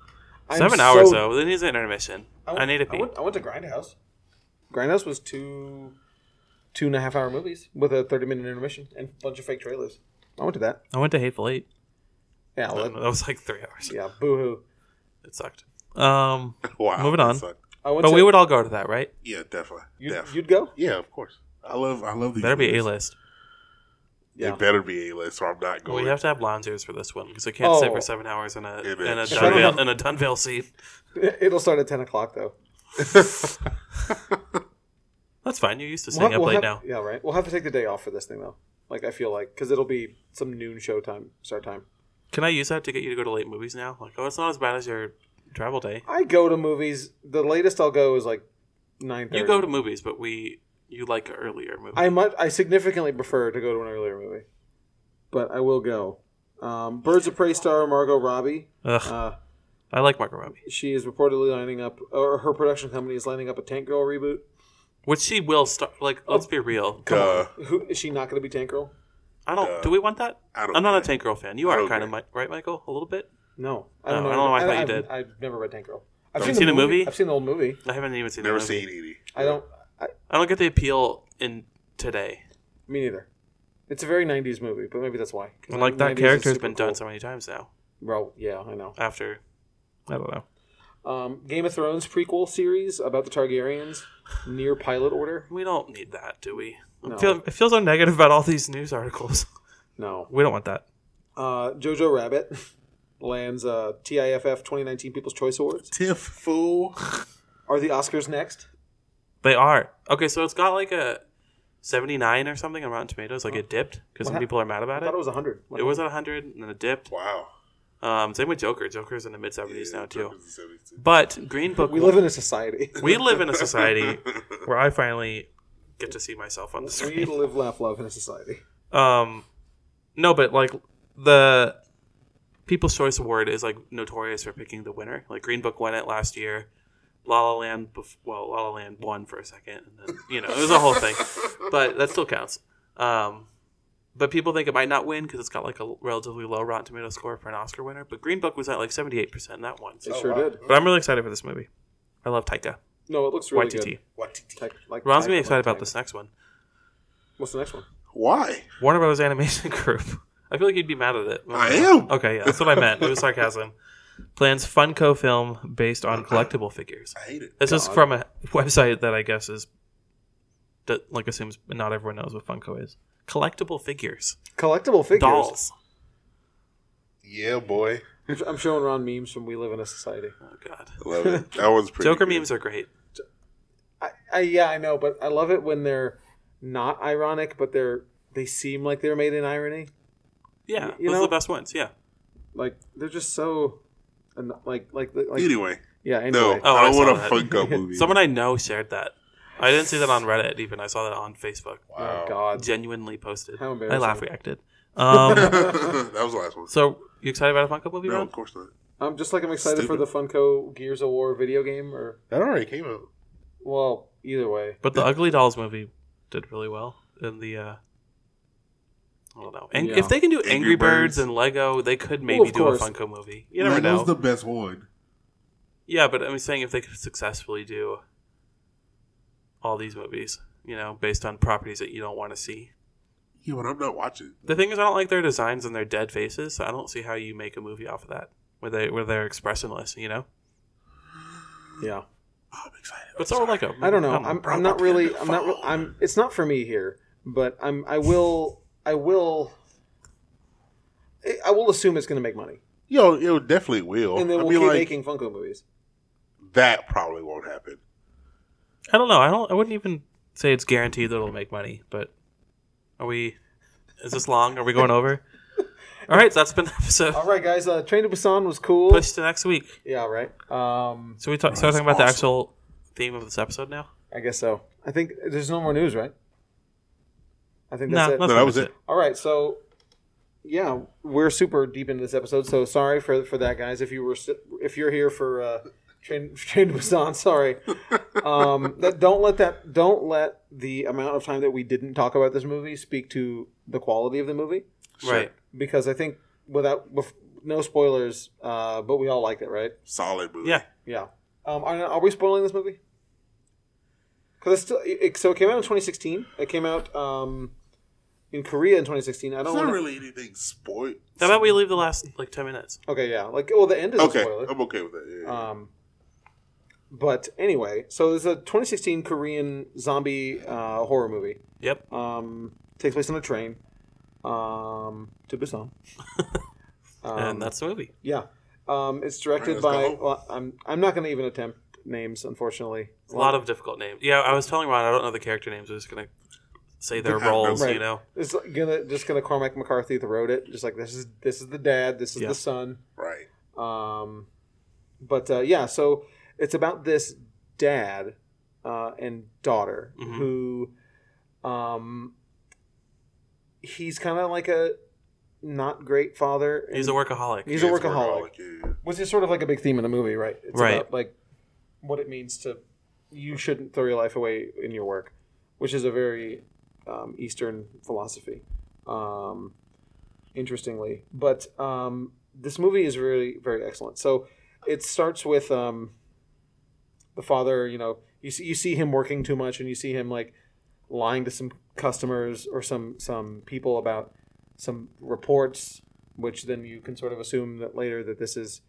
[SPEAKER 1] I'm
[SPEAKER 3] Seven
[SPEAKER 1] so-
[SPEAKER 3] hours though. Then he's an intermission. I,
[SPEAKER 1] went-
[SPEAKER 3] need a pee.
[SPEAKER 1] I went, I went to Grindhouse. Grindhouse was two, two and a half hour movies with a thirty-minute intermission and a bunch of fake trailers. I went to that.
[SPEAKER 3] I went to Hateful Eight.
[SPEAKER 1] Yeah.
[SPEAKER 3] I
[SPEAKER 1] well,
[SPEAKER 3] don't know, that was like three hours.
[SPEAKER 1] yeah. Boohoo.
[SPEAKER 3] It sucked. Um,
[SPEAKER 2] Wow.
[SPEAKER 3] Moving on.
[SPEAKER 2] that sucked.
[SPEAKER 1] I went
[SPEAKER 3] but
[SPEAKER 1] to,
[SPEAKER 3] we would all go to that, right?
[SPEAKER 2] Yeah, definitely.
[SPEAKER 1] You'd,
[SPEAKER 2] Def.
[SPEAKER 1] you'd go. [laughs]
[SPEAKER 2] yeah, of course. I love. I love these.
[SPEAKER 3] Better be
[SPEAKER 2] movies.
[SPEAKER 3] A list.
[SPEAKER 1] Yeah.
[SPEAKER 2] It better be A list, so I'm not
[SPEAKER 3] We
[SPEAKER 2] going.
[SPEAKER 3] have to have lounge ears for this one because I can't sit
[SPEAKER 1] Oh.
[SPEAKER 3] for seven hours in a
[SPEAKER 2] Yeah,
[SPEAKER 3] in a
[SPEAKER 2] bitch.
[SPEAKER 3] Dunvale in a Dunvale seat.
[SPEAKER 1] It'll start at ten o'clock though.
[SPEAKER 3] That's fine. You're used to staying
[SPEAKER 1] We'll-
[SPEAKER 3] up
[SPEAKER 1] we'll
[SPEAKER 3] late now.
[SPEAKER 1] have- Yeah, right. We'll have to take the day off for this thing though. Like I feel like because it'll be some noon show time, start time.
[SPEAKER 3] Can I use that to get you to go to late movies now? Like, oh, it's not as bad as your travel day.
[SPEAKER 1] I go to movies. The latest I'll go is like nine thirty.
[SPEAKER 3] You go to movies, but we you like an earlier movie.
[SPEAKER 1] I much. I significantly prefer to go to an earlier movie, but I will go. Um, Birds of Prey star Margot Robbie.
[SPEAKER 3] Ugh,
[SPEAKER 1] Uh,
[SPEAKER 3] I like Margot Robbie,
[SPEAKER 1] she is reportedly lining up, or her production company is lining up a Tank Girl reboot.
[SPEAKER 3] which she will start. Like, let's be real.
[SPEAKER 2] Duh.
[SPEAKER 1] Who is she not going to be Tank Girl?
[SPEAKER 3] I don't. do we want that?
[SPEAKER 2] [laughs] I don't
[SPEAKER 3] I'm not a
[SPEAKER 2] care.
[SPEAKER 3] Tank Girl fan. You
[SPEAKER 2] I
[SPEAKER 3] are
[SPEAKER 2] don't
[SPEAKER 3] kind of
[SPEAKER 2] care.
[SPEAKER 3] mi- right, Michael, a little bit.
[SPEAKER 1] No,
[SPEAKER 3] Oh, I don't know, I thought you
[SPEAKER 1] I've,
[SPEAKER 3] did.
[SPEAKER 1] I've never read Tank Girl. I've
[SPEAKER 3] you seen the movie?
[SPEAKER 1] I've seen the old movie.
[SPEAKER 3] I haven't even seen. the
[SPEAKER 2] Never
[SPEAKER 3] movie.
[SPEAKER 2] seen any.
[SPEAKER 1] I don't. I,
[SPEAKER 3] I don't get the appeal in today.
[SPEAKER 1] Me neither. It's a very '90s movie, but maybe that's why. 'Cause
[SPEAKER 3] Like that
[SPEAKER 1] 90s is
[SPEAKER 3] character's
[SPEAKER 1] super
[SPEAKER 3] been done
[SPEAKER 1] cool.
[SPEAKER 3] so many times now.
[SPEAKER 1] Well, yeah, I know.
[SPEAKER 3] After, I don't know.
[SPEAKER 1] Um, Game of Thrones prequel series about the Targaryens, near pilot order.
[SPEAKER 3] We don't need that, do we? I
[SPEAKER 1] No.
[SPEAKER 3] Feel, it feels so negative about all these news articles. [laughs]
[SPEAKER 1] No.
[SPEAKER 3] We don't want that.
[SPEAKER 1] Uh, Jojo Rabbit [laughs] lands uh, TIFF 2019 People's Choice Awards.
[SPEAKER 2] Tiff fool.
[SPEAKER 1] Are the Oscars next?
[SPEAKER 3] They are okay. So it's got like a seventy-nine or something on Rotten Tomatoes. Like it dipped because some
[SPEAKER 1] What?
[SPEAKER 3] people are mad about
[SPEAKER 1] I thought
[SPEAKER 3] it.
[SPEAKER 1] it was 100. What
[SPEAKER 3] It was at hundred and then it dipped.
[SPEAKER 2] Wow.
[SPEAKER 3] Um, same with Joker. Joker's in the mid seventies now too.
[SPEAKER 2] Dungeons and Dragons.
[SPEAKER 3] [laughs] But Green
[SPEAKER 1] [laughs]
[SPEAKER 3] Book.
[SPEAKER 1] we live in a society. [laughs]
[SPEAKER 3] we live in a society where I finally get to see myself on the screen.
[SPEAKER 1] we live, laugh, love in a society.
[SPEAKER 3] Um, no, but like the People's Choice Award is like notorious for picking the winner. Like Green Book won it last year. La La Land, bef- well, La La Land won for a second, and then you know it was a
[SPEAKER 2] [laughs]
[SPEAKER 3] whole thing, but that still counts. Um, but people think it might not win because it's got like a relatively low Rotten Tomato score for an Oscar winner. But Green Book was at like seventy eight percent that one.
[SPEAKER 1] It
[SPEAKER 3] So.
[SPEAKER 1] sure
[SPEAKER 2] Oh, wow.
[SPEAKER 1] did.
[SPEAKER 3] But I'm really excited for this movie. I love Taika
[SPEAKER 1] No, it looks really
[SPEAKER 3] Waititi.
[SPEAKER 1] good.
[SPEAKER 2] What?
[SPEAKER 1] Like, like,
[SPEAKER 3] Ron's gonna be
[SPEAKER 1] like-
[SPEAKER 3] excited
[SPEAKER 1] like-
[SPEAKER 3] about this next one.
[SPEAKER 1] What's the next one?
[SPEAKER 2] Why?
[SPEAKER 3] Warner [laughs] Brothers Animation Group. I feel like you'd be mad at it.
[SPEAKER 2] I am.
[SPEAKER 3] Okay, yeah, that's what I meant. It was sarcasm. plans Funko film based on collectible figures.
[SPEAKER 2] I hate it.
[SPEAKER 3] This is
[SPEAKER 1] God.
[SPEAKER 3] from a website that I guess is that like assumes not everyone knows what Funko is. Collectible figures,
[SPEAKER 1] Collectible figures.
[SPEAKER 3] dolls.
[SPEAKER 2] Yeah, boy.
[SPEAKER 1] I'm- I'm showing Ron memes from We Live in a Society.
[SPEAKER 3] Oh god,
[SPEAKER 2] I love it. That one's pretty.
[SPEAKER 3] Joker
[SPEAKER 2] good.
[SPEAKER 3] memes are great.
[SPEAKER 1] I, I yeah, I know, but I love it when they're not ironic, but they're they seem like they're made in irony.
[SPEAKER 3] Yeah,
[SPEAKER 1] you
[SPEAKER 3] those are
[SPEAKER 1] know-
[SPEAKER 3] the best ones. Yeah.
[SPEAKER 1] Like they're just so, and like like like
[SPEAKER 2] Anyway,
[SPEAKER 1] yeah. Anyway,
[SPEAKER 2] no,
[SPEAKER 3] Oh,
[SPEAKER 2] I
[SPEAKER 3] I
[SPEAKER 2] don't
[SPEAKER 3] saw
[SPEAKER 2] want a
[SPEAKER 3] that.
[SPEAKER 2] Funko movie. [laughs]
[SPEAKER 3] Someone I know shared that. I didn't see that on Reddit even. I saw that on Facebook.
[SPEAKER 1] oh
[SPEAKER 2] wow.
[SPEAKER 1] God,
[SPEAKER 3] Genuinely posted.
[SPEAKER 1] How
[SPEAKER 3] I
[SPEAKER 1] embarrassing.
[SPEAKER 3] laugh reacted.
[SPEAKER 2] [laughs]
[SPEAKER 3] Um, [laughs]
[SPEAKER 2] that was the last one.
[SPEAKER 3] so you excited about a Funko movie?
[SPEAKER 2] No,
[SPEAKER 3] Ron?
[SPEAKER 2] of course not.
[SPEAKER 1] I'm just like I'm excited for the Funko Gears of War video game, or
[SPEAKER 2] That already came out.
[SPEAKER 1] well, either way.
[SPEAKER 3] But the Ugly Dolls movie did really well. And the uh, I don't know. Ang-
[SPEAKER 1] Yeah.
[SPEAKER 3] If they can do Angry,
[SPEAKER 2] Angry
[SPEAKER 3] Birds.
[SPEAKER 2] Birds.
[SPEAKER 3] and Lego, they could maybe
[SPEAKER 1] Well, of
[SPEAKER 3] do
[SPEAKER 1] course.
[SPEAKER 3] a Funko movie. You never know.
[SPEAKER 2] the best one.
[SPEAKER 3] yeah, but I'm saying if they could successfully do all these movies, you know, based on properties that you don't want to see.
[SPEAKER 2] Yeah, but I'm not watching.
[SPEAKER 3] The thing is, I don't like their designs and their dead faces. So I don't see how you make a movie off of that where they where they're expressionless. You know,
[SPEAKER 1] Yeah,
[SPEAKER 2] I'm excited.
[SPEAKER 3] but so are Lego.
[SPEAKER 1] I don't know. I'm, I'm not really. I'm not. re- I'm. It's not for me here. But I'm. I will. I will. I- I will assume it's going to make money,
[SPEAKER 2] Yo, it definitely will.
[SPEAKER 1] and then
[SPEAKER 2] I
[SPEAKER 1] we'll
[SPEAKER 2] mean,
[SPEAKER 1] keep
[SPEAKER 2] like
[SPEAKER 1] making Funko movies.
[SPEAKER 2] that probably won't happen.
[SPEAKER 3] I don't know. I don't. I wouldn't even say it's guaranteed that it'll make money. But are we? Is this long? Are we
[SPEAKER 1] [laughs]
[SPEAKER 3] going over? All right. So that's been the episode.
[SPEAKER 1] All right, guys. Uh, Train to Busan was cool.
[SPEAKER 3] Push to next week.
[SPEAKER 1] Yeah. Right. Um.
[SPEAKER 3] So we talk, start talking about the actual theme of this episode now.
[SPEAKER 1] I guess so. I think there's no more news, right? I think
[SPEAKER 3] No,
[SPEAKER 1] that's it.
[SPEAKER 3] that's
[SPEAKER 2] No, that was it.
[SPEAKER 1] All right, so yeah, we're super deep into this episode, so sorry for for that, guys. If you were si- if you're here for uh, train [laughs] train to Busan, sorry. Um, that don't let that don't let the amount of time that we didn't talk about this movie speak to the quality of the movie,
[SPEAKER 3] Right.
[SPEAKER 1] because I think without bef- no spoilers, uh, but we all liked it, right?
[SPEAKER 2] Solid movie.
[SPEAKER 3] Yeah.
[SPEAKER 1] Yeah. Um, are, are we spoiling this movie? Because still it, so it came out in 2016. It came out um, in Korea in 2016. I don't
[SPEAKER 2] It's not
[SPEAKER 1] wanna-
[SPEAKER 2] really anything spoil.
[SPEAKER 3] How about we leave the last like ten minutes?
[SPEAKER 1] Okay, yeah. Like, well, the end is
[SPEAKER 2] Okay,
[SPEAKER 1] a spoiler.
[SPEAKER 2] I'm okay with that. Yeah.
[SPEAKER 1] Um, but anyway, so there's a 2016 Korean zombie uh, horror movie.
[SPEAKER 3] Yep.
[SPEAKER 1] Um, takes place on a train um, to Busan. um,
[SPEAKER 3] [laughs] and that's the movie.
[SPEAKER 1] yeah. Um, it's directed
[SPEAKER 2] Alright, let's
[SPEAKER 1] by.
[SPEAKER 2] go.
[SPEAKER 1] Well, I'm I'm not going to even attempt names, unfortunately.
[SPEAKER 3] A lot of difficult names. Yeah, I was telling Ron I don't know the character names. I was just gonna say their roles.
[SPEAKER 1] Right.
[SPEAKER 3] You know.
[SPEAKER 1] It's like gonna just gonna Cormac McCarthy the wrote it. Just like this is this is the dad, this is
[SPEAKER 3] Yeah.
[SPEAKER 1] the son.
[SPEAKER 2] right.
[SPEAKER 1] Um, but uh, yeah, so it's about this dad uh, and daughter
[SPEAKER 3] Mhm.
[SPEAKER 1] who, um, he's kind of like a not great father. and-
[SPEAKER 3] He's a workaholic.
[SPEAKER 1] He's a
[SPEAKER 2] Yeah, it's
[SPEAKER 1] workaholic.
[SPEAKER 2] yeah.
[SPEAKER 1] which is sort of like a big theme in the movie, right? It's
[SPEAKER 3] Right.
[SPEAKER 1] About, like what it means to you shouldn't throw your life away in your work, which is a very um, Eastern philosophy. Um, interestingly, but um, this movie is really very excellent. So it starts with um, the father. You know, you see you see him working too much, and you see him like lying to some customers or some some people about some reports which then you can sort of assume that later that this is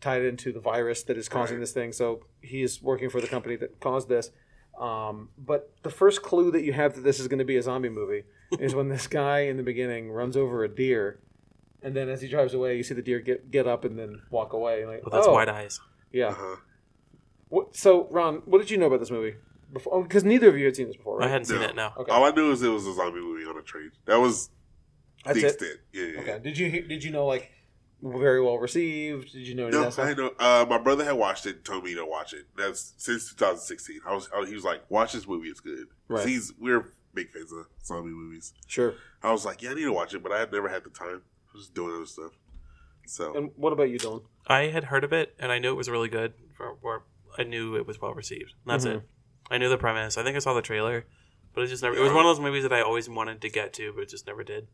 [SPEAKER 1] tied into the virus that is causing
[SPEAKER 2] Right.
[SPEAKER 1] this thing. So he is working for the company that caused this. Um, but the first clue that you have that this is going to be a zombie movie is when this guy in the beginning runs over a deer, and then as he drives away, you see the deer get get up and then walk away. Like,
[SPEAKER 3] Well, that's
[SPEAKER 1] oh,
[SPEAKER 3] wide eyes.
[SPEAKER 1] yeah.
[SPEAKER 2] Uh-huh.
[SPEAKER 1] What, so Ron, what did you know about this movie? Before, because neither of you had seen this before,
[SPEAKER 3] I
[SPEAKER 1] right?
[SPEAKER 3] hadn't seen
[SPEAKER 2] No.
[SPEAKER 3] it. No.
[SPEAKER 1] Okay,
[SPEAKER 2] All I knew is it was a zombie movie on a train. That was
[SPEAKER 1] that's
[SPEAKER 2] the
[SPEAKER 1] it.
[SPEAKER 2] extent. Yeah, yeah.
[SPEAKER 1] Okay. Did you he- did you know like very well received? Did you know any
[SPEAKER 2] No,
[SPEAKER 1] of that stuff?
[SPEAKER 2] I know. Uh, my brother had watched it and told me to watch it. That's since 2016. I was, I, he was like, "Watch this movie; it's good." 'Cause
[SPEAKER 1] Right.
[SPEAKER 2] He's we're big fans of zombie movies.
[SPEAKER 1] Sure.
[SPEAKER 2] I was like, "Yeah, I need to watch it," but I had never had the time. I was just doing other stuff. So
[SPEAKER 1] And what about you, Dylan?
[SPEAKER 3] I had heard of it and I knew it was really good. Or, or I knew it was well received. That's
[SPEAKER 1] Mm-hmm.
[SPEAKER 3] it. I knew the premise. I think I saw the trailer, but it just never. It was one of those movies that I always wanted to get to, but just never did.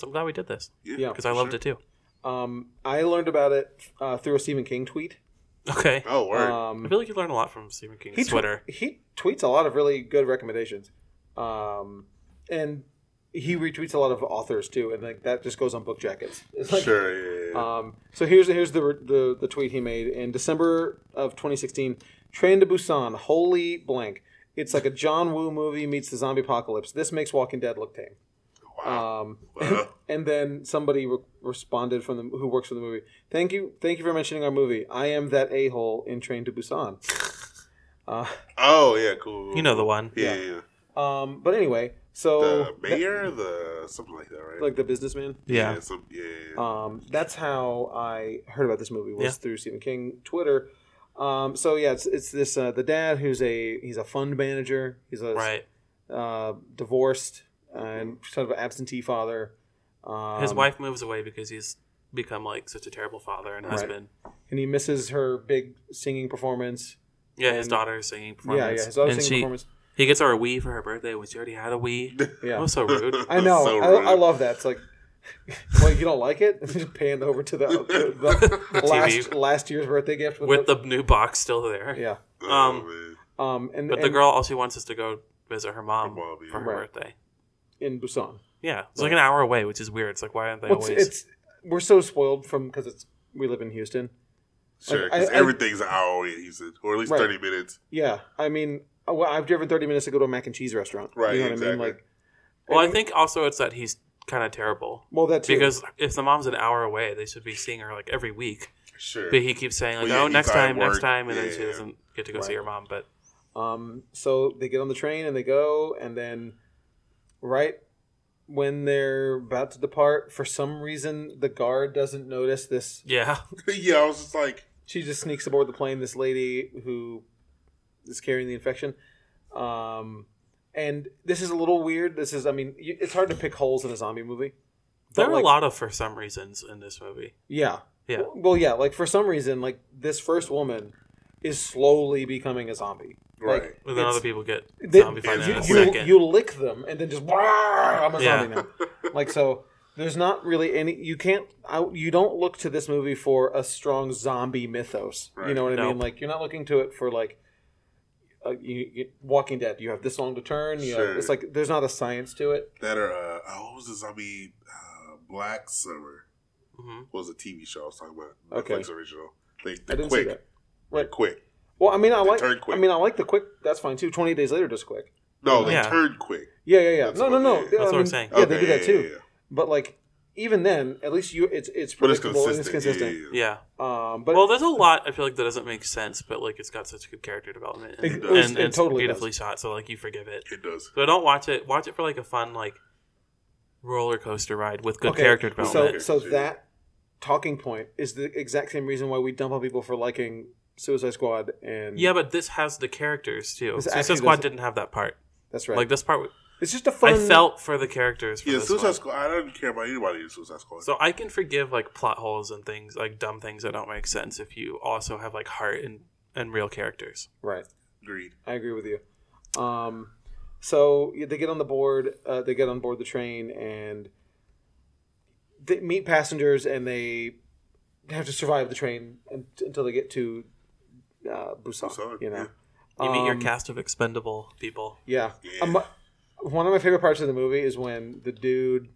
[SPEAKER 3] So I'm glad we did this
[SPEAKER 1] Yeah.
[SPEAKER 3] because I loved it too. [laughs]
[SPEAKER 1] Um, I learned about it uh, through a Stephen King tweet.
[SPEAKER 3] Okay,
[SPEAKER 2] Oh, word.
[SPEAKER 1] Um,
[SPEAKER 3] I feel like you learn a lot from Stephen King's
[SPEAKER 1] tw-
[SPEAKER 3] Twitter.
[SPEAKER 1] he tweets a lot of really good recommendations, um, and he retweets a lot of authors too, and like that just goes on book jackets. It's like,
[SPEAKER 2] sure, yeah, yeah,
[SPEAKER 1] Um, so here's here's the, the the tweet he made in December of 2016. Train to Busan, holy blank! It's like a John Woo movie meets the zombie apocalypse. This makes Walking Dead look tame.
[SPEAKER 2] yeah. Wow.
[SPEAKER 1] Um,
[SPEAKER 2] Wow.
[SPEAKER 1] and then somebody re- responded from the who works for the movie. Thank you, thank you for mentioning our movie. I am that a hole in Train to Busan. Uh,
[SPEAKER 2] oh, yeah, cool.
[SPEAKER 3] You know the one.
[SPEAKER 2] Yeah, yeah. yeah.
[SPEAKER 1] um, but anyway, so
[SPEAKER 2] The mayor, the something like that, right?
[SPEAKER 1] like the businessman.
[SPEAKER 3] Yeah.
[SPEAKER 2] some, yeah, yeah, yeah.
[SPEAKER 1] Um, that's how I heard about this movie was
[SPEAKER 3] Yeah.
[SPEAKER 1] through Stephen King Twitter. Um, so yeah, it's, it's this uh, the dad who's a he's a fund manager. He's a
[SPEAKER 3] Right.
[SPEAKER 1] uh, divorced and sort of absentee father. Um,
[SPEAKER 3] His wife moves away because he's become like such a terrible father and
[SPEAKER 1] Right.
[SPEAKER 3] husband.
[SPEAKER 1] and he misses her big singing performance.
[SPEAKER 3] Yeah, his
[SPEAKER 1] And-
[SPEAKER 3] daughter's singing
[SPEAKER 1] Yeah, yeah,
[SPEAKER 3] performance.
[SPEAKER 1] his other
[SPEAKER 3] and
[SPEAKER 1] singing
[SPEAKER 3] she,
[SPEAKER 1] performance.
[SPEAKER 3] he gets her a Wii for her birthday when she already had a Wii.
[SPEAKER 1] [laughs] Yeah,
[SPEAKER 3] Oh, so rude.
[SPEAKER 1] I know.
[SPEAKER 2] [laughs] So rude.
[SPEAKER 1] I, I love that. It's like, [laughs] well, you don't like it? [laughs] Just panned over to the,
[SPEAKER 3] [laughs]
[SPEAKER 1] the, last last year's birthday gift
[SPEAKER 3] With the new box still there.
[SPEAKER 1] yeah.
[SPEAKER 2] Oh,
[SPEAKER 3] Um,
[SPEAKER 2] man.
[SPEAKER 1] Um, and,
[SPEAKER 3] But the
[SPEAKER 1] and
[SPEAKER 3] girl, all she wants is to go visit her mom
[SPEAKER 2] Her mom, yeah.
[SPEAKER 3] for her
[SPEAKER 1] Right.
[SPEAKER 3] birthday.
[SPEAKER 1] in Busan.
[SPEAKER 3] Yeah, it's like an hour away, which is weird. It's like why aren't they
[SPEAKER 1] Well, it's,
[SPEAKER 3] always?
[SPEAKER 1] it's we're so spoiled from because it's we live in Houston.
[SPEAKER 2] Sure,
[SPEAKER 1] I-
[SPEAKER 2] because
[SPEAKER 1] I-
[SPEAKER 2] everything's an hour away in Houston, or at least
[SPEAKER 1] Right.
[SPEAKER 2] 30 minutes.
[SPEAKER 1] Yeah, I mean, uh, well, I've driven thirty minutes to go to a mac and cheese restaurant.
[SPEAKER 2] Right,
[SPEAKER 1] you know what I mean?
[SPEAKER 2] exactly.
[SPEAKER 1] Like,
[SPEAKER 3] well, I think also it's that he's kind of terrible
[SPEAKER 1] well, that too.
[SPEAKER 3] because if the mom's an hour away, they should be seeing her like every week.
[SPEAKER 2] Sure.
[SPEAKER 3] But he keeps saying like,
[SPEAKER 2] Well, yeah,
[SPEAKER 3] "Oh,
[SPEAKER 2] he's
[SPEAKER 3] next
[SPEAKER 2] at
[SPEAKER 3] time, next
[SPEAKER 2] work.
[SPEAKER 3] time," and then
[SPEAKER 2] Yeah,
[SPEAKER 3] she
[SPEAKER 2] yeah.
[SPEAKER 3] doesn't get to go see
[SPEAKER 1] Right.
[SPEAKER 3] her mom. But
[SPEAKER 1] um, so they get on the train and they go, and then right when they're about to depart, for some reason the guard doesn't notice this.
[SPEAKER 3] yeah, [laughs]
[SPEAKER 2] [laughs] yeah, I was just like,
[SPEAKER 1] She just sneaks aboard the plane. This lady who is carrying the infection. Um, and this is a little weird. This is, I mean, you- it's hard to pick holes in a zombie movie.
[SPEAKER 3] there
[SPEAKER 1] But,
[SPEAKER 3] are
[SPEAKER 1] like-
[SPEAKER 3] a lot of for some reasons in this movie.
[SPEAKER 1] Yeah.
[SPEAKER 3] Yeah.
[SPEAKER 1] Well, well, yeah. Like for some reason, like this first woman is slowly becoming a zombie.
[SPEAKER 2] right.
[SPEAKER 1] Like,
[SPEAKER 3] But then
[SPEAKER 1] it's-
[SPEAKER 3] other people get
[SPEAKER 1] they-
[SPEAKER 3] zombified in a
[SPEAKER 1] you, you,
[SPEAKER 3] second.
[SPEAKER 1] you lick them and then just "Wah, I'm a
[SPEAKER 3] Yeah.
[SPEAKER 1] zombie now.
[SPEAKER 3] [laughs]
[SPEAKER 1] Like so, there's not really any. You can't. I, you don't look to this movie for a strong zombie mythos. You
[SPEAKER 2] Right.
[SPEAKER 1] know what I
[SPEAKER 3] Nope.
[SPEAKER 1] mean? Like you're not looking to it for like. Uh, you, you, Walking Dead. You have this long to turn. You know,
[SPEAKER 2] Sure.
[SPEAKER 1] it's like there's not a science to it.
[SPEAKER 2] that are uh, oh, what was the zombie uh, Black Summer?
[SPEAKER 3] Mhm.
[SPEAKER 2] was a TV show I was talking about.
[SPEAKER 1] Okay.
[SPEAKER 2] Netflix original. They,
[SPEAKER 1] I
[SPEAKER 2] they're
[SPEAKER 1] didn't
[SPEAKER 2] quick.
[SPEAKER 1] see that. Right.
[SPEAKER 2] Quick.
[SPEAKER 1] Well, I mean, I
[SPEAKER 2] They
[SPEAKER 1] like.
[SPEAKER 2] turn quick.
[SPEAKER 1] I mean, I like the quick. That's fine too. Twenty days later, just quick.
[SPEAKER 2] No, they
[SPEAKER 3] Yeah.
[SPEAKER 2] turned quick.
[SPEAKER 1] Yeah, yeah, yeah.
[SPEAKER 2] That's
[SPEAKER 1] no, no,
[SPEAKER 2] what-
[SPEAKER 1] no.
[SPEAKER 2] yeah, yeah.
[SPEAKER 1] Yeah,
[SPEAKER 2] That's
[SPEAKER 1] I
[SPEAKER 3] what I'm
[SPEAKER 1] mean,
[SPEAKER 3] saying.
[SPEAKER 1] Yeah, they do that
[SPEAKER 2] yeah,
[SPEAKER 1] too.
[SPEAKER 2] yeah, yeah.
[SPEAKER 1] But like, even then, at least you, it's it's
[SPEAKER 2] But it's
[SPEAKER 1] predictable
[SPEAKER 2] consistent.
[SPEAKER 1] and it's consistent.
[SPEAKER 2] Yeah, yeah, yeah.
[SPEAKER 3] yeah.
[SPEAKER 1] Um, but
[SPEAKER 3] well, there's a lot I feel like that doesn't make sense, but like it's got such good character development and,
[SPEAKER 1] It
[SPEAKER 3] and,
[SPEAKER 2] does.
[SPEAKER 1] It
[SPEAKER 3] it's
[SPEAKER 1] totally
[SPEAKER 3] beautifully shot, so like you forgive it.
[SPEAKER 2] It does.
[SPEAKER 3] So don't watch it. Watch it for like a fun like roller coaster ride with good
[SPEAKER 1] okay,
[SPEAKER 3] character development.
[SPEAKER 1] So, so that talking point is the exact same reason why we dump on people for liking Suicide Squad and
[SPEAKER 3] yeah, but this has the characters too.
[SPEAKER 1] This
[SPEAKER 3] Suicide
[SPEAKER 1] actually
[SPEAKER 3] Squad
[SPEAKER 1] doesn't-
[SPEAKER 3] didn't have that part.
[SPEAKER 1] that's right.
[SPEAKER 3] Like this part,
[SPEAKER 1] it's just a fun.
[SPEAKER 3] I felt for the characters. For
[SPEAKER 2] Yeah,
[SPEAKER 3] this
[SPEAKER 2] Suicide
[SPEAKER 3] one.
[SPEAKER 2] Squad. I don't care about anybody in Suicide Squad.
[SPEAKER 3] So I can forgive like plot holes and things like dumb things that don't make sense if you also have like heart and and real characters.
[SPEAKER 1] right.
[SPEAKER 2] Agreed.
[SPEAKER 1] I agree with you. Um, so yeah, they get on the board. Uh, they get on board the train and they meet passengers, and they have to survive the train un- until they get to uh, Busan.
[SPEAKER 2] Busan,
[SPEAKER 1] you know.
[SPEAKER 2] yeah.
[SPEAKER 3] You meet your
[SPEAKER 1] Um,
[SPEAKER 3] cast of expendable people.
[SPEAKER 1] Yeah.
[SPEAKER 2] Yeah.
[SPEAKER 1] Um, one of my favorite parts of the movie is when the dude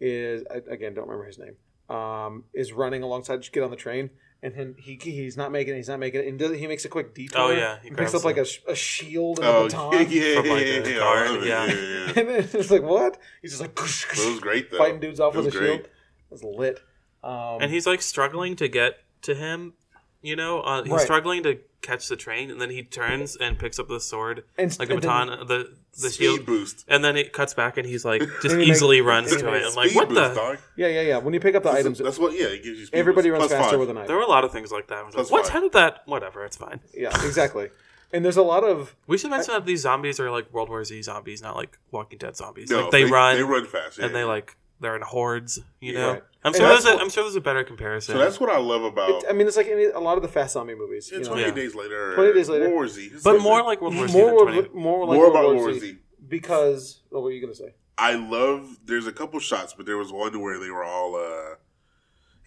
[SPEAKER 1] is I, again don't remember his name um, is running alongside to get on the train and then he he's not making it he's not making it and does- he makes a quick detour.
[SPEAKER 3] Oh, yeah, he
[SPEAKER 1] and
[SPEAKER 3] grabs
[SPEAKER 1] picks up
[SPEAKER 3] the-
[SPEAKER 1] like a, sh- a shield and
[SPEAKER 3] [laughs]
[SPEAKER 1] a
[SPEAKER 2] Oh,
[SPEAKER 1] baton. [laughs]
[SPEAKER 2] yeah, yeah,
[SPEAKER 3] From, like,
[SPEAKER 2] yeah,
[SPEAKER 3] the
[SPEAKER 2] yeah,
[SPEAKER 3] guard,
[SPEAKER 2] I love it.
[SPEAKER 3] yeah.
[SPEAKER 2] yeah, yeah, yeah.
[SPEAKER 1] And then it's like what? He's just like kush, kush,
[SPEAKER 2] But it was great though.
[SPEAKER 1] fighting dudes off
[SPEAKER 2] It
[SPEAKER 1] with a
[SPEAKER 2] was great.
[SPEAKER 1] shield. It's lit. Um,
[SPEAKER 3] and he's like struggling to get to him you know uh, he's
[SPEAKER 1] Right.
[SPEAKER 3] struggling to catch the train and then he turns and picks up the sword
[SPEAKER 1] And-
[SPEAKER 3] like a
[SPEAKER 1] and then-
[SPEAKER 3] baton uh, the the
[SPEAKER 2] Speed
[SPEAKER 3] shield
[SPEAKER 2] boost.
[SPEAKER 3] and then it cuts back and he's like just
[SPEAKER 1] And he
[SPEAKER 3] easily
[SPEAKER 1] makes-
[SPEAKER 3] runs
[SPEAKER 1] and he
[SPEAKER 3] to it
[SPEAKER 1] makes
[SPEAKER 3] i'm like
[SPEAKER 2] Speed
[SPEAKER 3] what
[SPEAKER 2] boost,
[SPEAKER 3] the
[SPEAKER 2] dog.
[SPEAKER 1] yeah, yeah, yeah. When you pick up the
[SPEAKER 2] That's-
[SPEAKER 1] items,
[SPEAKER 2] That's what. Yeah, it gives you. Speed
[SPEAKER 1] everybody
[SPEAKER 2] boost.
[SPEAKER 1] runs
[SPEAKER 2] Plus
[SPEAKER 1] faster
[SPEAKER 2] five.
[SPEAKER 1] with a knife.
[SPEAKER 3] there were a lot of things like that I was like,
[SPEAKER 2] That's
[SPEAKER 3] what's
[SPEAKER 2] fine.
[SPEAKER 3] how did that whatever it's fine
[SPEAKER 1] Yeah, exactly. And there's a lot of
[SPEAKER 3] we should mention that these zombies are like world war z zombies not like walking dead zombies
[SPEAKER 2] No,
[SPEAKER 3] like they, run
[SPEAKER 2] They run fast. yeah.
[SPEAKER 3] and they like they're in hordes you
[SPEAKER 2] Yeah.
[SPEAKER 3] know
[SPEAKER 1] Right.
[SPEAKER 3] i'm
[SPEAKER 1] And
[SPEAKER 3] sure
[SPEAKER 1] that's
[SPEAKER 3] there's a,
[SPEAKER 1] what-
[SPEAKER 3] i'm sure there's a better comparison
[SPEAKER 2] So that's what I love about.
[SPEAKER 1] it,
[SPEAKER 3] Oh.
[SPEAKER 1] I mean, it's like any, a lot of the fast zombie movies.
[SPEAKER 2] Yeah,
[SPEAKER 1] you know?
[SPEAKER 2] 28
[SPEAKER 3] Yeah.
[SPEAKER 2] days later.
[SPEAKER 1] 28 days later.
[SPEAKER 2] World War Z. It's
[SPEAKER 3] but
[SPEAKER 2] like-
[SPEAKER 3] more like world war z
[SPEAKER 1] more,
[SPEAKER 3] than
[SPEAKER 1] World War-
[SPEAKER 3] 20
[SPEAKER 1] more like
[SPEAKER 2] more
[SPEAKER 1] World
[SPEAKER 2] about
[SPEAKER 1] War
[SPEAKER 2] World War
[SPEAKER 1] Z.
[SPEAKER 2] Z.
[SPEAKER 1] because oh, what were you gonna say?
[SPEAKER 2] I love. There's a couple shots, but there was one where they were all uh,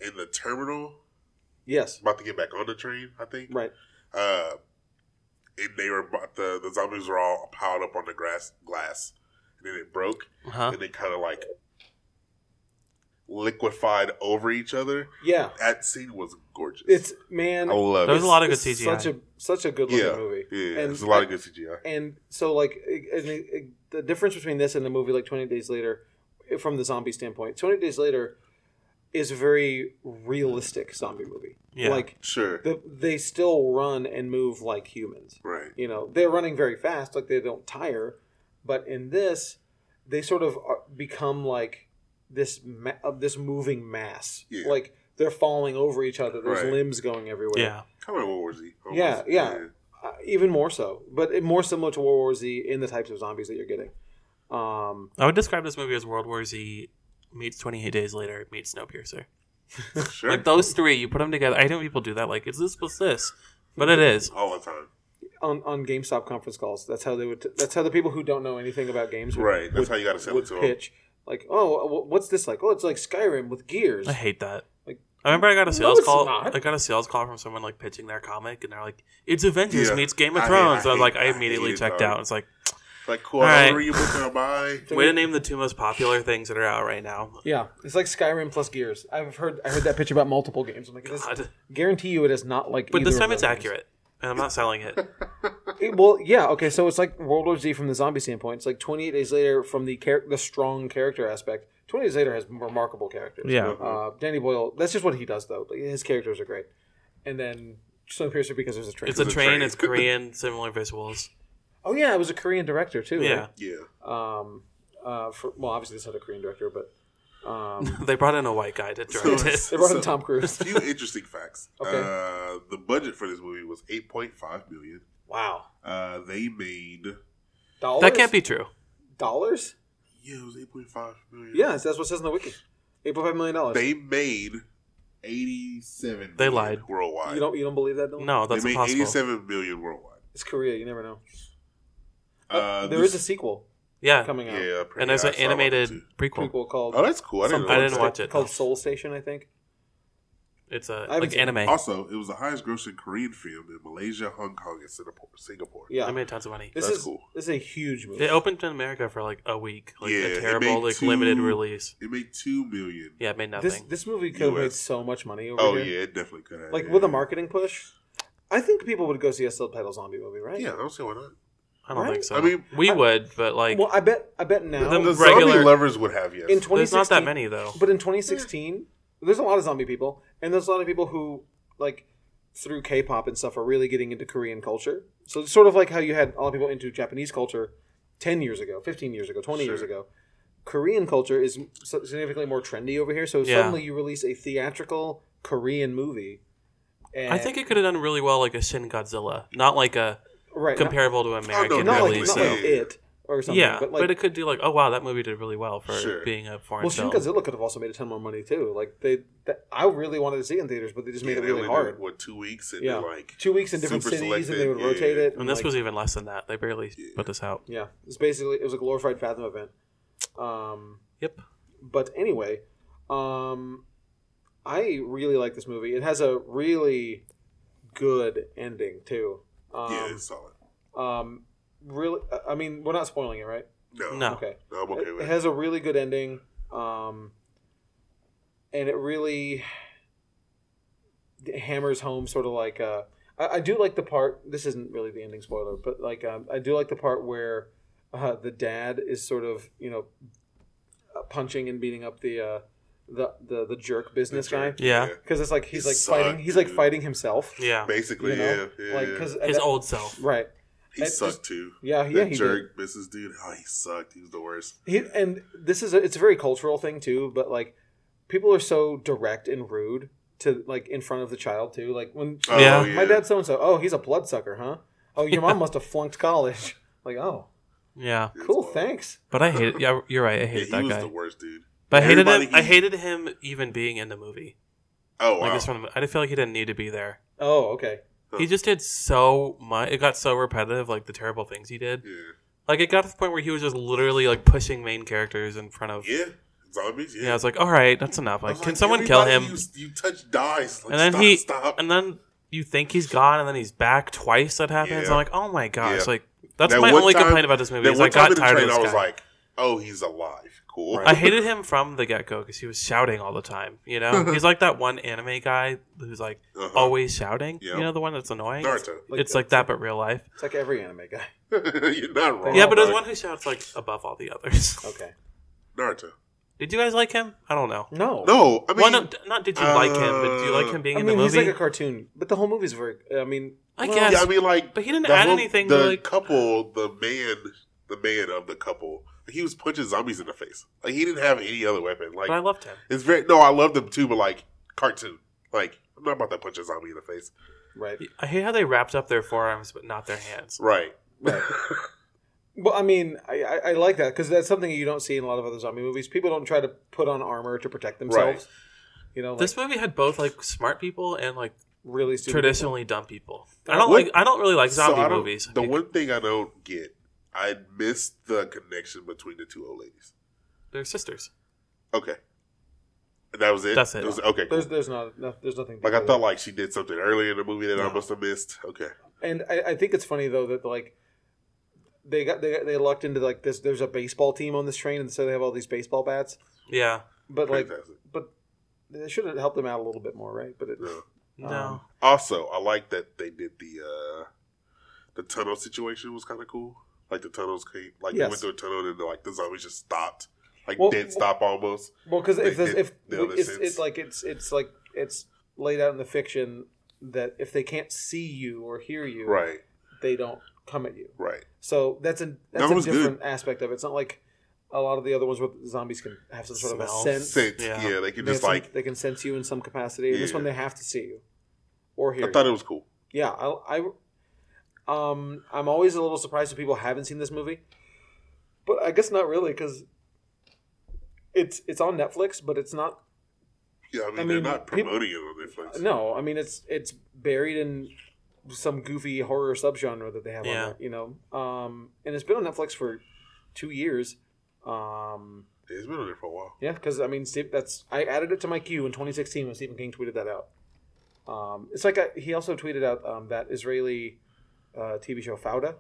[SPEAKER 2] in the terminal,
[SPEAKER 1] Yes,
[SPEAKER 2] about to get back on the train. I think.
[SPEAKER 1] right.
[SPEAKER 2] Uh, and they were about- the the zombies were all piled up on the grass glass. then it broke,
[SPEAKER 3] Uh-huh.
[SPEAKER 2] and they kind of like liquefied over each other.
[SPEAKER 1] Yeah,
[SPEAKER 2] That scene was gorgeous.
[SPEAKER 1] it's man.
[SPEAKER 2] I love
[SPEAKER 3] There was
[SPEAKER 2] it.
[SPEAKER 3] a lot of good
[SPEAKER 1] it's
[SPEAKER 3] CGI.
[SPEAKER 1] Such a such a good looking
[SPEAKER 2] yeah,
[SPEAKER 1] movie.
[SPEAKER 2] yeah.
[SPEAKER 1] and
[SPEAKER 2] There's a lot of good CGI.
[SPEAKER 1] and so like it- and it- it- the difference between this and the movie like 20 days later from the zombie standpoint 20 days later is a very realistic zombie movie
[SPEAKER 3] Yeah.
[SPEAKER 1] like
[SPEAKER 2] Sure.
[SPEAKER 1] the, they still run and move like humans
[SPEAKER 2] right.
[SPEAKER 1] you know they're running very fast like they don't tire but in this they sort of are- become like this ma- uh, this moving mass
[SPEAKER 2] Yeah.
[SPEAKER 1] like they're falling over each other there's
[SPEAKER 2] Right.
[SPEAKER 1] limbs going everywhere
[SPEAKER 3] yeah.
[SPEAKER 2] Kind of World War Z. almost.
[SPEAKER 1] Yeah, yeah. uh, even more so, but it, more similar to World War Z in the types of zombies that you're getting. Um,
[SPEAKER 3] I would describe this movie as World War Z meets 28 Days Later meets Snowpiercer.
[SPEAKER 1] [laughs]
[SPEAKER 2] yeah. Sure.
[SPEAKER 3] Like those three, you put them together. I know people do that. Like, is this plus this? But it is.
[SPEAKER 2] All the time.
[SPEAKER 1] on, on GameStop conference calls, that's how they would. that's how the people who don't know anything about games, would,
[SPEAKER 2] Right. That's
[SPEAKER 1] would-
[SPEAKER 2] how you got to sell
[SPEAKER 1] would
[SPEAKER 2] it to them.
[SPEAKER 1] pitch. Like, oh, wh- what's this like? Oh, it's like Skyrim with gears.
[SPEAKER 3] [laughs] I hate that.
[SPEAKER 1] Like-
[SPEAKER 3] I remember I got a
[SPEAKER 1] No,
[SPEAKER 3] sales
[SPEAKER 1] it's
[SPEAKER 3] call.
[SPEAKER 1] not.
[SPEAKER 3] I got a sales call from someone like pitching their comic, and they're like, "It's Avengers
[SPEAKER 2] Yeah.
[SPEAKER 3] meets Game of
[SPEAKER 2] I hate-
[SPEAKER 3] Thrones."
[SPEAKER 2] I
[SPEAKER 3] so I was
[SPEAKER 2] hate-
[SPEAKER 3] like, I
[SPEAKER 2] I hate
[SPEAKER 3] immediately
[SPEAKER 2] it,
[SPEAKER 3] checked
[SPEAKER 2] dog.
[SPEAKER 3] out. It's like,
[SPEAKER 2] Like, cool.
[SPEAKER 3] All
[SPEAKER 2] I'll
[SPEAKER 3] right.
[SPEAKER 2] read your book and I'll
[SPEAKER 1] [laughs]
[SPEAKER 2] buy.
[SPEAKER 3] way to name the two most popular things that are out right now.
[SPEAKER 1] Yeah, it's like Skyrim plus gears. I've heard I heard that pitch about multiple games. I'm like, this,
[SPEAKER 3] God.
[SPEAKER 1] guarantee you, it is not like.
[SPEAKER 3] But this
[SPEAKER 1] either
[SPEAKER 3] time
[SPEAKER 1] of
[SPEAKER 3] it's
[SPEAKER 1] those games.
[SPEAKER 3] accurate, and I'm not
[SPEAKER 2] [laughs]
[SPEAKER 3] selling it.
[SPEAKER 1] [laughs] It- well, yeah, okay. So it's like World War Z from the zombie standpoint. It's like 28 Days Later from the char- the strong character aspect. 28 Days Later has remarkable characters.
[SPEAKER 3] Yeah.
[SPEAKER 1] Uh, Danny Boyle. That's just what he does, though. Like, his characters are great. And then Snowpiercer because there's a train.
[SPEAKER 3] It's a
[SPEAKER 2] a
[SPEAKER 3] train.
[SPEAKER 2] train.
[SPEAKER 3] It's Korean, similar visuals.
[SPEAKER 1] oh yeah, it was a Korean director too.
[SPEAKER 3] Yeah, [laughs]
[SPEAKER 2] Yeah.
[SPEAKER 1] Right? Um. Uh. For, well, obviously this had a Korean director, but
[SPEAKER 3] [laughs]
[SPEAKER 1] um.
[SPEAKER 3] they brought in a white guy to [laughs] direct it.
[SPEAKER 1] They brought in
[SPEAKER 2] So-
[SPEAKER 1] Tom Cruise.
[SPEAKER 2] few interesting facts.
[SPEAKER 1] [laughs] Okay.
[SPEAKER 2] Uh, the budget for this movie was 8.5 million.
[SPEAKER 1] wow.
[SPEAKER 2] Uh, they made
[SPEAKER 1] Dollars.
[SPEAKER 3] That can't be true.
[SPEAKER 1] dollars.
[SPEAKER 2] yeah, it was 8.5 million.
[SPEAKER 1] Yes, that's what it says in the wiki. Eight point five million dollars.
[SPEAKER 2] They made 87
[SPEAKER 3] They
[SPEAKER 2] million
[SPEAKER 3] lied.
[SPEAKER 2] worldwide.
[SPEAKER 1] You don't. You don't believe that? Dylan?
[SPEAKER 3] No, that's
[SPEAKER 2] they made
[SPEAKER 3] impossible.
[SPEAKER 2] 87 million worldwide.
[SPEAKER 1] It's Korea. You never know.
[SPEAKER 2] Uh,
[SPEAKER 1] there is a sequel
[SPEAKER 3] Yeah,
[SPEAKER 1] coming out.
[SPEAKER 2] yeah,
[SPEAKER 3] and there's
[SPEAKER 2] apparently I saw
[SPEAKER 3] an
[SPEAKER 2] about that
[SPEAKER 3] animated
[SPEAKER 2] too.
[SPEAKER 3] prequel.
[SPEAKER 1] prequel called
[SPEAKER 2] Oh, that's cool. I didn't,
[SPEAKER 1] something
[SPEAKER 2] know
[SPEAKER 3] I didn't
[SPEAKER 2] that.
[SPEAKER 3] watch it,
[SPEAKER 1] called
[SPEAKER 3] no.
[SPEAKER 1] Soul Station, I think.
[SPEAKER 3] It's a
[SPEAKER 1] haven't
[SPEAKER 3] like
[SPEAKER 1] seen it.
[SPEAKER 3] anime.
[SPEAKER 2] Also, it was the highest grossing Korean film in Malaysia, Hong Kong, and Singapore. Singapore.
[SPEAKER 1] Yeah,
[SPEAKER 3] I made tons of money.
[SPEAKER 1] this
[SPEAKER 2] that's
[SPEAKER 1] is
[SPEAKER 2] cool.
[SPEAKER 1] this is a huge movie.
[SPEAKER 3] It opened in America for like a week, like
[SPEAKER 2] Yeah,
[SPEAKER 3] a
[SPEAKER 2] it
[SPEAKER 3] terrible,
[SPEAKER 2] made
[SPEAKER 3] like
[SPEAKER 2] two-
[SPEAKER 3] limited release.
[SPEAKER 2] It made 2 million.
[SPEAKER 3] Yeah, it made
[SPEAKER 1] this
[SPEAKER 3] nothing.
[SPEAKER 1] this movie could have
[SPEAKER 2] US.
[SPEAKER 1] made so much money. Over
[SPEAKER 2] Oh,
[SPEAKER 1] here.
[SPEAKER 2] yeah, it definitely could have.
[SPEAKER 1] like
[SPEAKER 2] yeah.
[SPEAKER 1] with a marketing push, I think people would go see a subtitle zombie movie, right?
[SPEAKER 2] Yeah, I don't see why not.
[SPEAKER 3] I don't
[SPEAKER 1] Right?
[SPEAKER 3] think so.
[SPEAKER 2] I mean,
[SPEAKER 3] we
[SPEAKER 1] I-
[SPEAKER 3] would, but like,
[SPEAKER 1] Well, I bet I bet now
[SPEAKER 3] The
[SPEAKER 2] The
[SPEAKER 3] regular-
[SPEAKER 2] zombie lovers would have, yes.
[SPEAKER 1] in 2016,
[SPEAKER 3] there's not that many though.
[SPEAKER 1] But in 2016, there's a lot of zombie people, and there's a lot of people who like through K-pop and stuff are really getting into Korean culture. So it's sort of like how you had a lot of people into Japanese culture 10 years ago, 15 years ago, 20 years
[SPEAKER 2] Sure.
[SPEAKER 1] ago. Korean culture is so- significantly more trendy over here. So
[SPEAKER 3] Yeah.
[SPEAKER 1] suddenly you release a theatrical Korean movie. And,
[SPEAKER 3] I think it could have done really well, like a Shin Godzilla, not like a
[SPEAKER 1] right not-
[SPEAKER 3] comparable to American
[SPEAKER 1] not, like,
[SPEAKER 3] release.
[SPEAKER 1] not
[SPEAKER 3] so-
[SPEAKER 1] like it or something.
[SPEAKER 3] yeah,
[SPEAKER 1] but
[SPEAKER 3] but,
[SPEAKER 1] like
[SPEAKER 3] it could do like, oh wow, that movie did really well for
[SPEAKER 2] Sure.
[SPEAKER 3] being a foreign
[SPEAKER 1] well, Shin
[SPEAKER 3] film.
[SPEAKER 1] Godzilla could have also made a ton more money too. Like they, that, I really wanted to see it in theaters, but they just made
[SPEAKER 2] Yeah,
[SPEAKER 1] it
[SPEAKER 2] they
[SPEAKER 1] really
[SPEAKER 2] only did
[SPEAKER 1] hard.
[SPEAKER 2] it, What two weeks and
[SPEAKER 1] Yeah.
[SPEAKER 2] they're like
[SPEAKER 1] two weeks in different
[SPEAKER 2] Super
[SPEAKER 1] cities, and they
[SPEAKER 2] selected,
[SPEAKER 1] would
[SPEAKER 2] yeah,
[SPEAKER 1] rotate
[SPEAKER 2] yeah.
[SPEAKER 1] it.
[SPEAKER 3] and this
[SPEAKER 1] like-
[SPEAKER 3] was even less than that. They barely put this out.
[SPEAKER 1] yeah, it's basically it was a glorified Fathom event. Um,
[SPEAKER 3] Yep.
[SPEAKER 1] but anyway, um, I really like this movie. It has a really good ending too. Um,
[SPEAKER 2] yeah, it's solid.
[SPEAKER 1] um, really, I mean, we're not spoiling it, right?
[SPEAKER 2] No,
[SPEAKER 3] No.
[SPEAKER 1] Okay.
[SPEAKER 2] no, I'm okay
[SPEAKER 1] it,
[SPEAKER 2] with
[SPEAKER 1] it
[SPEAKER 2] it.
[SPEAKER 1] has a really good ending, um, and it really hammers home sort of like uh, I, I do like the part. This isn't really the ending spoiler, but like um, I do like the part where uh, the dad is sort of you know uh, punching and beating up the uh, the, the the jerk business guy. 'Cause guy
[SPEAKER 3] Yeah.
[SPEAKER 1] because it's like he's
[SPEAKER 2] He
[SPEAKER 1] like
[SPEAKER 2] sucked,
[SPEAKER 1] fighting he's like
[SPEAKER 2] dude.
[SPEAKER 1] fighting himself.
[SPEAKER 3] Yeah,
[SPEAKER 2] Basically,
[SPEAKER 1] You know,
[SPEAKER 2] yeah, yeah.
[SPEAKER 1] like
[SPEAKER 2] yeah.
[SPEAKER 1] because
[SPEAKER 3] his old self.
[SPEAKER 1] right.
[SPEAKER 2] he
[SPEAKER 1] it
[SPEAKER 2] sucked
[SPEAKER 1] just-
[SPEAKER 2] too.
[SPEAKER 1] Yeah, yeah,
[SPEAKER 2] that
[SPEAKER 1] he did.
[SPEAKER 2] jerk, Mrs. Dude. Oh, he sucked. He was the worst.
[SPEAKER 1] He, and this is a, it's a very cultural thing too, but like people are so direct and rude to like in front of the child too. Like when
[SPEAKER 2] Oh,
[SPEAKER 3] Yeah.
[SPEAKER 1] my dad's so and so, oh, he's a bloodsucker, huh? Oh, your
[SPEAKER 2] [laughs]
[SPEAKER 1] mom must have flunked college. [laughs] Like, oh,
[SPEAKER 3] Yeah,
[SPEAKER 2] It was
[SPEAKER 1] cool,
[SPEAKER 2] wild.
[SPEAKER 1] thanks.
[SPEAKER 3] but I hated. Yeah, you're right. I
[SPEAKER 2] Yeah,
[SPEAKER 3] hated
[SPEAKER 2] he
[SPEAKER 3] that
[SPEAKER 2] was
[SPEAKER 3] guy.
[SPEAKER 2] the worst dude.
[SPEAKER 3] But I hated him.
[SPEAKER 2] Everybody
[SPEAKER 3] I
[SPEAKER 2] he-
[SPEAKER 3] hated him even being in the movie.
[SPEAKER 2] Oh wow.
[SPEAKER 3] Like this one, I didn't feel like he didn't need to be there.
[SPEAKER 1] Oh, okay.
[SPEAKER 3] He just did so much. It got so repetitive, like the terrible things he did.
[SPEAKER 2] yeah,
[SPEAKER 3] Like it got to the point where he was just literally like pushing main characters in front of. Yeah,
[SPEAKER 2] yeah. Zombies. Yeah.
[SPEAKER 3] I was like, all right, that's enough.
[SPEAKER 2] I
[SPEAKER 3] Like,
[SPEAKER 2] was
[SPEAKER 3] can
[SPEAKER 2] like,
[SPEAKER 3] someone kill
[SPEAKER 2] everybody
[SPEAKER 3] him?
[SPEAKER 2] You, you touch dies. Like,
[SPEAKER 3] and then
[SPEAKER 2] stop,
[SPEAKER 3] he,
[SPEAKER 2] stop.
[SPEAKER 3] and then you think he's gone, and then he's back twice. That happens.
[SPEAKER 2] Yeah.
[SPEAKER 3] I'm like, oh my gosh!
[SPEAKER 2] Yeah.
[SPEAKER 3] Like that's
[SPEAKER 2] That
[SPEAKER 3] my
[SPEAKER 2] one
[SPEAKER 3] only
[SPEAKER 2] time-
[SPEAKER 3] complaint about this movie.
[SPEAKER 2] That
[SPEAKER 3] Is I
[SPEAKER 2] one time
[SPEAKER 3] got
[SPEAKER 2] in the
[SPEAKER 3] tired
[SPEAKER 2] train,
[SPEAKER 3] of this
[SPEAKER 2] I was
[SPEAKER 3] guy.
[SPEAKER 2] like, oh, he's alive. Cool.
[SPEAKER 3] I hated him from the get go because he was shouting all the time.
[SPEAKER 2] [laughs]
[SPEAKER 3] You know, he's like that one anime guy who's like
[SPEAKER 2] Uh-huh.
[SPEAKER 3] always shouting.
[SPEAKER 2] Yeah.
[SPEAKER 3] You know, the one that's annoying.
[SPEAKER 2] Naruto. [laughs]
[SPEAKER 1] Like
[SPEAKER 3] it's like that, but real life.
[SPEAKER 1] It's like every anime guy. [laughs]
[SPEAKER 2] You're not wrong.
[SPEAKER 3] yeah, but there's
[SPEAKER 2] bud.
[SPEAKER 3] one who shouts like above all the others. [laughs]
[SPEAKER 1] Okay.
[SPEAKER 2] Naruto.
[SPEAKER 3] Did you guys like him? I don't know.
[SPEAKER 1] No.
[SPEAKER 2] No, I mean,
[SPEAKER 3] well, no, d- not did you like him, but do you like him being
[SPEAKER 1] uh, I
[SPEAKER 3] in
[SPEAKER 1] mean,
[SPEAKER 3] the
[SPEAKER 1] he's
[SPEAKER 3] movie?
[SPEAKER 1] like a cartoon, but the whole movie's very. I mean,
[SPEAKER 3] I
[SPEAKER 1] well,
[SPEAKER 3] guess.
[SPEAKER 2] yeah, I mean, like,
[SPEAKER 3] But he didn't
[SPEAKER 2] the
[SPEAKER 3] add
[SPEAKER 2] whole-
[SPEAKER 3] anything
[SPEAKER 2] The
[SPEAKER 3] to like.
[SPEAKER 2] couple, the man, the man of the couple, he was punching zombies in the face. Like, he didn't have any other weapon. Like,
[SPEAKER 3] But I loved him.
[SPEAKER 2] it's very no, I love them too, but like cartoon. Like, I'm not about to punch a zombie in the face.
[SPEAKER 1] Right.
[SPEAKER 3] I hate how they wrapped up their forearms but not their hands.
[SPEAKER 2] Right.
[SPEAKER 1] Right. Well, I mean, I, I, I like that because that's something you don't see in a lot of other zombie movies. People don't try to put on armor to protect themselves. You know, like
[SPEAKER 3] This movie had both like smart people and like
[SPEAKER 1] really stupid.
[SPEAKER 3] traditionally dumb people. I don't
[SPEAKER 2] What-
[SPEAKER 3] like. I don't really like
[SPEAKER 2] So,
[SPEAKER 3] zombie
[SPEAKER 2] I don't-
[SPEAKER 3] movies.
[SPEAKER 2] The one thing I don't get, I missed the connection between the two old ladies.
[SPEAKER 3] They're sisters.
[SPEAKER 2] Okay. That was it.
[SPEAKER 3] That's it.
[SPEAKER 2] was- okay. cool.
[SPEAKER 1] There's there's not no, there's nothing.
[SPEAKER 2] Like
[SPEAKER 1] big
[SPEAKER 2] I
[SPEAKER 1] to
[SPEAKER 2] thought, like she did something earlier in the movie that I
[SPEAKER 3] No.
[SPEAKER 2] must have missed. Okay,
[SPEAKER 1] that. and I, I think it's funny though that like they got they got, they lucked into like this. There's a baseball team on this train, and so they have all these baseball bats.
[SPEAKER 3] Yeah.
[SPEAKER 1] But like,
[SPEAKER 2] fantastic.
[SPEAKER 1] but they should have helped them out a little bit more, right? But it,
[SPEAKER 2] Yeah.
[SPEAKER 3] No.
[SPEAKER 1] Um,
[SPEAKER 2] Also, I like that they did the uh the tunnel situation was kind of cool. Like the tunnels came, like
[SPEAKER 1] Yes.
[SPEAKER 2] they went through a tunnel and like the zombies just stopped, like
[SPEAKER 1] Well,
[SPEAKER 2] dead
[SPEAKER 1] well-
[SPEAKER 2] stop almost.
[SPEAKER 1] Well, because
[SPEAKER 2] They
[SPEAKER 1] if this,
[SPEAKER 2] did
[SPEAKER 1] if
[SPEAKER 2] the other
[SPEAKER 1] it's,
[SPEAKER 2] sense.
[SPEAKER 1] it's like it's it's like it's laid out in the fiction that if they can't see you or hear you,
[SPEAKER 2] Right,
[SPEAKER 1] they don't come at you.
[SPEAKER 2] right.
[SPEAKER 1] So that's a that's
[SPEAKER 2] That
[SPEAKER 1] a
[SPEAKER 2] was good.
[SPEAKER 1] different aspect of it. It's not like a lot of the other ones where zombies can have some sort
[SPEAKER 3] Smell.
[SPEAKER 1] of a sense.
[SPEAKER 2] Sense, yeah.
[SPEAKER 3] Yeah.
[SPEAKER 2] they could
[SPEAKER 1] They have
[SPEAKER 2] just
[SPEAKER 1] some-
[SPEAKER 2] like.
[SPEAKER 1] they can sense you in some capacity. And This
[SPEAKER 2] Yeah.
[SPEAKER 1] one they have to see you or hear.
[SPEAKER 2] I thought
[SPEAKER 1] you.
[SPEAKER 2] it was cool.
[SPEAKER 1] yeah, I, I um I'm always a little surprised that people haven't seen this movie, but I guess not really because it's it's on Netflix, but it's not
[SPEAKER 2] Yeah, I mean,
[SPEAKER 1] I
[SPEAKER 2] they're
[SPEAKER 1] mean,
[SPEAKER 2] not
[SPEAKER 1] people-
[SPEAKER 2] promoting it on Netflix.
[SPEAKER 1] No, I mean it's it's buried in some goofy horror subgenre that they have
[SPEAKER 3] Yeah.
[SPEAKER 1] on there, you know. Um, and it's been on Netflix for two years. Um,
[SPEAKER 2] It's been on there for a while.
[SPEAKER 1] yeah, because I mean, Steve, that's I added it to my queue in 2016 when Stephen King tweeted that out. Um, it's like a, he also tweeted out um, that Israeli uh, TV show Fauda.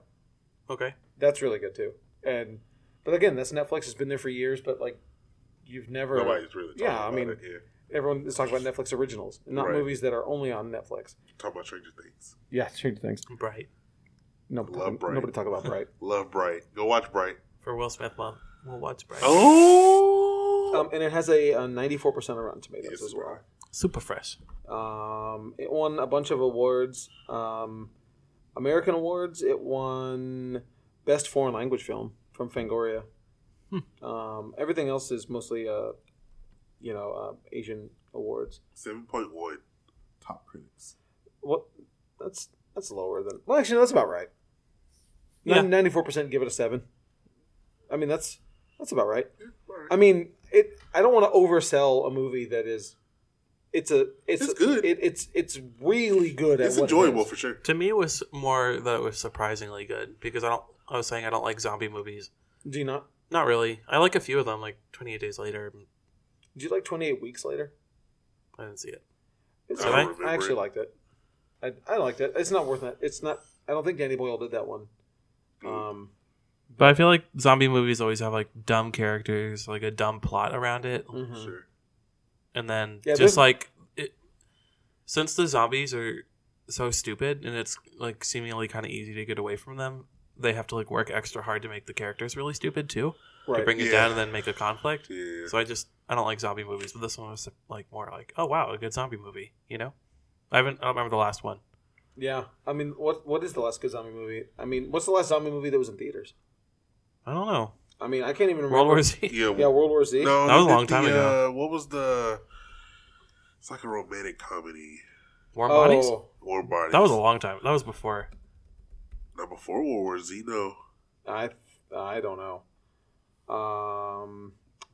[SPEAKER 3] Okay.
[SPEAKER 1] That's really good too. And but again, that's Netflix. It's been there for years, but like you've never
[SPEAKER 2] Nobody's really talking
[SPEAKER 1] Yeah, I
[SPEAKER 2] about
[SPEAKER 1] mean-
[SPEAKER 2] it. Yeah,
[SPEAKER 1] everyone is talking about Netflix originals, not
[SPEAKER 2] Right.
[SPEAKER 1] movies that are only on Netflix.
[SPEAKER 2] talking about Stranger Things.
[SPEAKER 1] Yeah, Stranger Things.
[SPEAKER 3] Bright
[SPEAKER 1] Nobody,
[SPEAKER 2] Love
[SPEAKER 1] talk,
[SPEAKER 2] Bright.
[SPEAKER 1] nobody talk about Bright.
[SPEAKER 2] Love Bright. Go watch Bright.
[SPEAKER 3] for Will Smith month. We'll watch Bright.
[SPEAKER 2] Oh,
[SPEAKER 1] [laughs] um, and it has a ninety-four percent on Rotten Tomatoes
[SPEAKER 2] Yes,
[SPEAKER 1] as well.
[SPEAKER 3] Super fresh.
[SPEAKER 1] Um, it won a bunch of awards, um, American awards. It won best foreign language film from Fangoria. Um, everything else is mostly, uh, you know, uh, Asian awards.
[SPEAKER 2] seven point one.
[SPEAKER 4] Top critics.
[SPEAKER 1] What? That's that's lower than. Well, actually, that's about right.
[SPEAKER 3] Yeah.
[SPEAKER 1] Ninety-four percent give it a seven. I mean, that's that's about right.
[SPEAKER 2] Alright.
[SPEAKER 1] I mean, it. I don't want to oversell a movie that is. It's a. It's,
[SPEAKER 2] It's good.
[SPEAKER 1] It, it's it's really good. at
[SPEAKER 2] It's
[SPEAKER 1] what it
[SPEAKER 2] enjoyable
[SPEAKER 1] is.
[SPEAKER 2] for sure.
[SPEAKER 3] To me, it was more that it was surprisingly good because I don't. I was saying I don't like zombie movies.
[SPEAKER 1] Do you not?
[SPEAKER 3] Not really. I like a few of them, like Twenty Eight Days Later.
[SPEAKER 1] Do you like Twenty Eight Weeks Later?
[SPEAKER 3] I didn't see it.
[SPEAKER 1] It's
[SPEAKER 2] I
[SPEAKER 1] all
[SPEAKER 3] don't
[SPEAKER 1] right.
[SPEAKER 2] remember
[SPEAKER 1] I actually
[SPEAKER 2] it.
[SPEAKER 1] liked it. I, I liked it. It's not worth it. It's not. I don't think Danny Boyle did that one.
[SPEAKER 2] Mm.
[SPEAKER 1] Um,
[SPEAKER 3] But I feel like zombie movies always have like dumb characters, like a dumb plot around it,
[SPEAKER 1] mhm.
[SPEAKER 2] Oh, Sure.
[SPEAKER 3] and then
[SPEAKER 1] Yeah,
[SPEAKER 3] just
[SPEAKER 1] they're-
[SPEAKER 3] like it, since the zombies are so stupid and it's like seemingly kind of easy to get away from them, they have to like work extra hard to make the characters really stupid too to
[SPEAKER 1] Right.
[SPEAKER 3] bring it
[SPEAKER 2] Yeah.
[SPEAKER 3] down and then make a conflict.
[SPEAKER 2] Yeah.
[SPEAKER 3] So I just I don't like zombie movies, but this one was like more like oh wow a good zombie movie, you know. I haven't I don't remember the last one.
[SPEAKER 1] yeah. I mean, what what is the last good zombie movie? I mean, what's the last zombie movie that was in theaters?
[SPEAKER 3] I don't know
[SPEAKER 1] I mean, I can't even remember.
[SPEAKER 3] World War Z.
[SPEAKER 2] yeah.
[SPEAKER 1] Yeah, World War Z.
[SPEAKER 2] No,
[SPEAKER 3] That was a
[SPEAKER 2] they did
[SPEAKER 3] long time
[SPEAKER 2] the,
[SPEAKER 3] ago.
[SPEAKER 2] Uh, what was the? It's like a romantic comedy.
[SPEAKER 3] [laughs] Warm
[SPEAKER 1] oh,
[SPEAKER 3] Bodies.
[SPEAKER 2] War Bodies.
[SPEAKER 3] That was a long time. That was before.
[SPEAKER 2] Now, before World War Z, no.
[SPEAKER 1] I I don't know. Um.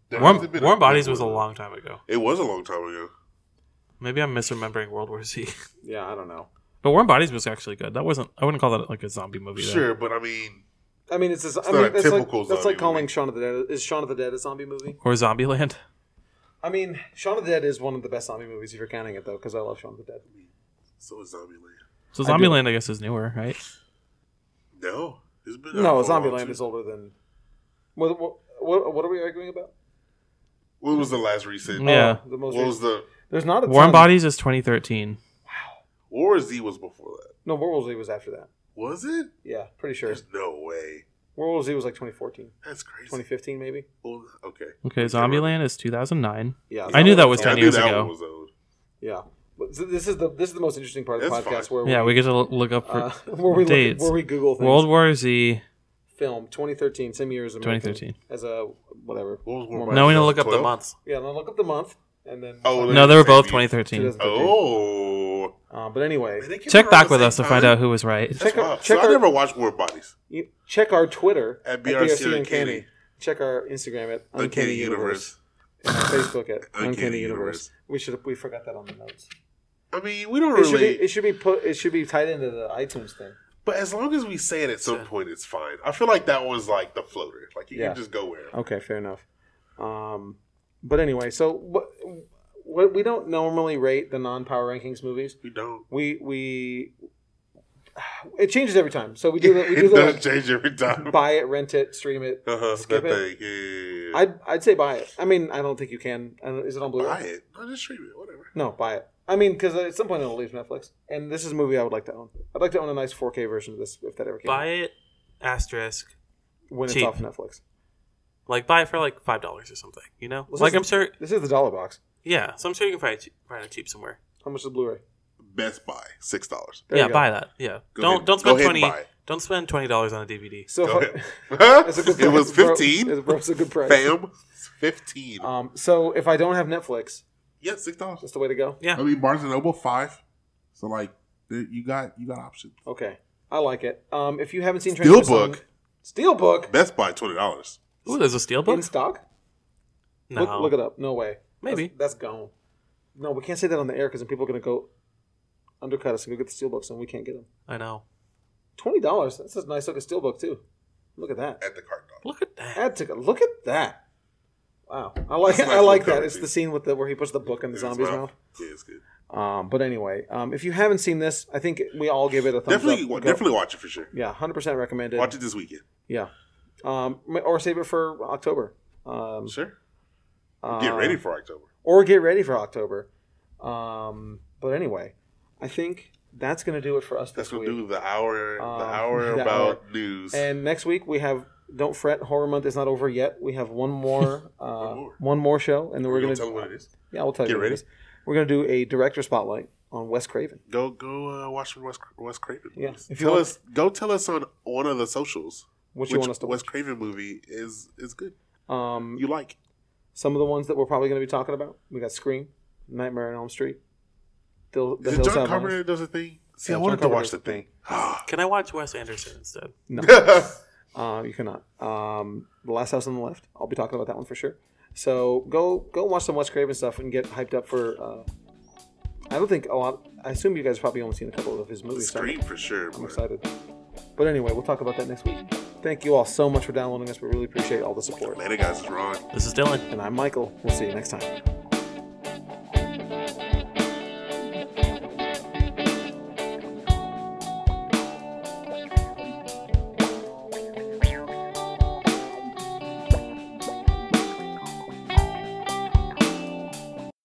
[SPEAKER 2] There
[SPEAKER 3] Warm,
[SPEAKER 2] hasn't been a
[SPEAKER 3] Warm
[SPEAKER 2] good
[SPEAKER 3] Bodies was a
[SPEAKER 2] one.
[SPEAKER 3] long time ago.
[SPEAKER 2] It was a long time ago.
[SPEAKER 3] Maybe I'm misremembering World War Z. [laughs]
[SPEAKER 1] Yeah, I don't know.
[SPEAKER 3] But Warm Bodies was actually good. That wasn't. I wouldn't call that like a zombie movie. though.
[SPEAKER 2] Sure, but I mean,
[SPEAKER 1] I mean, it's, a, I
[SPEAKER 2] not
[SPEAKER 1] mean,
[SPEAKER 2] a
[SPEAKER 1] that's like
[SPEAKER 2] typical
[SPEAKER 1] that's like
[SPEAKER 2] zombie
[SPEAKER 1] calling
[SPEAKER 2] movie.
[SPEAKER 1] Shaun of the Dead. Is Shaun of the Dead a zombie movie?
[SPEAKER 3] Or Zombieland.
[SPEAKER 1] I mean, Shaun of the Dead is one of the best zombie movies if you're counting it though, because I love Shaun of the Dead.
[SPEAKER 2] so is Zombieland.
[SPEAKER 3] So
[SPEAKER 1] I do-
[SPEAKER 3] Zombieland, I, guess, is newer, right?
[SPEAKER 2] No, it's been out
[SPEAKER 1] No,
[SPEAKER 2] for a while,
[SPEAKER 1] Zombieland
[SPEAKER 2] too.
[SPEAKER 1] is older than. Well, well, What, what are we arguing about? Oh,
[SPEAKER 2] What was the last reset?
[SPEAKER 3] Yeah.
[SPEAKER 1] the most.
[SPEAKER 2] What was the
[SPEAKER 1] There's not a
[SPEAKER 3] Warm
[SPEAKER 1] ton.
[SPEAKER 3] Bodies is 2013.
[SPEAKER 2] War Z was before that?
[SPEAKER 1] No, World War Z was after that.
[SPEAKER 2] Was it?
[SPEAKER 1] Yeah, pretty sure.
[SPEAKER 2] There's no way.
[SPEAKER 1] World War Z was like 2014,
[SPEAKER 2] That's crazy.
[SPEAKER 1] 2015 maybe.
[SPEAKER 2] Well, okay.
[SPEAKER 3] Okay, Zombieland is 2009.
[SPEAKER 1] Yeah,
[SPEAKER 3] I knew that was
[SPEAKER 1] Yeah,
[SPEAKER 3] 10
[SPEAKER 2] I knew
[SPEAKER 3] years
[SPEAKER 2] that
[SPEAKER 3] ago.
[SPEAKER 2] one was old.
[SPEAKER 1] Yeah, but th- this is the this is the most interesting part of the
[SPEAKER 2] That's
[SPEAKER 1] podcast
[SPEAKER 2] fine.
[SPEAKER 1] where
[SPEAKER 3] Yeah,
[SPEAKER 1] we,
[SPEAKER 3] we get to l- look up for
[SPEAKER 1] uh, [laughs] where we look,
[SPEAKER 3] dates.
[SPEAKER 1] where we Google things.
[SPEAKER 3] World War Z.
[SPEAKER 1] film 2013, same year as American,
[SPEAKER 3] 2013.
[SPEAKER 1] as a whatever.
[SPEAKER 2] What was War
[SPEAKER 1] No,
[SPEAKER 2] Bodies?
[SPEAKER 3] No, we need to look up the
[SPEAKER 2] 12?
[SPEAKER 3] months.
[SPEAKER 1] Yeah, now look up the month and then.
[SPEAKER 2] Oh,
[SPEAKER 1] uh,
[SPEAKER 2] Well,
[SPEAKER 3] No, they were
[SPEAKER 2] it's the
[SPEAKER 3] both
[SPEAKER 2] same
[SPEAKER 3] 2013.
[SPEAKER 1] 2013.
[SPEAKER 2] Oh.
[SPEAKER 1] Uh, but anyway,
[SPEAKER 2] Man, they came
[SPEAKER 3] Check
[SPEAKER 2] out
[SPEAKER 3] back
[SPEAKER 2] around
[SPEAKER 3] with
[SPEAKER 2] the
[SPEAKER 3] us to
[SPEAKER 2] same
[SPEAKER 3] find
[SPEAKER 2] time.
[SPEAKER 3] out who was right.
[SPEAKER 2] That's
[SPEAKER 1] Check our-
[SPEAKER 2] wild.
[SPEAKER 1] check
[SPEAKER 2] so
[SPEAKER 1] our-
[SPEAKER 2] I never watched War Bodies.
[SPEAKER 1] you check our Twitter
[SPEAKER 2] At BRC Uncanny.
[SPEAKER 1] Check our Instagram at Uncanny,
[SPEAKER 2] Uncanny
[SPEAKER 1] Universe.
[SPEAKER 2] Universe.
[SPEAKER 1] and our Facebook at Uncanny, Universe.
[SPEAKER 2] Uncanny Universe.
[SPEAKER 1] We should we forgot that on the notes.
[SPEAKER 2] I mean, we don't
[SPEAKER 1] It should, be,
[SPEAKER 2] really.
[SPEAKER 1] it should be put. It should be tied into the iTunes thing.
[SPEAKER 2] but as long as we say it at some point, it's fine. I feel like that was like the floater. Like you
[SPEAKER 1] Yeah.
[SPEAKER 2] can just go where.
[SPEAKER 1] Okay, fair enough. Um, but anyway, so what, what we don't normally rate the non-power rankings movies.
[SPEAKER 2] We don't.
[SPEAKER 1] We we it changes every time. So we do the, we do
[SPEAKER 2] it does
[SPEAKER 1] the
[SPEAKER 2] change every time.
[SPEAKER 1] like, buy it, rent it, stream it.
[SPEAKER 2] Uh-huh,
[SPEAKER 1] Skip
[SPEAKER 2] that
[SPEAKER 1] it.
[SPEAKER 2] thing. Yeah, yeah, yeah.
[SPEAKER 1] I'd I'd say buy it. I mean, I don't think you can. I don't- Is it on Blu-ray?
[SPEAKER 2] buy it. No, just stream it. Whatever.
[SPEAKER 1] No, buy it. I mean, because at some point it'll leave Netflix, and this is a movie I would like to own. I'd like to own a nice 4K version of this if that ever came.
[SPEAKER 3] Buy
[SPEAKER 1] out,
[SPEAKER 3] it, asterisk.
[SPEAKER 1] when
[SPEAKER 3] cheap.
[SPEAKER 1] it's off Netflix.
[SPEAKER 3] Like, buy it for like $5 or something, you know?
[SPEAKER 1] Well,
[SPEAKER 3] like,
[SPEAKER 1] this
[SPEAKER 3] I'm
[SPEAKER 1] is-
[SPEAKER 3] sure.
[SPEAKER 1] This is the dollar box.
[SPEAKER 3] Yeah, so I'm sure you can find it cheap, find it cheap somewhere.
[SPEAKER 1] How much is the Blu-ray?
[SPEAKER 2] Best Buy six dollars.
[SPEAKER 1] There
[SPEAKER 3] yeah,
[SPEAKER 1] you go.
[SPEAKER 3] buy that. Yeah,
[SPEAKER 2] Go
[SPEAKER 3] don't
[SPEAKER 2] ahead.
[SPEAKER 3] don't
[SPEAKER 2] Go
[SPEAKER 3] spend
[SPEAKER 2] ahead and
[SPEAKER 3] twenty.
[SPEAKER 2] buy it.
[SPEAKER 3] Don't spend twenty dollars on a DVD.
[SPEAKER 1] So
[SPEAKER 2] Go
[SPEAKER 1] far, [laughs]
[SPEAKER 2] ahead.
[SPEAKER 1] that's a good price.
[SPEAKER 2] it was
[SPEAKER 1] Bro,
[SPEAKER 2] fifteen.
[SPEAKER 1] It's, bro, it's a good price.
[SPEAKER 2] Bam, fifteen.
[SPEAKER 4] Uh,
[SPEAKER 1] Um, so if I don't have Netflix,
[SPEAKER 2] yeah, six dollars.
[SPEAKER 1] that's the way to go.
[SPEAKER 3] Yeah.
[SPEAKER 4] I mean, Barnes and Noble five. So like, there- you got you got options.
[SPEAKER 1] Okay, I like it. Um, if you haven't seen
[SPEAKER 2] Steelbook.
[SPEAKER 1] Transformers on- Steelbook
[SPEAKER 2] Best Buy twenty dollars.
[SPEAKER 3] Ooh, there's a steel
[SPEAKER 1] in
[SPEAKER 3] book.
[SPEAKER 1] stock.
[SPEAKER 3] No,
[SPEAKER 1] Look, look it up. No way.
[SPEAKER 3] Maybe.
[SPEAKER 1] that's, that's gone. No, we can't say that on the air because then people are gonna go undercut us and go get the Steelbooks, and we can't get them.
[SPEAKER 3] I know.
[SPEAKER 1] Twenty dollars. That's a nice looking steelbook too. Look at that.
[SPEAKER 2] At the card dog.
[SPEAKER 3] Look at that.
[SPEAKER 1] That took a look at that. Wow, I like
[SPEAKER 2] That's a
[SPEAKER 1] I
[SPEAKER 2] nice
[SPEAKER 1] like
[SPEAKER 2] little
[SPEAKER 1] that. It's
[SPEAKER 2] therapy.
[SPEAKER 1] the scene with the where he puts the book in the
[SPEAKER 2] It's
[SPEAKER 1] zombie's
[SPEAKER 2] wild.
[SPEAKER 1] mouth.
[SPEAKER 2] Yeah, it's good.
[SPEAKER 1] Um, but anyway, um, if you haven't seen this, I think we all give it a thumbs
[SPEAKER 2] Definitely,
[SPEAKER 1] up.
[SPEAKER 2] wa-
[SPEAKER 1] Go.
[SPEAKER 2] definitely watch it for sure.
[SPEAKER 1] yeah, hundred percent recommended.
[SPEAKER 2] Watch it this weekend.
[SPEAKER 1] Yeah, um, or save it for October. Um,
[SPEAKER 2] Sure.
[SPEAKER 1] uh,
[SPEAKER 2] Get ready for October.
[SPEAKER 1] or get ready for October. Um, but anyway, I think that's gonna do it for us
[SPEAKER 2] That's
[SPEAKER 1] this
[SPEAKER 2] gonna
[SPEAKER 1] week.
[SPEAKER 2] do the hour.
[SPEAKER 1] Um,
[SPEAKER 2] the hour
[SPEAKER 1] [laughs] the
[SPEAKER 2] about news.
[SPEAKER 1] And next week we have Don't Fret Horror Month is not over yet. We have one
[SPEAKER 2] [laughs]
[SPEAKER 1] more uh, one, more.
[SPEAKER 2] more. show,
[SPEAKER 1] and then
[SPEAKER 2] we're,
[SPEAKER 1] we're,
[SPEAKER 2] gonna,
[SPEAKER 1] gonna,
[SPEAKER 2] tell them what it is.
[SPEAKER 1] Yeah, we'll tell
[SPEAKER 2] Get
[SPEAKER 1] you. what it
[SPEAKER 2] ready.
[SPEAKER 1] is. We're gonna do a director spotlight on Wes Craven.
[SPEAKER 2] Go, go uh, watch some Wes, Wes Craven.
[SPEAKER 1] Yeah,
[SPEAKER 2] movies.
[SPEAKER 1] if you
[SPEAKER 2] tell
[SPEAKER 1] want-
[SPEAKER 2] us. Go tell us on one of the socials
[SPEAKER 1] What
[SPEAKER 2] which
[SPEAKER 1] you want us to
[SPEAKER 2] Wes
[SPEAKER 1] watch?
[SPEAKER 2] Craven movie is is good.
[SPEAKER 1] Um,
[SPEAKER 2] You like?
[SPEAKER 1] some of the ones that we're probably gonna be talking about. We got Scream, Nightmare on Elm Street. The, the
[SPEAKER 2] Is it
[SPEAKER 1] Hills
[SPEAKER 2] John
[SPEAKER 1] Have Eyes.
[SPEAKER 2] Carpenter that does the thing? See,
[SPEAKER 1] Yeah,
[SPEAKER 2] I
[SPEAKER 1] John
[SPEAKER 2] wanted to
[SPEAKER 1] Carpenter
[SPEAKER 2] watch
[SPEAKER 1] does the
[SPEAKER 2] the thing.
[SPEAKER 3] Can I watch Wes Anderson instead?
[SPEAKER 2] [gasps]
[SPEAKER 1] Uh, you cannot. Um, the Last House on the Left. I'll be talking about that one for sure. So go go watch some Wes Craven stuff and get hyped up for. Uh, I don't think a lot. I assume you guys have probably only seen a couple of his movies. so I'm-
[SPEAKER 2] [laughs] Scream for sure.
[SPEAKER 1] I'm
[SPEAKER 2] but-
[SPEAKER 1] excited. But anyway, we'll talk about that next week. Thank you all so much for downloading us. We really appreciate all the support.
[SPEAKER 2] Later, guys. It's Ron.
[SPEAKER 3] This is Dylan.
[SPEAKER 1] And I'm Michael. We'll see you next time.